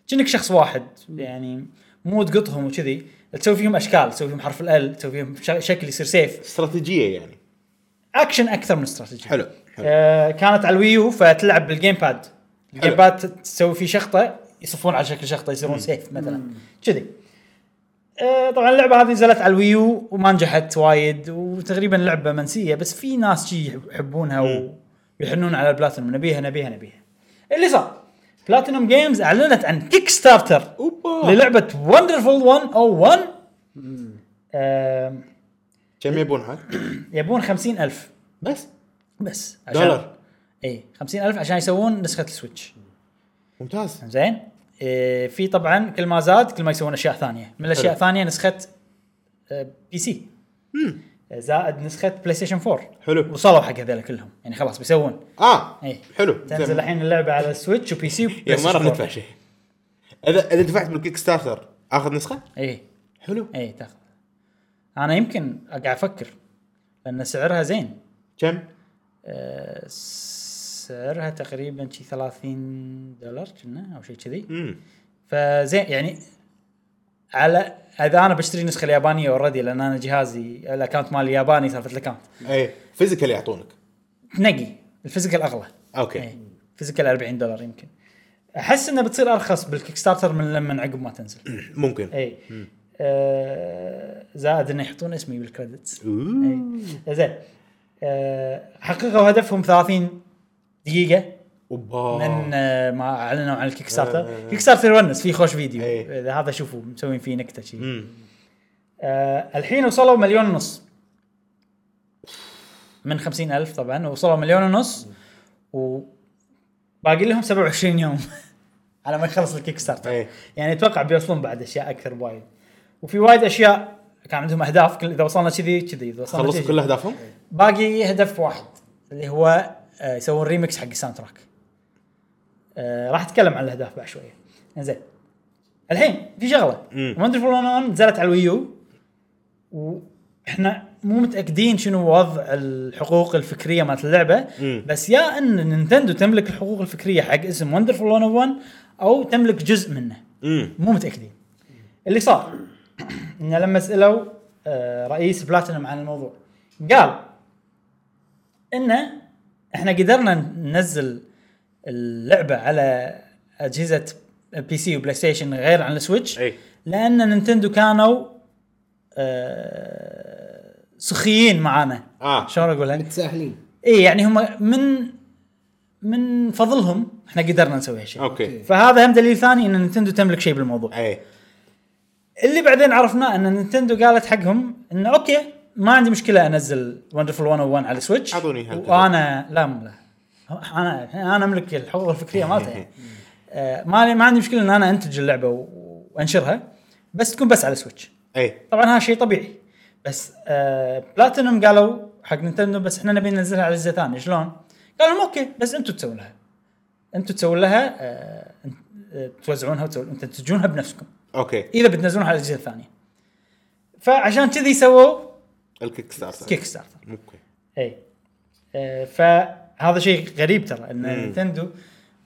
Speaker 1: كأنك شخص واحد يعني مو تقطهم وكذي تسوي فيهم اشكال تسوي فيهم حرف ال تسوي فيهم ش- شكل يصير سيف
Speaker 3: استراتيجيه يعني
Speaker 1: اكشن اكثر من استراتيجي
Speaker 3: حلو حلو
Speaker 1: آه كانت على الويو فتلعب بالجيم باد الجيم
Speaker 3: حلو.
Speaker 1: باد تسوي فيه شخطه يصفون على شكل شخطه يصيرون سيف مثلا كذي آه طبعا اللعبه هذه نزلت على الويو وما نجحت وايد وتقريبا لعبه منسيه بس في ناس شي يحب- يحبونها ويحنون على البلاتينوم نبيها نبيها نبيها اللي صار بلاتينوم جيمز اعلنت عن كيك ستارتر
Speaker 3: اوبا
Speaker 1: للعبه وندرفول 101 آه
Speaker 3: كم يبون حق
Speaker 1: يبون خمسين ألف
Speaker 3: بس
Speaker 1: بس
Speaker 3: دولار.
Speaker 1: اي 50000 عشان يسوون نسخه السويتش
Speaker 3: ممتاز
Speaker 1: زين إيه في طبعا كل ما زاد كل ما يسوون اشياء ثانيه من الاشياء
Speaker 3: حلو.
Speaker 1: الثانيه نسخه آه، بي سي آه، زائد نسخه بلاي ستيشن 4
Speaker 3: حلو
Speaker 1: وصلوا حق هذول كلهم يعني خلاص بيسوون
Speaker 3: اه
Speaker 1: إيه.
Speaker 3: حلو
Speaker 1: تنزل الحين اللعبه على السويتش وبي سي
Speaker 3: يا
Speaker 1: وبلاي
Speaker 3: ما راح
Speaker 1: ستيشن
Speaker 3: ندفع
Speaker 1: 4.
Speaker 3: شيء اذا اذا دفعت بالكيك ستارتر اخذ نسخه
Speaker 1: اي
Speaker 3: حلو
Speaker 1: اي إيه، تاخذ انا يمكن قاعد افكر لان سعرها زين
Speaker 3: كم
Speaker 1: آه، سعرها تقريبا شي 30 دولار كنا او شيء كذي
Speaker 3: امم
Speaker 1: فزين يعني على اذا انا بشتري النسخه اليابانيه اوريدي لان انا جهازي الاكونت مالي ياباني سالفه الاكونت
Speaker 3: اي فيزيكال إيه. يعطونك
Speaker 1: تنقي الفيزيكال اغلى
Speaker 3: اوكي
Speaker 1: فيزيكال 40 دولار يمكن احس انها بتصير ارخص بالكيك ستارتر من لما عقب ما تنزل
Speaker 3: ممكن
Speaker 1: اي آه زائد انه يحطون اسمي بالكريدتس
Speaker 3: أوه.
Speaker 1: اي زين آه حققوا هدفهم 30 دقيقه
Speaker 3: اوبا
Speaker 1: من آه، ما اعلنوا عن الكيك ستارتر
Speaker 3: آه.
Speaker 1: كيك ستارتر يونس فيه خوش فيديو
Speaker 3: إيه.
Speaker 1: إذا هذا شوفوا مسوين فيه نكته شي
Speaker 3: أمم.
Speaker 1: آه الحين وصلوا مليون ونص من خمسين ألف طبعا وصلوا مليون ونص وباقي لهم 27 يوم على ما يخلص الكيك ستارتر
Speaker 3: إيه.
Speaker 1: يعني اتوقع بيوصلون بعد اشياء اكثر وايد وفي وايد اشياء كان عندهم اهداف كل اذا وصلنا كذي كذي اذا وصلنا
Speaker 3: خلصوا
Speaker 1: كذي-
Speaker 3: كل اهدافهم
Speaker 1: باقي هدف واحد اللي هو آه، يسوون ريمكس حق الساوند تراك آه، راح اتكلم عن الاهداف بعد شويه انزين الحين في شغله
Speaker 3: مم.
Speaker 1: وندرفول 101 نزلت على الويو واحنا مو متاكدين شنو وضع الحقوق الفكريه مالت اللعبه
Speaker 3: مم.
Speaker 1: بس يا ان نينتندو تملك الحقوق الفكريه حق اسم وندرفول 101 او تملك جزء منه
Speaker 3: امم
Speaker 1: مو متاكدين اللي صار انه لما سالوا آه، رئيس بلاتينوم عن الموضوع قال انه احنا قدرنا ننزل اللعبه على اجهزه بي سي وبلاي ستيشن غير عن السويتش
Speaker 3: اي
Speaker 1: لان نينتندو كانوا آه، سخيين معانا
Speaker 3: اه
Speaker 1: شلون اقولها؟
Speaker 2: متساهلين
Speaker 1: اي يعني هم من من فضلهم احنا قدرنا نسوي هالشيء
Speaker 3: اوكي
Speaker 1: فهذا هم دليل ثاني ان نينتندو تملك شيء بالموضوع
Speaker 3: اي
Speaker 1: اللي بعدين عرفناه ان نينتندو قالت حقهم انه اوكي ما عندي مشكله انزل وندرفول 101 على السويتش
Speaker 3: أعطوني إياها.
Speaker 1: وانا لا م- لا انا انا املك الحقوق الفكريه مالته يعني آه، ما لي- ما عندي مشكله ان انا انتج اللعبه و- وانشرها بس تكون بس على سويتش
Speaker 3: اي
Speaker 1: طبعا هذا شيء طبيعي بس آه بلاتينوم قالوا حق نينتندو بس احنا نبي ننزلها على اجهزه ثانيه شلون؟ قال لهم اوكي بس انتم تسوون لها انتم تسوون لها آه، آه، توزعونها وتسوون انتم تنتجونها بنفسكم
Speaker 3: اوكي
Speaker 1: اذا بتنزلونها على الاجهزه الثانيه فعشان كذي سووا
Speaker 3: الكيك ستارتر
Speaker 1: كيك ستارتر
Speaker 3: اوكي
Speaker 1: اي آه، فهذا شيء غريب ترى ان نينتندو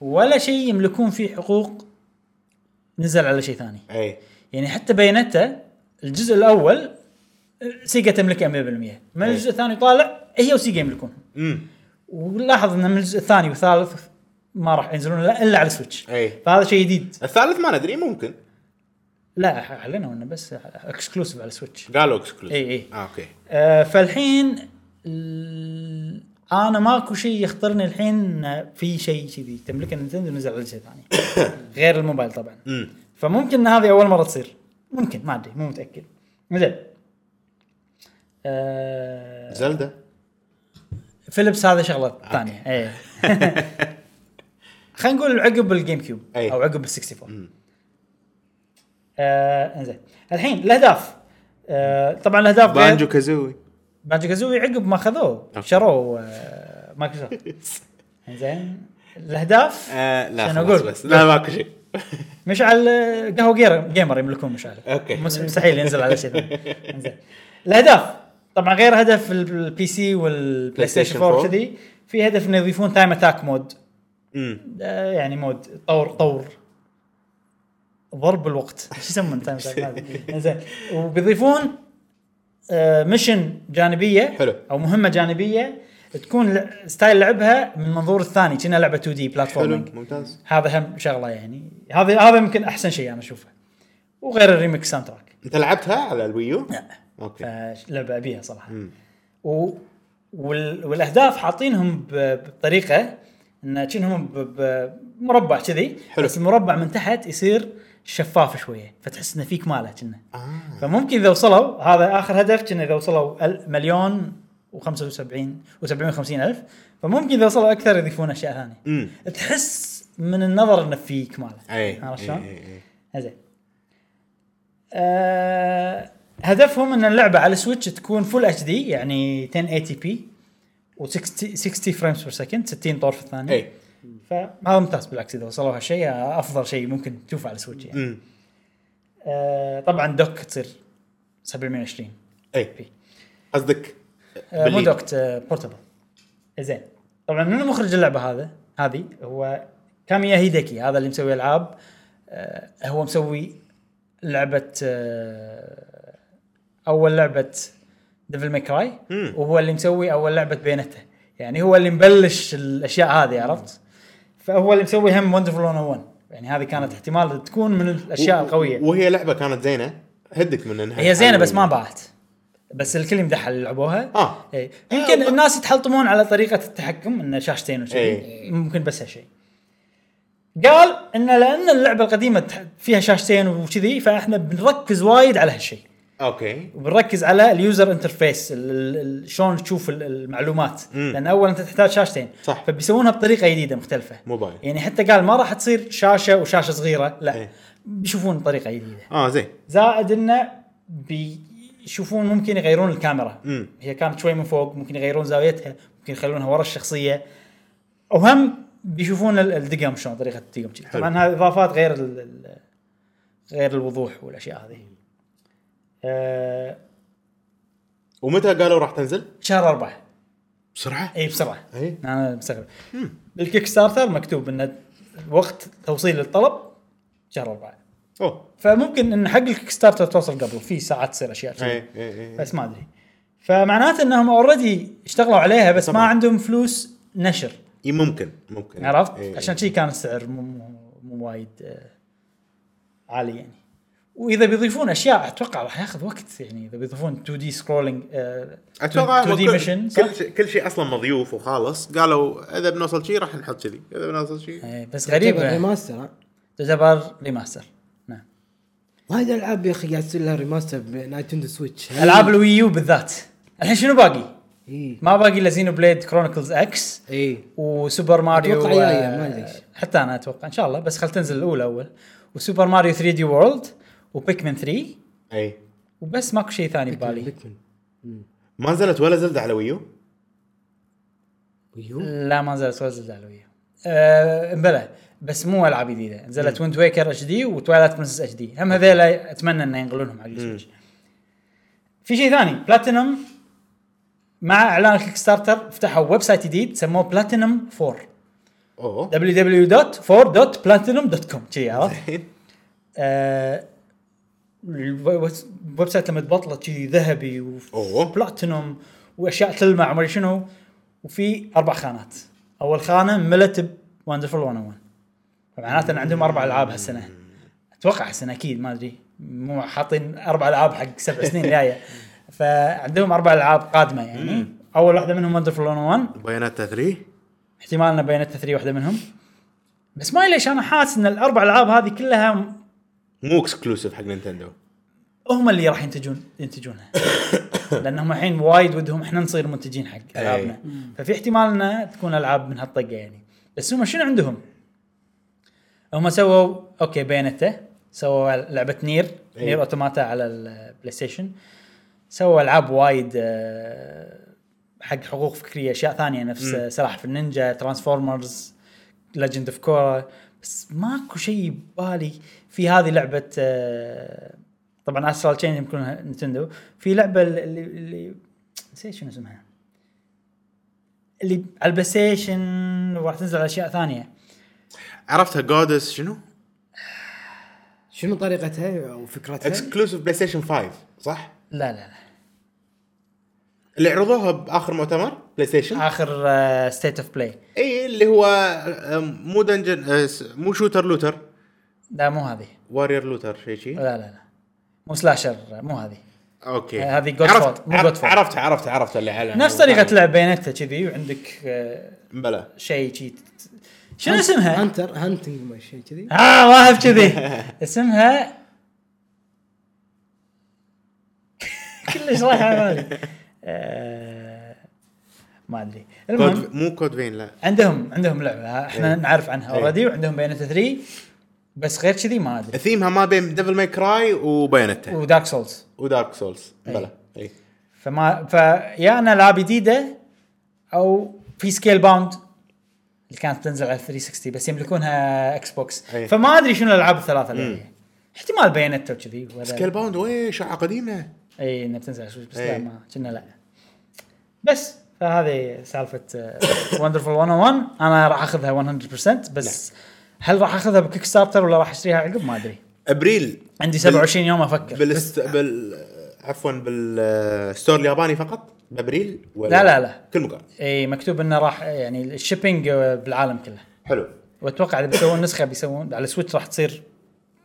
Speaker 1: ولا شيء يملكون فيه حقوق نزل على شيء ثاني
Speaker 3: اي
Speaker 1: يعني حتى بينتا الجزء الاول سيجا تملكه 100% من
Speaker 3: أي.
Speaker 1: الجزء الثاني طالع هي وسيجا يملكون
Speaker 3: امم
Speaker 1: ولاحظ ان من الجزء الثاني والثالث ما راح ينزلون لا- الا على سويتش
Speaker 3: أي.
Speaker 1: فهذا شيء جديد
Speaker 3: الثالث ما ندري ممكن
Speaker 1: لا اعلنوا انه بس اكسكلوسيف على سويتش
Speaker 3: قالوا اكسكلوسيف
Speaker 1: اي اي
Speaker 3: آه اوكي
Speaker 1: آه، فالحين ال- انا ماكو شيء يخطرني الحين إن في شيء كذي تملكه نينتندو نزل على شيء ثاني غير الموبايل طبعا
Speaker 3: امم
Speaker 1: فممكن ان هذه اول مره تصير ممكن ما ادري مو متاكد زين آه
Speaker 3: زلدة
Speaker 1: فيلبس هذا شغله ثانيه ايه خلينا نقول عقب الجيم كيوب
Speaker 3: أي.
Speaker 1: او عقب ال 64
Speaker 3: إيه. مم.
Speaker 1: آه انزين الحين الاهداف آه طبعا الاهداف غير-
Speaker 3: بانجو كازوي
Speaker 1: بانجو كازوي عقب ما خذوه
Speaker 3: أوكي.
Speaker 1: شروه آه مايكروسوفت زين الاهداف
Speaker 3: آه لا
Speaker 1: شنو
Speaker 3: خلاص
Speaker 1: أقول؟
Speaker 3: بس لا ماكو شيء
Speaker 1: مشعل آه، قهوه جير- جيمر يملكون مشعل
Speaker 3: أوكي.
Speaker 1: مس- مستحيل ينزل على شيء ثاني. إنزين. الاهداف طبعا غير هدف البي سي والبلاي ستيشن 4
Speaker 3: 4.
Speaker 1: كذي في هدف انه يضيفون تايم اتاك مود
Speaker 3: امم
Speaker 1: آه، يعني مود طور طور ضرب الوقت شو طيب، يسمون تايم اتاك زين وبيضيفون آه، ميشن جانبيه
Speaker 3: حلو.
Speaker 1: او مهمه جانبيه تكون ل- ستايل لعبها من منظور الثاني كأنها لعبه 2 دي
Speaker 3: حلو
Speaker 1: بلاتفورمينج
Speaker 3: ممتاز
Speaker 1: هذا هم شغله يعني هذا هذا يمكن احسن شيء انا اشوفه وغير الريمكس ساوند تراك
Speaker 3: انت لعبتها على الويو؟
Speaker 1: لا. Eh.
Speaker 3: اوكي
Speaker 1: فلعبه ابيها صراحه
Speaker 3: مم.
Speaker 1: و... وال... والاهداف حاطينهم ب... بطريقه ان كأنهم ب... بمربع كذي
Speaker 3: حلو.
Speaker 1: بس المربع من تحت يصير شفاف شويه فتحس انه فيك ماله كأنه
Speaker 3: اه
Speaker 1: فممكن اذا وصلوا هذا اخر هدف كنا اذا وصلوا ال- مليون و75 و70 و50 الف فممكن اذا وصلوا اكثر يضيفون اشياء ثانيه
Speaker 3: امم
Speaker 1: تحس من النظر انه فيك ماله
Speaker 3: اي
Speaker 1: عرفت شلون؟
Speaker 3: اي، اي، اي.
Speaker 1: زين أه هدفهم ان اللعبه على سويتش تكون فول اتش دي يعني 1080 بي و60 60 فريمز بير سكند 60 طور في الثانيه
Speaker 3: اي
Speaker 1: فهذا ممتاز بالعكس اذا وصلوا هالشيء آه، افضل شيء ممكن تشوفه على سويتش يعني.
Speaker 3: امم
Speaker 1: أه طبعا دوك تصير 720
Speaker 3: اي قصدك
Speaker 1: أه مو
Speaker 3: بالليد.
Speaker 1: دوك أه بورتبل زين طبعا من مخرج اللعبه هذا هذه هو كاميا هيديكي هذا اللي مسوي العاب أه هو مسوي لعبه أه اول لعبه ديفل ميكراي
Speaker 3: مم.
Speaker 1: وهو اللي مسوي اول لعبه بينته يعني هو اللي مبلش الاشياء هذه عرفت فهو اللي مسوي هم وندرفul 101 يعني هذه كانت احتمال تكون من الاشياء
Speaker 3: و-
Speaker 1: القويه
Speaker 3: وهي لعبه كانت زينه هدك من انها
Speaker 1: هي زينه بس ما باعت بس الكل يمدحها اللي لعبوها
Speaker 3: اه
Speaker 1: إيه. يمكن الناس يتحلطمون على طريقه التحكم انه شاشتين وشيء
Speaker 3: إيه.
Speaker 1: ممكن بس هالشيء قال انه لان اللعبه القديمه تح- فيها شاشتين وكذي فاحنا بنركز وايد على هالشيء
Speaker 3: اوكي
Speaker 1: وبنركز على اليوزر انترفيس شلون تشوف ال- المعلومات
Speaker 3: مم.
Speaker 1: لان اول انت تحتاج شاشتين
Speaker 3: صح.
Speaker 1: فبيسوونها بطريقه جديده مختلفه
Speaker 3: موبايل.
Speaker 1: يعني حتى قال ما راح تصير شاشه وشاشه صغيره لا
Speaker 3: إيه.
Speaker 1: بيشوفون طريقه جديده
Speaker 3: اه زين
Speaker 1: زائد انه بيشوفون ممكن يغيرون الكاميرا
Speaker 3: مم.
Speaker 1: هي كانت شوي من فوق ممكن يغيرون زاويتها ممكن يخلونها ورا الشخصيه وهم بيشوفون ال- الدقم شلون طريقه الدقم شي.
Speaker 3: حلو.
Speaker 1: طبعا هذه اضافات غير ال- ال- غير الوضوح والاشياء هذه آه،
Speaker 3: ومتى قالوا راح تنزل؟
Speaker 1: شهر أربعة
Speaker 3: بسرعه؟
Speaker 1: اي بسرعه
Speaker 3: اي
Speaker 1: انا مستغرب بالكيك ستارتر مكتوب ان وقت توصيل الطلب شهر أربعة
Speaker 3: اوه
Speaker 1: فممكن ان حق الكيك ستارتر توصل قبل في ساعات تصير اشياء كذي.
Speaker 3: اي اي اي
Speaker 1: بس ما ادري فمعناته انهم اوريدي اشتغلوا عليها بس ما
Speaker 3: طبعاً. إيه،
Speaker 1: عندهم فلوس نشر
Speaker 3: اي ممكن ممكن إيه،
Speaker 1: عرفت
Speaker 3: إي، إي.
Speaker 1: عشان شي كان السعر مو مو- مو وايد آه، عالي يعني واذا بيضيفون اشياء اتوقع راح ياخذ وقت يعني اذا بيضيفون 2 دي سكرولينج آه،
Speaker 3: اتوقع
Speaker 1: 2
Speaker 3: هو
Speaker 1: دي
Speaker 3: كل-
Speaker 1: ميشن صح
Speaker 3: كل شيء كل شيء اصلا مضيوف وخالص قالوا اذا بنوصل شيء راح نحط كذي اذا بنوصل شيء
Speaker 1: إيه، بس غريبه
Speaker 2: ريماستر ها؟
Speaker 1: تعتبر ريماستر نعم
Speaker 2: وهذه الالعاب يا اخي قاعد تصير لها ريماستر بنايتندو سويتش هل-
Speaker 1: العاب الويو بالذات الحين شنو باقي؟
Speaker 2: اي
Speaker 1: ما باقي الا زينو بليد كرونيكلز اكس
Speaker 2: اي
Speaker 1: وسوبر ماريو
Speaker 2: أتوقع جاية، ما أدري
Speaker 1: آه،
Speaker 2: إيش.
Speaker 1: حتى انا اتوقع ان شاء الله بس خل تنزل الاولى اول وسوبر ماريو 3 دي وورلد وبيكمن 3
Speaker 3: اي
Speaker 1: وبس ماكو شيء ثاني ببالي
Speaker 2: بيكمن.
Speaker 3: ما نزلت ولا زلده على ويو
Speaker 2: ويو
Speaker 1: لا ما نزلت ولا زلزال وياه أه بلى بس مو العاب جديده نزلت ويند ويكر اتش دي وتوايلايت برنسس اتش دي هم هذيلا اتمنى انه ينقلونهم على السويتش في شيء ثاني بلاتينوم مع اعلان الكيك ستارتر فتحوا ويب سايت جديد سموه بلاتينوم 4
Speaker 3: اوه
Speaker 1: www.4.platinum.com كذي عرفت؟ آه، الويب الويب سايت لما تبطله كذي ذهبي
Speaker 3: أوه.
Speaker 1: وبلاتينوم واشياء تلمع وما أدري شنو وفي اربع خانات اول خانه ملت ب وندرفول 101 فمعناته ان عندهم اربع العاب هالسنه اتوقع هالسنه اكيد ما ادري مو حاطين اربع العاب حق سبع سنين جايه فعندهم اربع العاب قادمه يعني اول واحده منهم oh وندرفول 101
Speaker 3: بايونيتا 3
Speaker 1: احتمال ان بياناتا 3 واحده منهم بس ما ليش انا حاسس ان الاربع العاب هذه كلها م-
Speaker 3: مو اكسكلوسيف حق نينتندو
Speaker 1: هم اللي راح ينتجون ينتجونها لانهم الحين وايد ودهم احنا نصير منتجين حق العابنا ففي احتمال ان تكون العاب من هالطقه يعني بس هم شنو عندهم؟ هم سووا اوكي بياناتا سووا لعبه نير
Speaker 3: أي.
Speaker 1: نير اوتوماتا على البلاي ستيشن سووا العاب وايد آه، حق حقوق فكريه اشياء ثانيه نفس
Speaker 3: مم.
Speaker 1: سلاحف النينجا ترانسفورمرز ليجند اوف كورا بس ماكو شيء ببالي في هذه لعبه آه، طبعا استرال تشين يمكن نتندو في لعبه اللي اللي نسيت شنو اسمها اللي على البلاي ستيشن وراح تنزل على اشياء ثانيه
Speaker 3: عرفتها جودس شنو؟
Speaker 2: شنو طريقتها او فكرتها؟
Speaker 3: اكسكلوسيف بلاي ستيشن 5 صح؟
Speaker 1: لا لا
Speaker 3: اللي عرضوها باخر مؤتمر بلاي ستيشن
Speaker 1: لا اخر ستيت اوف بلاي
Speaker 3: اي اللي هو آه، مو دنجن آه، س- مو شوتر لوتر
Speaker 1: لا مو هذه
Speaker 3: وارير لوتر شيء شيء
Speaker 1: لا لا لا مو سلاشر مو هذه
Speaker 3: اوكي
Speaker 1: آه، هذه Godfall،
Speaker 3: عرفت
Speaker 1: مو
Speaker 3: عرفت
Speaker 1: Godfall.
Speaker 3: عرفت عرفت عرفت اللي على
Speaker 1: نفس طريقه لعب بياناتا كذي وعندك آه،
Speaker 3: بلا
Speaker 1: شيء شيء شنو اسمها؟
Speaker 2: هانتر هانتنج ما شيء كذي
Speaker 1: اه ما اعرف كذي اسمها كلش رايح على بالي آه، ما ادري المهم
Speaker 3: كود مو كود فين لا
Speaker 1: عندهم عندهم لعبه احنا
Speaker 3: طيب. إيه.
Speaker 1: نعرف عنها
Speaker 3: إيه.
Speaker 1: اوريدي وعندهم بيانات 3 بس غير كذي ما ادري
Speaker 3: ثيمها ما بين ديفل ماي كراي وبايونيتا
Speaker 1: ودارك سولز
Speaker 3: ودارك سولز
Speaker 1: إي.
Speaker 3: بلا اي
Speaker 1: فما فيا انا العاب جديده او في سكيل باوند اللي كانت تنزل على 360 بس يملكونها اكس بوكس
Speaker 3: أي.
Speaker 1: فما ادري شنو الالعاب الثلاثه اللي هي. احتمال بيانتا وكذي ولا-
Speaker 3: سكيل باوند وي شعه قديمه
Speaker 1: اي انها بتنزل على سويتش بس لا
Speaker 3: إي.
Speaker 1: ما كنا لا بس فهذه آه، سالفه وندرفول 101 انا oh راح اخذها 100% بس
Speaker 3: نعم.
Speaker 1: هل راح اخذها بكيك ستارتر ولا راح اشتريها عقب ما ادري
Speaker 3: ابريل
Speaker 1: عندي 27 يوم افكر
Speaker 3: بالست... بال عفوا بالستور الياباني فقط بابريل ولا
Speaker 1: لا، لا، لا.
Speaker 3: كل مكان
Speaker 1: اي مكتوب انه راح يعني الشيبينج بالعالم كله
Speaker 3: حلو
Speaker 1: واتوقع اذا بيسوون نسخه بيسوون على سويتش راح تصير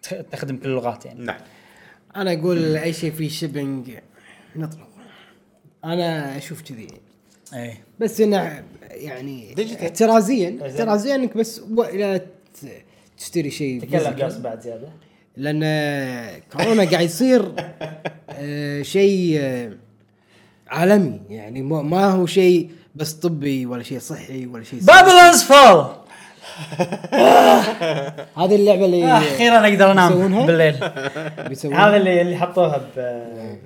Speaker 1: تخ- تخدم كل اللغات يعني
Speaker 3: نعم
Speaker 2: انا اقول اي شيء فيه شيبنج نطلب انا اشوف كذي
Speaker 1: اي
Speaker 2: بس انا يعني
Speaker 3: Digital.
Speaker 2: احترازيا احترازيا انك بس و- لا ت- تشتري شيء
Speaker 1: تكلم
Speaker 2: physical.
Speaker 1: جاس بعد زياده
Speaker 2: لان كورونا قاعد يصير آه، شيء آه، عالمي يعني ما- ما هو شيء بس طبي ولا شيء صحي ولا شيء
Speaker 1: بابلونز فول
Speaker 2: هذه اللعبه اللي
Speaker 1: اخيرا اقدر انام
Speaker 2: إيه. يسوونها؟ إيه.
Speaker 1: بالليل هذا
Speaker 2: بيسوونها
Speaker 1: اللي اللي حطوها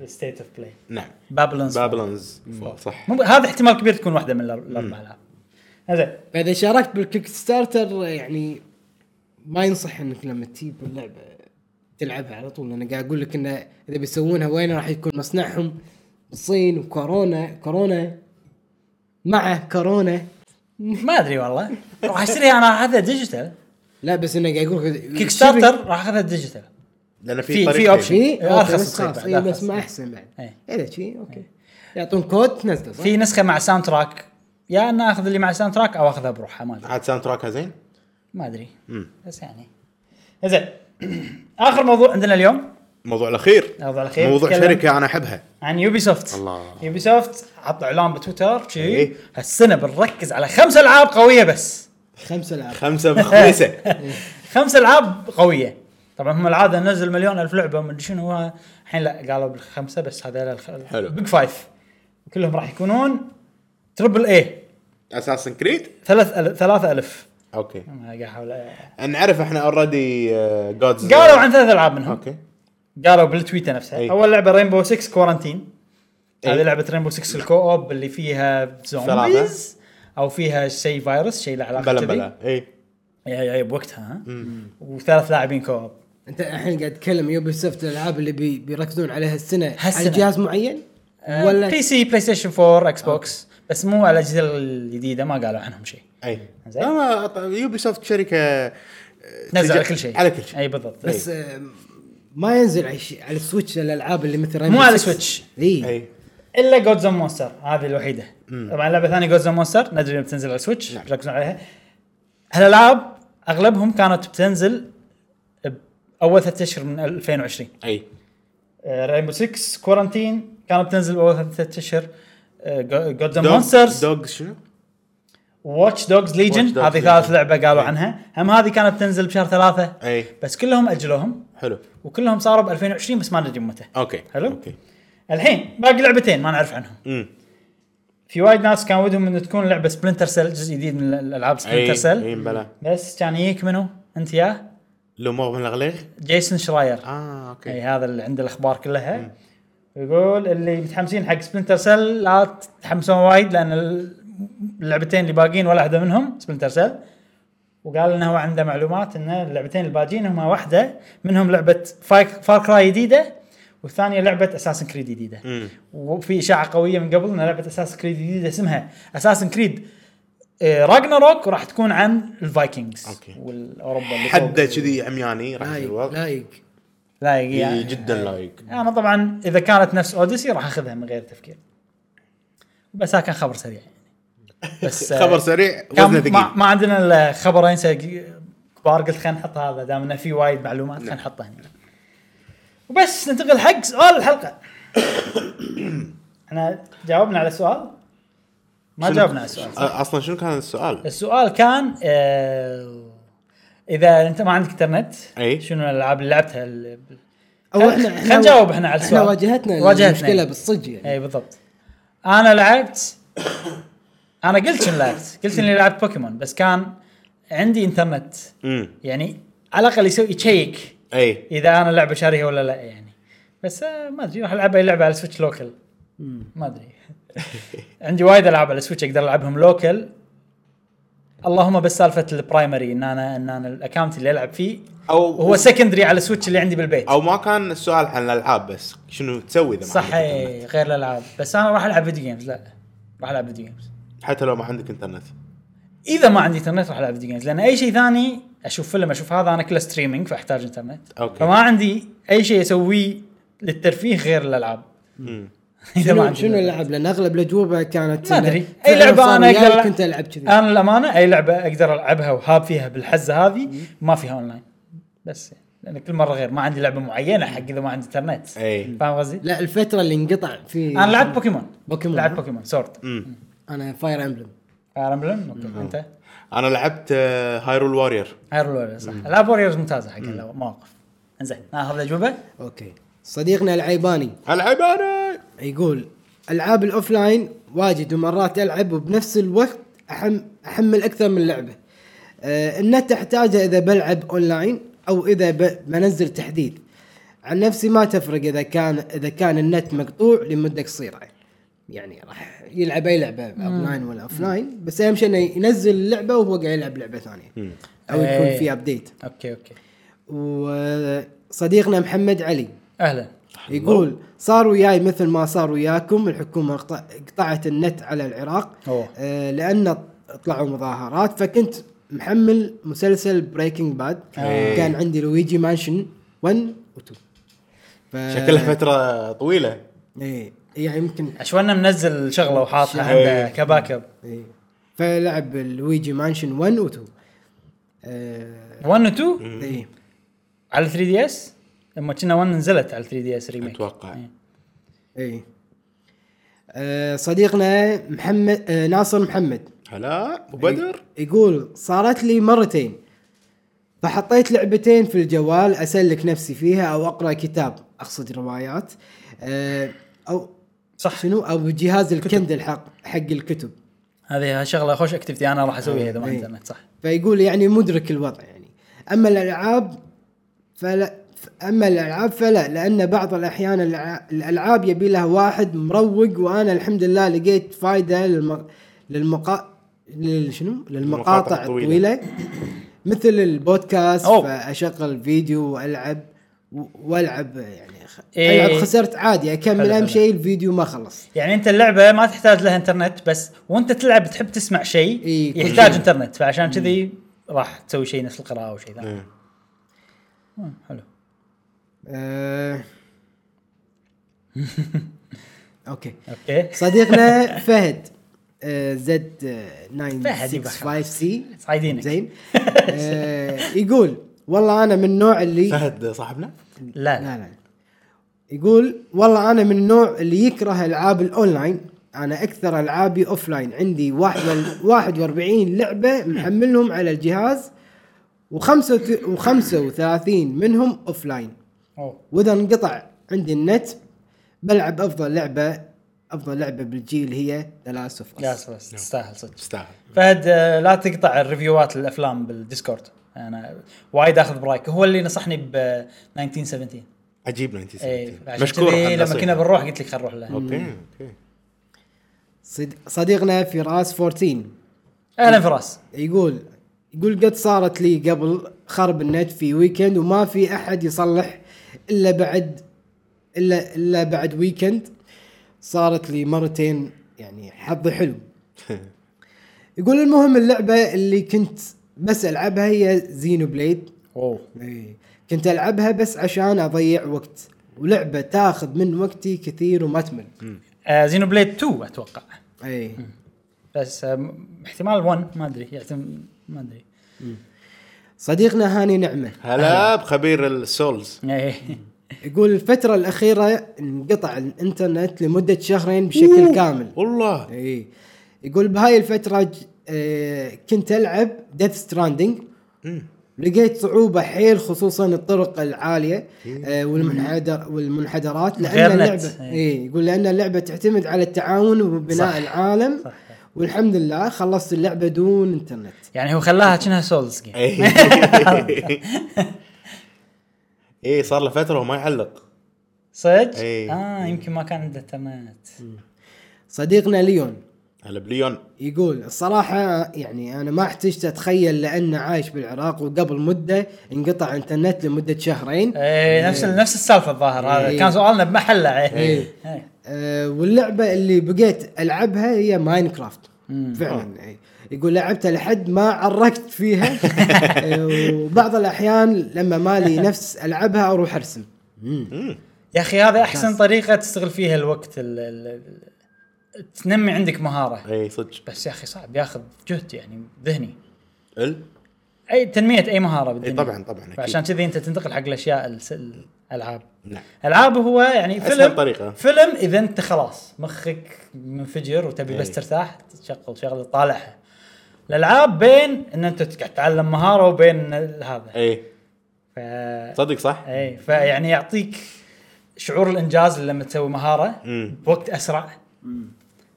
Speaker 1: بستيت اوف بلاي
Speaker 3: نعم
Speaker 1: بابلونز
Speaker 3: بابلونز صح
Speaker 1: مو هذا احتمال كبير تكون واحده من الأر- الاربع العاب زين
Speaker 2: فاذا شاركت بالكيك ستارتر يعني ما ينصح انك لما تجيب اللعبه تلعبها على طول لان قاعد اقول لك انه اذا بيسوونها وين راح يكون مصنعهم الصين وكورونا كورونا مع كورونا
Speaker 1: ما ادري والله راح اشتريها انا راح اخذها ديجيتال
Speaker 2: لا بس انه قاعد اقول لك
Speaker 1: كيك ستارتر راح اخذها ديجيتال
Speaker 3: لان
Speaker 1: في- في
Speaker 3: في طريقتين.
Speaker 1: option.
Speaker 2: شيء
Speaker 1: أرخص
Speaker 2: أوكي، بس
Speaker 1: تصير
Speaker 2: خلاص
Speaker 1: بعد،
Speaker 2: إيه،
Speaker 1: أرخص.
Speaker 2: بس ما احسن بعد
Speaker 1: إيه.
Speaker 2: اذا شيء اوكي يعطون كود تنزله صح؟
Speaker 1: في نسخه مع ساوند تراك يا انا اخذ اللي مع ساوند تراك او اخذها بروحها ما ادري
Speaker 3: عاد ساوند تراكها زين
Speaker 1: ما ادري
Speaker 3: مم.
Speaker 1: بس يعني زين اخر موضوع عندنا اليوم
Speaker 3: الموضوع الاخير
Speaker 1: الموضوع الأخير.
Speaker 3: موضوع
Speaker 1: نتكلم.
Speaker 3: شركه انا احبها
Speaker 1: عن يوبي سوفت
Speaker 3: الله.
Speaker 1: يوبي سوفت حط اعلان بتويتر شي
Speaker 3: إيه.
Speaker 1: هالسنه بنركز على خمس العاب قويه بس
Speaker 2: خمسه العاب
Speaker 3: خمسه مخبيسه
Speaker 1: خمس العاب قويه طبعا هم العاده نزل مليون الف لعبه ومدري شنو هو الحين لا قالوا بالخمسه بس هذول
Speaker 3: حلو.
Speaker 1: بيج فايف كلهم راح يكونون تربل اي
Speaker 3: اساسن كريد
Speaker 1: ثلاث ألف ثلاثة ألف
Speaker 3: اوكي
Speaker 1: أنا قاعد احاول أ-
Speaker 3: نعرف uh, احنا اوريدي جودز
Speaker 1: قالوا عن ثلاث العاب منهم
Speaker 3: اوكي
Speaker 1: قالوا بالتويتر نفسها
Speaker 3: أي.
Speaker 1: اول لعبه رينبو 6 كورنتين
Speaker 3: أي.
Speaker 1: هذه لعبه رينبو 6 الكو اوب اللي فيها
Speaker 3: ثلاثة.
Speaker 1: زومبيز او فيها شيء فيروس شيء له علاقه
Speaker 3: بلا إيه.
Speaker 1: كذي.
Speaker 3: بلا اي
Speaker 1: اي اي بوقتها ها وثلاث لاعبين كوب
Speaker 2: انت الحين قاعد تتكلم يوبي سوفت الالعاب اللي بي بيركزون عليها السنه
Speaker 1: هالسنة. آه،
Speaker 2: على جهاز معين أه، ولا
Speaker 1: بي سي بلاي ستيشن 4 اكس بوكس بس مو على الاجهزه الجديده ما قالوا عنهم شيء
Speaker 3: اي
Speaker 1: زين.
Speaker 3: يوبي سوفت شركه آه،
Speaker 1: نزل على
Speaker 3: تج-
Speaker 1: كل شيء
Speaker 3: على كل شيء
Speaker 1: اي بالضبط بس
Speaker 2: بس آه، ما ينزل على الشي- على السويتش الالعاب اللي مثل
Speaker 1: مو على السويتش. إيه.
Speaker 2: اي
Speaker 3: اي
Speaker 1: الا جودز اوف مونستر هذه الوحيده طبعا لعبه ثانيه جودز اوف مونستر ندري انها بتنزل على السويتش
Speaker 3: نعم.
Speaker 1: بيركزون عليها هالالعاب اغلبهم كانت بتنزل اول ثلاث اشهر من آه، 2020
Speaker 3: اي
Speaker 1: رينبو 6 كورنتين كانت بتنزل باول ثلاث اشهر آه، جودز اوف
Speaker 3: دوغ-
Speaker 1: مونسترز
Speaker 3: دوغ شنو؟
Speaker 1: واتش دوجز
Speaker 3: Watch Dogs
Speaker 1: ليجن هذه
Speaker 3: Legion. إيه.
Speaker 1: ثالث لعبه قالوا
Speaker 3: أي.
Speaker 1: عنها هم هذه كانت تنزل بشهر ثلاثة
Speaker 3: اي
Speaker 1: بس كلهم اجلوهم
Speaker 3: حلو
Speaker 1: وكلهم صاروا ب 2020 بس ما ندري متى
Speaker 3: اوكي
Speaker 1: حلو.
Speaker 3: اوكي
Speaker 1: الحين باقي لعبتين ما نعرف عنهم
Speaker 3: امم
Speaker 1: في وايد ناس كان ودهم انه تكون لعبه سبلنتر سيل جزء جديد من الالعاب
Speaker 3: اي
Speaker 1: سبلنتر
Speaker 3: اي
Speaker 1: سيل
Speaker 3: بلا
Speaker 1: بس كان يجيك منو انت يا
Speaker 3: الامور من الاغليق
Speaker 1: جيسون شراير
Speaker 3: اه اوكي
Speaker 1: اي هذا اللي عنده الاخبار كلها يقول اللي متحمسين حق سبلنتر سيل لا تتحمسون وايد لان ال- اللعبتين اللي باقين ولا واحده منهم سبلنتر سيل وقال انه هو عنده معلومات ان اللعبتين اللي باقين هما واحده منهم لعبه فار كراي جديده والثانيه لعبه اساسن كريد جديده
Speaker 3: امم
Speaker 1: وفي اشاعه قويه من قبل ان لعبه اساس كريد جديده اسمها اساسن كريد راجناروك وراح تكون عن الفايكنجز
Speaker 3: أوكي.
Speaker 1: والاوروبا اللي فوق.
Speaker 3: حده كذي إيه، عمياني راح يصير
Speaker 2: لايق
Speaker 3: وضع.
Speaker 2: لايق
Speaker 1: لا
Speaker 3: اي
Speaker 1: يعني
Speaker 3: جدا لايق
Speaker 1: انا طبعا اذا كانت نفس اوديسي راح اخذها من غير تفكير بس هذا كان خبر سريع يعني. بس آه،
Speaker 3: خبر سريع وزنه
Speaker 1: كان ما,
Speaker 3: ثقيل
Speaker 1: ما عندنا الا خبرين سريع كبار قلت خلينا نحط هذا دام انه في وايد معلومات
Speaker 3: نعم.
Speaker 1: خلينا نحطه هنا وبس ننتقل حق سؤال الحلقه احنا جاوبنا على سؤال ما
Speaker 3: شنو-
Speaker 1: جاوبنا على السؤال صح؟
Speaker 3: آه، اصلا شنو كان السؤال؟
Speaker 1: السؤال كان آه اذا انت ما عندك انترنت
Speaker 3: أي.
Speaker 1: شنو الالعاب اللي لعبتها ال-
Speaker 2: او
Speaker 1: خل-
Speaker 2: احنا
Speaker 1: خلنا نجاوب إحنا على السؤال.
Speaker 2: احنا واجهتنا
Speaker 1: واجهتنا. إيه،
Speaker 2: المشكله بالصج يعني
Speaker 1: اي بالضبط انا لعبت انا قلت شنو لعبت قلت اني لعبت بوكيمون بس كان عندي انترنت
Speaker 3: امم
Speaker 1: يعني على الاقل يسوي يشيك
Speaker 3: اي
Speaker 1: اذا انا اللعبه شاريها ولا لا يعني بس آه، ما ادري راح العب اي لعبه على سويتش لوكل ما ادري عندي وايد العاب على سويتش اقدر العبهم لوكل اللهم بس سالفه البرايمري ان انا ان انا الاكونت اللي العب فيه
Speaker 3: او
Speaker 1: هو سكندري على السويتش اللي عندي بالبيت
Speaker 3: او ما كان السؤال عن الالعاب بس شنو تسوي اذا ما
Speaker 1: صح
Speaker 3: عندك إنترنت؟
Speaker 1: اي غير الالعاب بس انا راح العب فيديو جيمز لا راح العب فيديو جيمز
Speaker 3: حتى لو ما عندك انترنت
Speaker 1: اذا ما عندي انترنت راح العب فيديو جيمز لان اي شيء ثاني اشوف فيلم اشوف هذا انا كله ستريمينج فاحتاج انترنت
Speaker 3: أوكي.
Speaker 1: فما عندي اي شيء اسويه للترفيه غير الالعاب
Speaker 3: امم
Speaker 1: اذا ما
Speaker 2: شنو
Speaker 1: عندي
Speaker 2: شنو
Speaker 1: إنترنت.
Speaker 2: اللعب لان اغلب الاجوبه كانت
Speaker 1: ما
Speaker 2: إنه
Speaker 1: ادري اي
Speaker 2: فعلاً
Speaker 1: لعبه
Speaker 2: صار
Speaker 1: انا
Speaker 2: وياي
Speaker 1: اقدر
Speaker 2: كنت العب كذي
Speaker 1: انا للامانه اي لعبه اقدر العبها وهاب فيها بالحزه هذه ما فيها اونلاين بس لان كل مره غير ما عندي لعبه معينه حق اذا ما عندي انترنت
Speaker 3: اي
Speaker 1: فاهم قصدي؟
Speaker 2: لا الفتره اللي انقطع في
Speaker 1: انا لعبت بوكيمون
Speaker 2: بوكيمون
Speaker 1: لعبت بوكيمون سورد
Speaker 3: امم
Speaker 2: انا فاير امبلم
Speaker 1: فاير امبلم اوكي انت
Speaker 3: انا لعبت آه، هايرول وارير
Speaker 1: هايرو لوريز صح العاب ووريرز ممتازه حق المواقف انزين ناخذ الاجوبه
Speaker 2: اوكي صديقنا العيباني
Speaker 3: العب انا
Speaker 2: يقول العاب الاوفلاين واجد ومرات العب وبنفس الوقت أحم احمل اكثر من لعبه أه النت احتاجه اذا بلعب اونلاين او اذا ب- بنزل تحديث عن نفسي ما تفرق اذا كان اذا كان النت مقطوع لمده قصيره يعني راح يلعب اي لعبه اونلاين ولا اوفلاين بس اهم شيء انه ينزل اللعبه وهو قاعد يلعب لعبه ثانيه او
Speaker 1: إيه.
Speaker 2: يكون في ابديت
Speaker 1: اوكي اوكي
Speaker 2: وصديقنا محمد علي
Speaker 1: اهلا
Speaker 2: يقول صار وياي مثل ما صار وياكم الحكومه قط- قطعت النت على العراق
Speaker 1: أوه.
Speaker 2: آه لان طلعوا مظاهرات فكنت محمل مسلسل بريكنج باد
Speaker 3: إيه.
Speaker 2: كان عندي لويجي مانشن 1 و 2 ف...
Speaker 1: آه.
Speaker 3: شكلها فتره طويله
Speaker 2: ايه يعني يمكن
Speaker 1: عشوانا منزل شغله وحاطها عنده كباكب
Speaker 2: ايه فلعب لويجي مانشن 1 و 2 آه
Speaker 1: 1 و 2
Speaker 2: ايه
Speaker 1: على 3 دي اس لما كنا 1 نزلت على 3 دي اس ريميك
Speaker 3: أتوقع.
Speaker 1: إيه.
Speaker 2: ايه آه صديقنا محمد آه ناصر محمد
Speaker 3: هلا ابو بدر
Speaker 2: يعني يقول صارت لي مرتين فحطيت لعبتين في الجوال اسلك نفسي فيها او اقرا كتاب اقصد روايات آه، او
Speaker 1: صح.
Speaker 2: شنو او جهاز الكندل حق حق الكتب
Speaker 1: هذه شغله خوش اكتيفيتي انا راح اسويها اذا ما
Speaker 2: إيه.
Speaker 1: عندي انترنت صح
Speaker 2: فيقول يعني مدرك الوضع يعني اما الالعاب فلا اما الالعاب فلا لان بعض الاحيان الألع- الالعاب يبي لها واحد مروق وانا الحمد لله لقيت فائده للم... للمقا... لل- شنو
Speaker 3: المقاطع
Speaker 2: للمقاطع
Speaker 3: الطويلة.
Speaker 2: الطويله مثل البودكاست
Speaker 1: أوه.
Speaker 2: فاشغل فيديو والعب و- والعب يعني خ-
Speaker 1: إيه.
Speaker 2: العب خسرت عادي اكمل
Speaker 1: حلو،
Speaker 2: اهم
Speaker 1: حلو.
Speaker 2: شيء الفيديو ما خلص
Speaker 1: يعني انت اللعبه ما تحتاج لها انترنت بس وانت تلعب تحب تسمع شيء
Speaker 2: إي، إيه، كل
Speaker 1: يحتاج
Speaker 2: شيء.
Speaker 1: انترنت فعشان كذي راح تسوي شيء نفس القراءه او شيء ثاني
Speaker 3: إيه.
Speaker 2: إيه.
Speaker 1: مم، حلو
Speaker 2: أه... اوكي
Speaker 1: اوكي
Speaker 2: صديقنا فهد آه، زد
Speaker 1: فهد يبقى
Speaker 2: 965 سي
Speaker 1: صايدينك.
Speaker 2: زين آه، يقول والله انا من النوع اللي
Speaker 3: فهد صاحبنا
Speaker 1: لا
Speaker 2: لا
Speaker 1: لا
Speaker 2: لا يقول والله انا من النوع اللي يكره العاب الاونلاين انا اكثر العابي اوفلاين عندي واحد وال- 41 لعبه محملهم على الجهاز و35 منهم اوفلاين
Speaker 1: أوه.
Speaker 2: واذا انقطع عندي النت بلعب افضل لعبه افضل لعبه بالجيل هي ذا لاست اوف
Speaker 1: لا
Speaker 2: اس
Speaker 1: خلاص تستاهل صدق
Speaker 3: تستاهل
Speaker 1: فهد آه، لا تقطع الريفيوات الافلام بالديسكورد انا وايد اخذ برايك هو اللي نصحني ب 1917
Speaker 3: عجيب
Speaker 1: اي
Speaker 3: 1970
Speaker 1: إيه، عشان كذي
Speaker 3: حق
Speaker 1: لما
Speaker 3: النصيحة.
Speaker 1: كنا بنروح قلت لك خل نروح له
Speaker 3: اوكي اوكي
Speaker 2: صد- صديقنا فراس 14
Speaker 1: اهلا فراس
Speaker 2: يقول يقول قد صارت لي قبل خرب النت في ويكند وما في احد يصلح الا بعد الا الا بعد ويكند صارت لي مرتين يعني حظي حلو يقول المهم اللعبه اللي كنت بس العبها هي زينو بليد
Speaker 1: اوه
Speaker 2: إيه. كنت العبها بس عشان اضيع وقت ولعبه تاخذ من وقتي كثير وما تمل
Speaker 1: آه زينو بليد 2 اتوقع
Speaker 2: اي
Speaker 1: بس آه م- احتمال 1 ما ادري يعتمد ما ادري
Speaker 2: صديقنا هاني نعمه
Speaker 3: هلا بخبير السولز
Speaker 1: إيه.
Speaker 2: يقول الفترة الأخيرة انقطع الإنترنت لمدة شهرين بشكل
Speaker 3: أوه.
Speaker 2: كامل
Speaker 3: والله
Speaker 2: إي إيه. يقول بهاي الفترة ج... آه كنت ألعب ديث ستراندنج
Speaker 3: مم.
Speaker 2: لقيت صعوبة حيل خصوصا الطرق العالية
Speaker 1: إيه.
Speaker 2: آه والمنحدر والمنحدرات
Speaker 1: غير
Speaker 2: لأن
Speaker 1: نت.
Speaker 2: اللعبة
Speaker 1: إي.
Speaker 2: إي يقول لأن اللعبة تعتمد على التعاون وبناء
Speaker 1: إيه. صح.
Speaker 2: العالم
Speaker 1: صح.
Speaker 2: والحمد لله خلصت اللعبة دون إنترنت
Speaker 1: يعني هو خلاها كأنها سولز جيم
Speaker 2: إيه.
Speaker 3: ايه إيه. صار له فتره وما يعلق
Speaker 1: صدق؟
Speaker 3: إيه.
Speaker 1: اه يمكن ما كان عنده انترنت
Speaker 2: صديقنا ليون
Speaker 3: هلا بليون
Speaker 2: يقول الصراحة يعني أنا ما احتجت أتخيل لأن عايش بالعراق وقبل مدة انقطع إنترنت لمدة شهرين
Speaker 1: ايه نفس نفس السالفه الظاهر هذا
Speaker 2: إيه.
Speaker 1: كان سؤالنا بمحله
Speaker 2: إيه. أه واللعبة اللي بقيت ألعبها هي ماينكرافت فعلا أي. يقول لعبتها لحد ما عركت فيها أه، وبعض الأحيان لما مالي نفس ألعبها أروح أرسم
Speaker 1: يا اخي هذا احسن طريقه تستغل فيها الوقت ال ال ال- تنمي عندك مهاره
Speaker 3: اي إيه، صدق
Speaker 1: بس يا اخي صعب ياخذ جهد يعني ذهني
Speaker 3: ال إيه،
Speaker 1: اي تنميه اي مهاره بالدنيا
Speaker 3: اي طبعا طبعا
Speaker 1: فعشان
Speaker 3: اكيد
Speaker 1: كذي انت تنتقل حق الاشياء الس- الالعاب
Speaker 3: نعم
Speaker 1: العاب هو يعني
Speaker 3: أسهل
Speaker 1: فيلم
Speaker 3: طريقة.
Speaker 1: فيلم اذا انت خلاص مخك منفجر وتبي بس
Speaker 3: إي.
Speaker 1: ترتاح تشغل شغله تطالعها الالعاب بين ان انت قاعد تتعلم مهاره وبين ال- هذا
Speaker 3: اي
Speaker 1: ف...
Speaker 3: إيه، صدق صح؟
Speaker 1: اي إيه. فيعني يعطيك شعور الانجاز لما تسوي مهاره
Speaker 3: مم.
Speaker 1: بوقت اسرع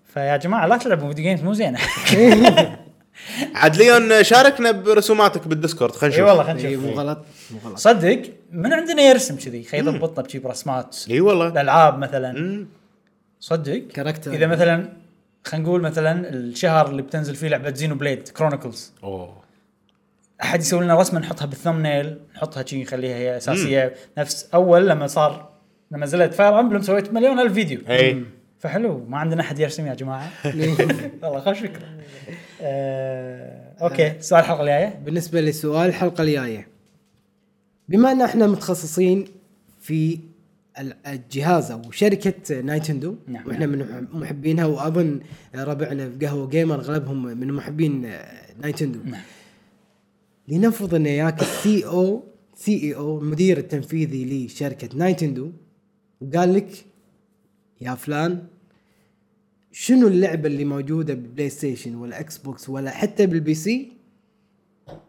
Speaker 1: فيا جماعه لا تلعبوا فيديو جيمز مو زينه
Speaker 2: إيه،
Speaker 3: عاد ليون شاركنا برسوماتك بالديسكورد خلينا
Speaker 1: اي
Speaker 3: نشوف
Speaker 1: والله خلينا
Speaker 2: أي، مو
Speaker 1: نشوف
Speaker 2: غلط مو غلط
Speaker 1: صدق من عندنا يرسم كذي خي يضبطنا بشي برسمات
Speaker 3: اي والله
Speaker 1: الالعاب مثلا
Speaker 3: مم.
Speaker 1: صدق
Speaker 2: كاركتر.
Speaker 1: اذا مثلا خلينا نقول مثلا الشهر اللي بتنزل فيه لعبه زينو بليد كرونيكلز
Speaker 3: اوه
Speaker 1: احد يسوي لنا رسمه نحطها بالثمنيل نحطها شي نخليها هي اساسيه نفس اول لما صار لما نزلت فاير امبلم سويت مليون الف فيديو
Speaker 3: اي
Speaker 1: فحلو ما عندنا احد يرسم يا جماعه والله خوش فكره آه، اوكي سؤال الحلقه الجايه
Speaker 2: بالنسبة لسؤال الحلقة الجاية بما ان احنا متخصصين في ال- الجهاز او شركة نايتندو
Speaker 1: نعم.
Speaker 2: واحنا من محبينها واظن ربعنا في قهوة جيمر اغلبهم من محبين نايتندو
Speaker 1: نعم.
Speaker 2: لنفرض ان ياك E السي او سي اي او المدير E التنفيذي لشركة نايتندو وقال لك يا فلان شنو اللعبة اللي موجودة بالبلاي ستيشن ولا اكس بوكس ولا حتى بالبي سي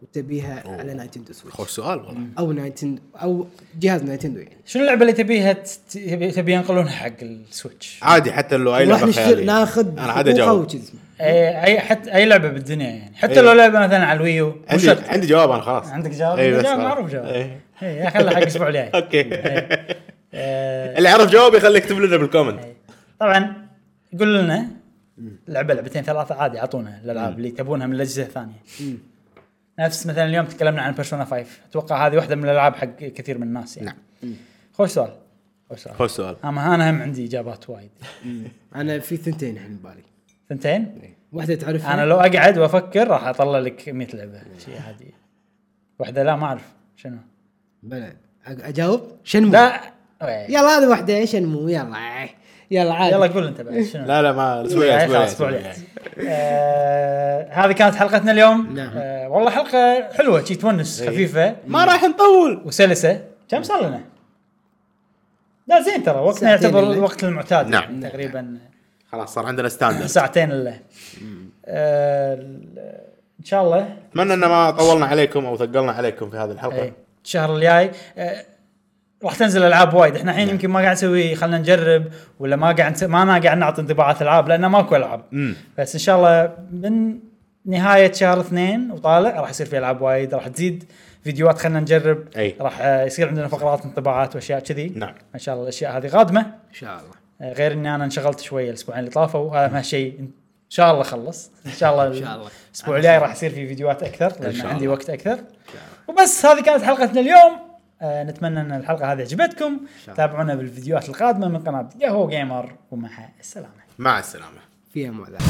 Speaker 2: وتبيها على نايتندو سويتش
Speaker 3: خوش سؤال والله
Speaker 2: او نايتندو او جهاز نايتندو يعني
Speaker 1: شنو اللعبه اللي تبيها ت- تبي تبي ينقلونها حق السويتش؟
Speaker 3: عادي حتى لو اي
Speaker 2: راح
Speaker 3: لعبه
Speaker 2: نشتري
Speaker 3: خياليه
Speaker 2: ناخذ
Speaker 3: انا عادي
Speaker 2: حقوقها
Speaker 3: اجاوب
Speaker 2: وش اسمه
Speaker 1: اي اي حتى اي لعبه بالدنيا يعني حتى
Speaker 3: إيه.
Speaker 1: لو لعبه مثلا على الويو مو
Speaker 3: عندي
Speaker 1: شرط.
Speaker 3: عندي جواب انا خلاص
Speaker 1: عندك جواب؟
Speaker 3: إي، إيه، بس
Speaker 1: جواب
Speaker 3: خلاص. إيه.
Speaker 1: معروف جواب.
Speaker 3: إي.
Speaker 1: اي خلها حق الاسبوع الجاي
Speaker 3: اوكي
Speaker 1: إيه. آه،
Speaker 3: اللي عرف جوابي خليه يكتب لنا بالكومنت
Speaker 1: طبعا قول لنا لعبه لعبتين ثلاثه عادي اعطونا الالعاب اللي تبونها من الاجهزه الثانيه نفس مثلا اليوم تكلمنا عن بيرسونا 5 اتوقع هذه واحده من الالعاب حق كثير من الناس يعني خوش سؤال خوش سؤال
Speaker 3: نعم. خوش سؤال
Speaker 1: اما انا هم عندي اجابات وايد
Speaker 2: انا في ثنتين الحين ببالي
Speaker 1: ثنتين
Speaker 2: واحده
Speaker 3: نعم.
Speaker 2: تعرفها
Speaker 1: انا لو اقعد وافكر راح اطلع لك 100 لعبه شيء عادي واحده لا ما اعرف شنو
Speaker 2: بلا أ- اجاوب شنمو
Speaker 1: لا وي.
Speaker 2: يلا هذه واحده شنمو يلا يلا عادي
Speaker 1: يلا قول انت بعد شنو
Speaker 3: لا لا ما
Speaker 1: إيه،
Speaker 3: اسبوعين
Speaker 1: خلاص
Speaker 3: اسبوعين
Speaker 2: إيه.
Speaker 1: آه، هذه كانت حلقتنا اليوم
Speaker 2: نعم. إيه.
Speaker 1: آه، والله حلقه حلوه شي تونس خفيفه
Speaker 3: ما راح نطول
Speaker 1: وسلسه كم صار لنا؟ لا زين ترى وقتنا
Speaker 2: ساعتين
Speaker 1: يعتبر
Speaker 2: إلا.
Speaker 1: الوقت المعتاد
Speaker 3: نعم.
Speaker 1: يعني تقريبا
Speaker 3: خلاص صار عندنا ستاندرد
Speaker 1: ساعتين الا آه، ال- ان شاء الله
Speaker 3: اتمنى ان ما طولنا عليكم او ثقلنا عليكم في هذه الحلقه
Speaker 1: إيه، الشهر الجاي آه، راح تنزل العاب وايد احنا
Speaker 3: نعم.
Speaker 1: الحين يمكن ما قاعد نسوي خلينا نجرب ولا ما قاعد نس- ما انا قاعد نعطي انطباعات العاب لانه ماكو العاب
Speaker 3: امم
Speaker 1: بس ان شاء الله من نهايه شهر اثنين وطالع راح يصير في العاب وايد راح تزيد فيديوهات خلينا نجرب
Speaker 3: أي.
Speaker 1: راح آه، يصير عندنا فقرات انطباعات واشياء كذي
Speaker 3: نعم.
Speaker 1: ان شاء الله الاشياء هذه قادمه
Speaker 2: ان شاء الله
Speaker 1: آه، غير اني انا انشغلت شويه الاسبوعين اللي طافوا هذا ما شيء ان شاء الله خلص ان شاء الله
Speaker 2: إن شاء الله.
Speaker 1: الاسبوع الجاي راح يصير في فيديوهات اكثر لان
Speaker 3: شاء
Speaker 1: عندي
Speaker 3: الله.
Speaker 1: وقت اكثر وبس هذه كانت حلقتنا اليوم آه، نتمنى ان الحلقه هذه عجبتكم
Speaker 2: شاء الله.
Speaker 1: تابعونا بالفيديومات القادمه من قناه قهوه جيمر ومع السلامه
Speaker 3: مع السلامه
Speaker 2: فيها معذره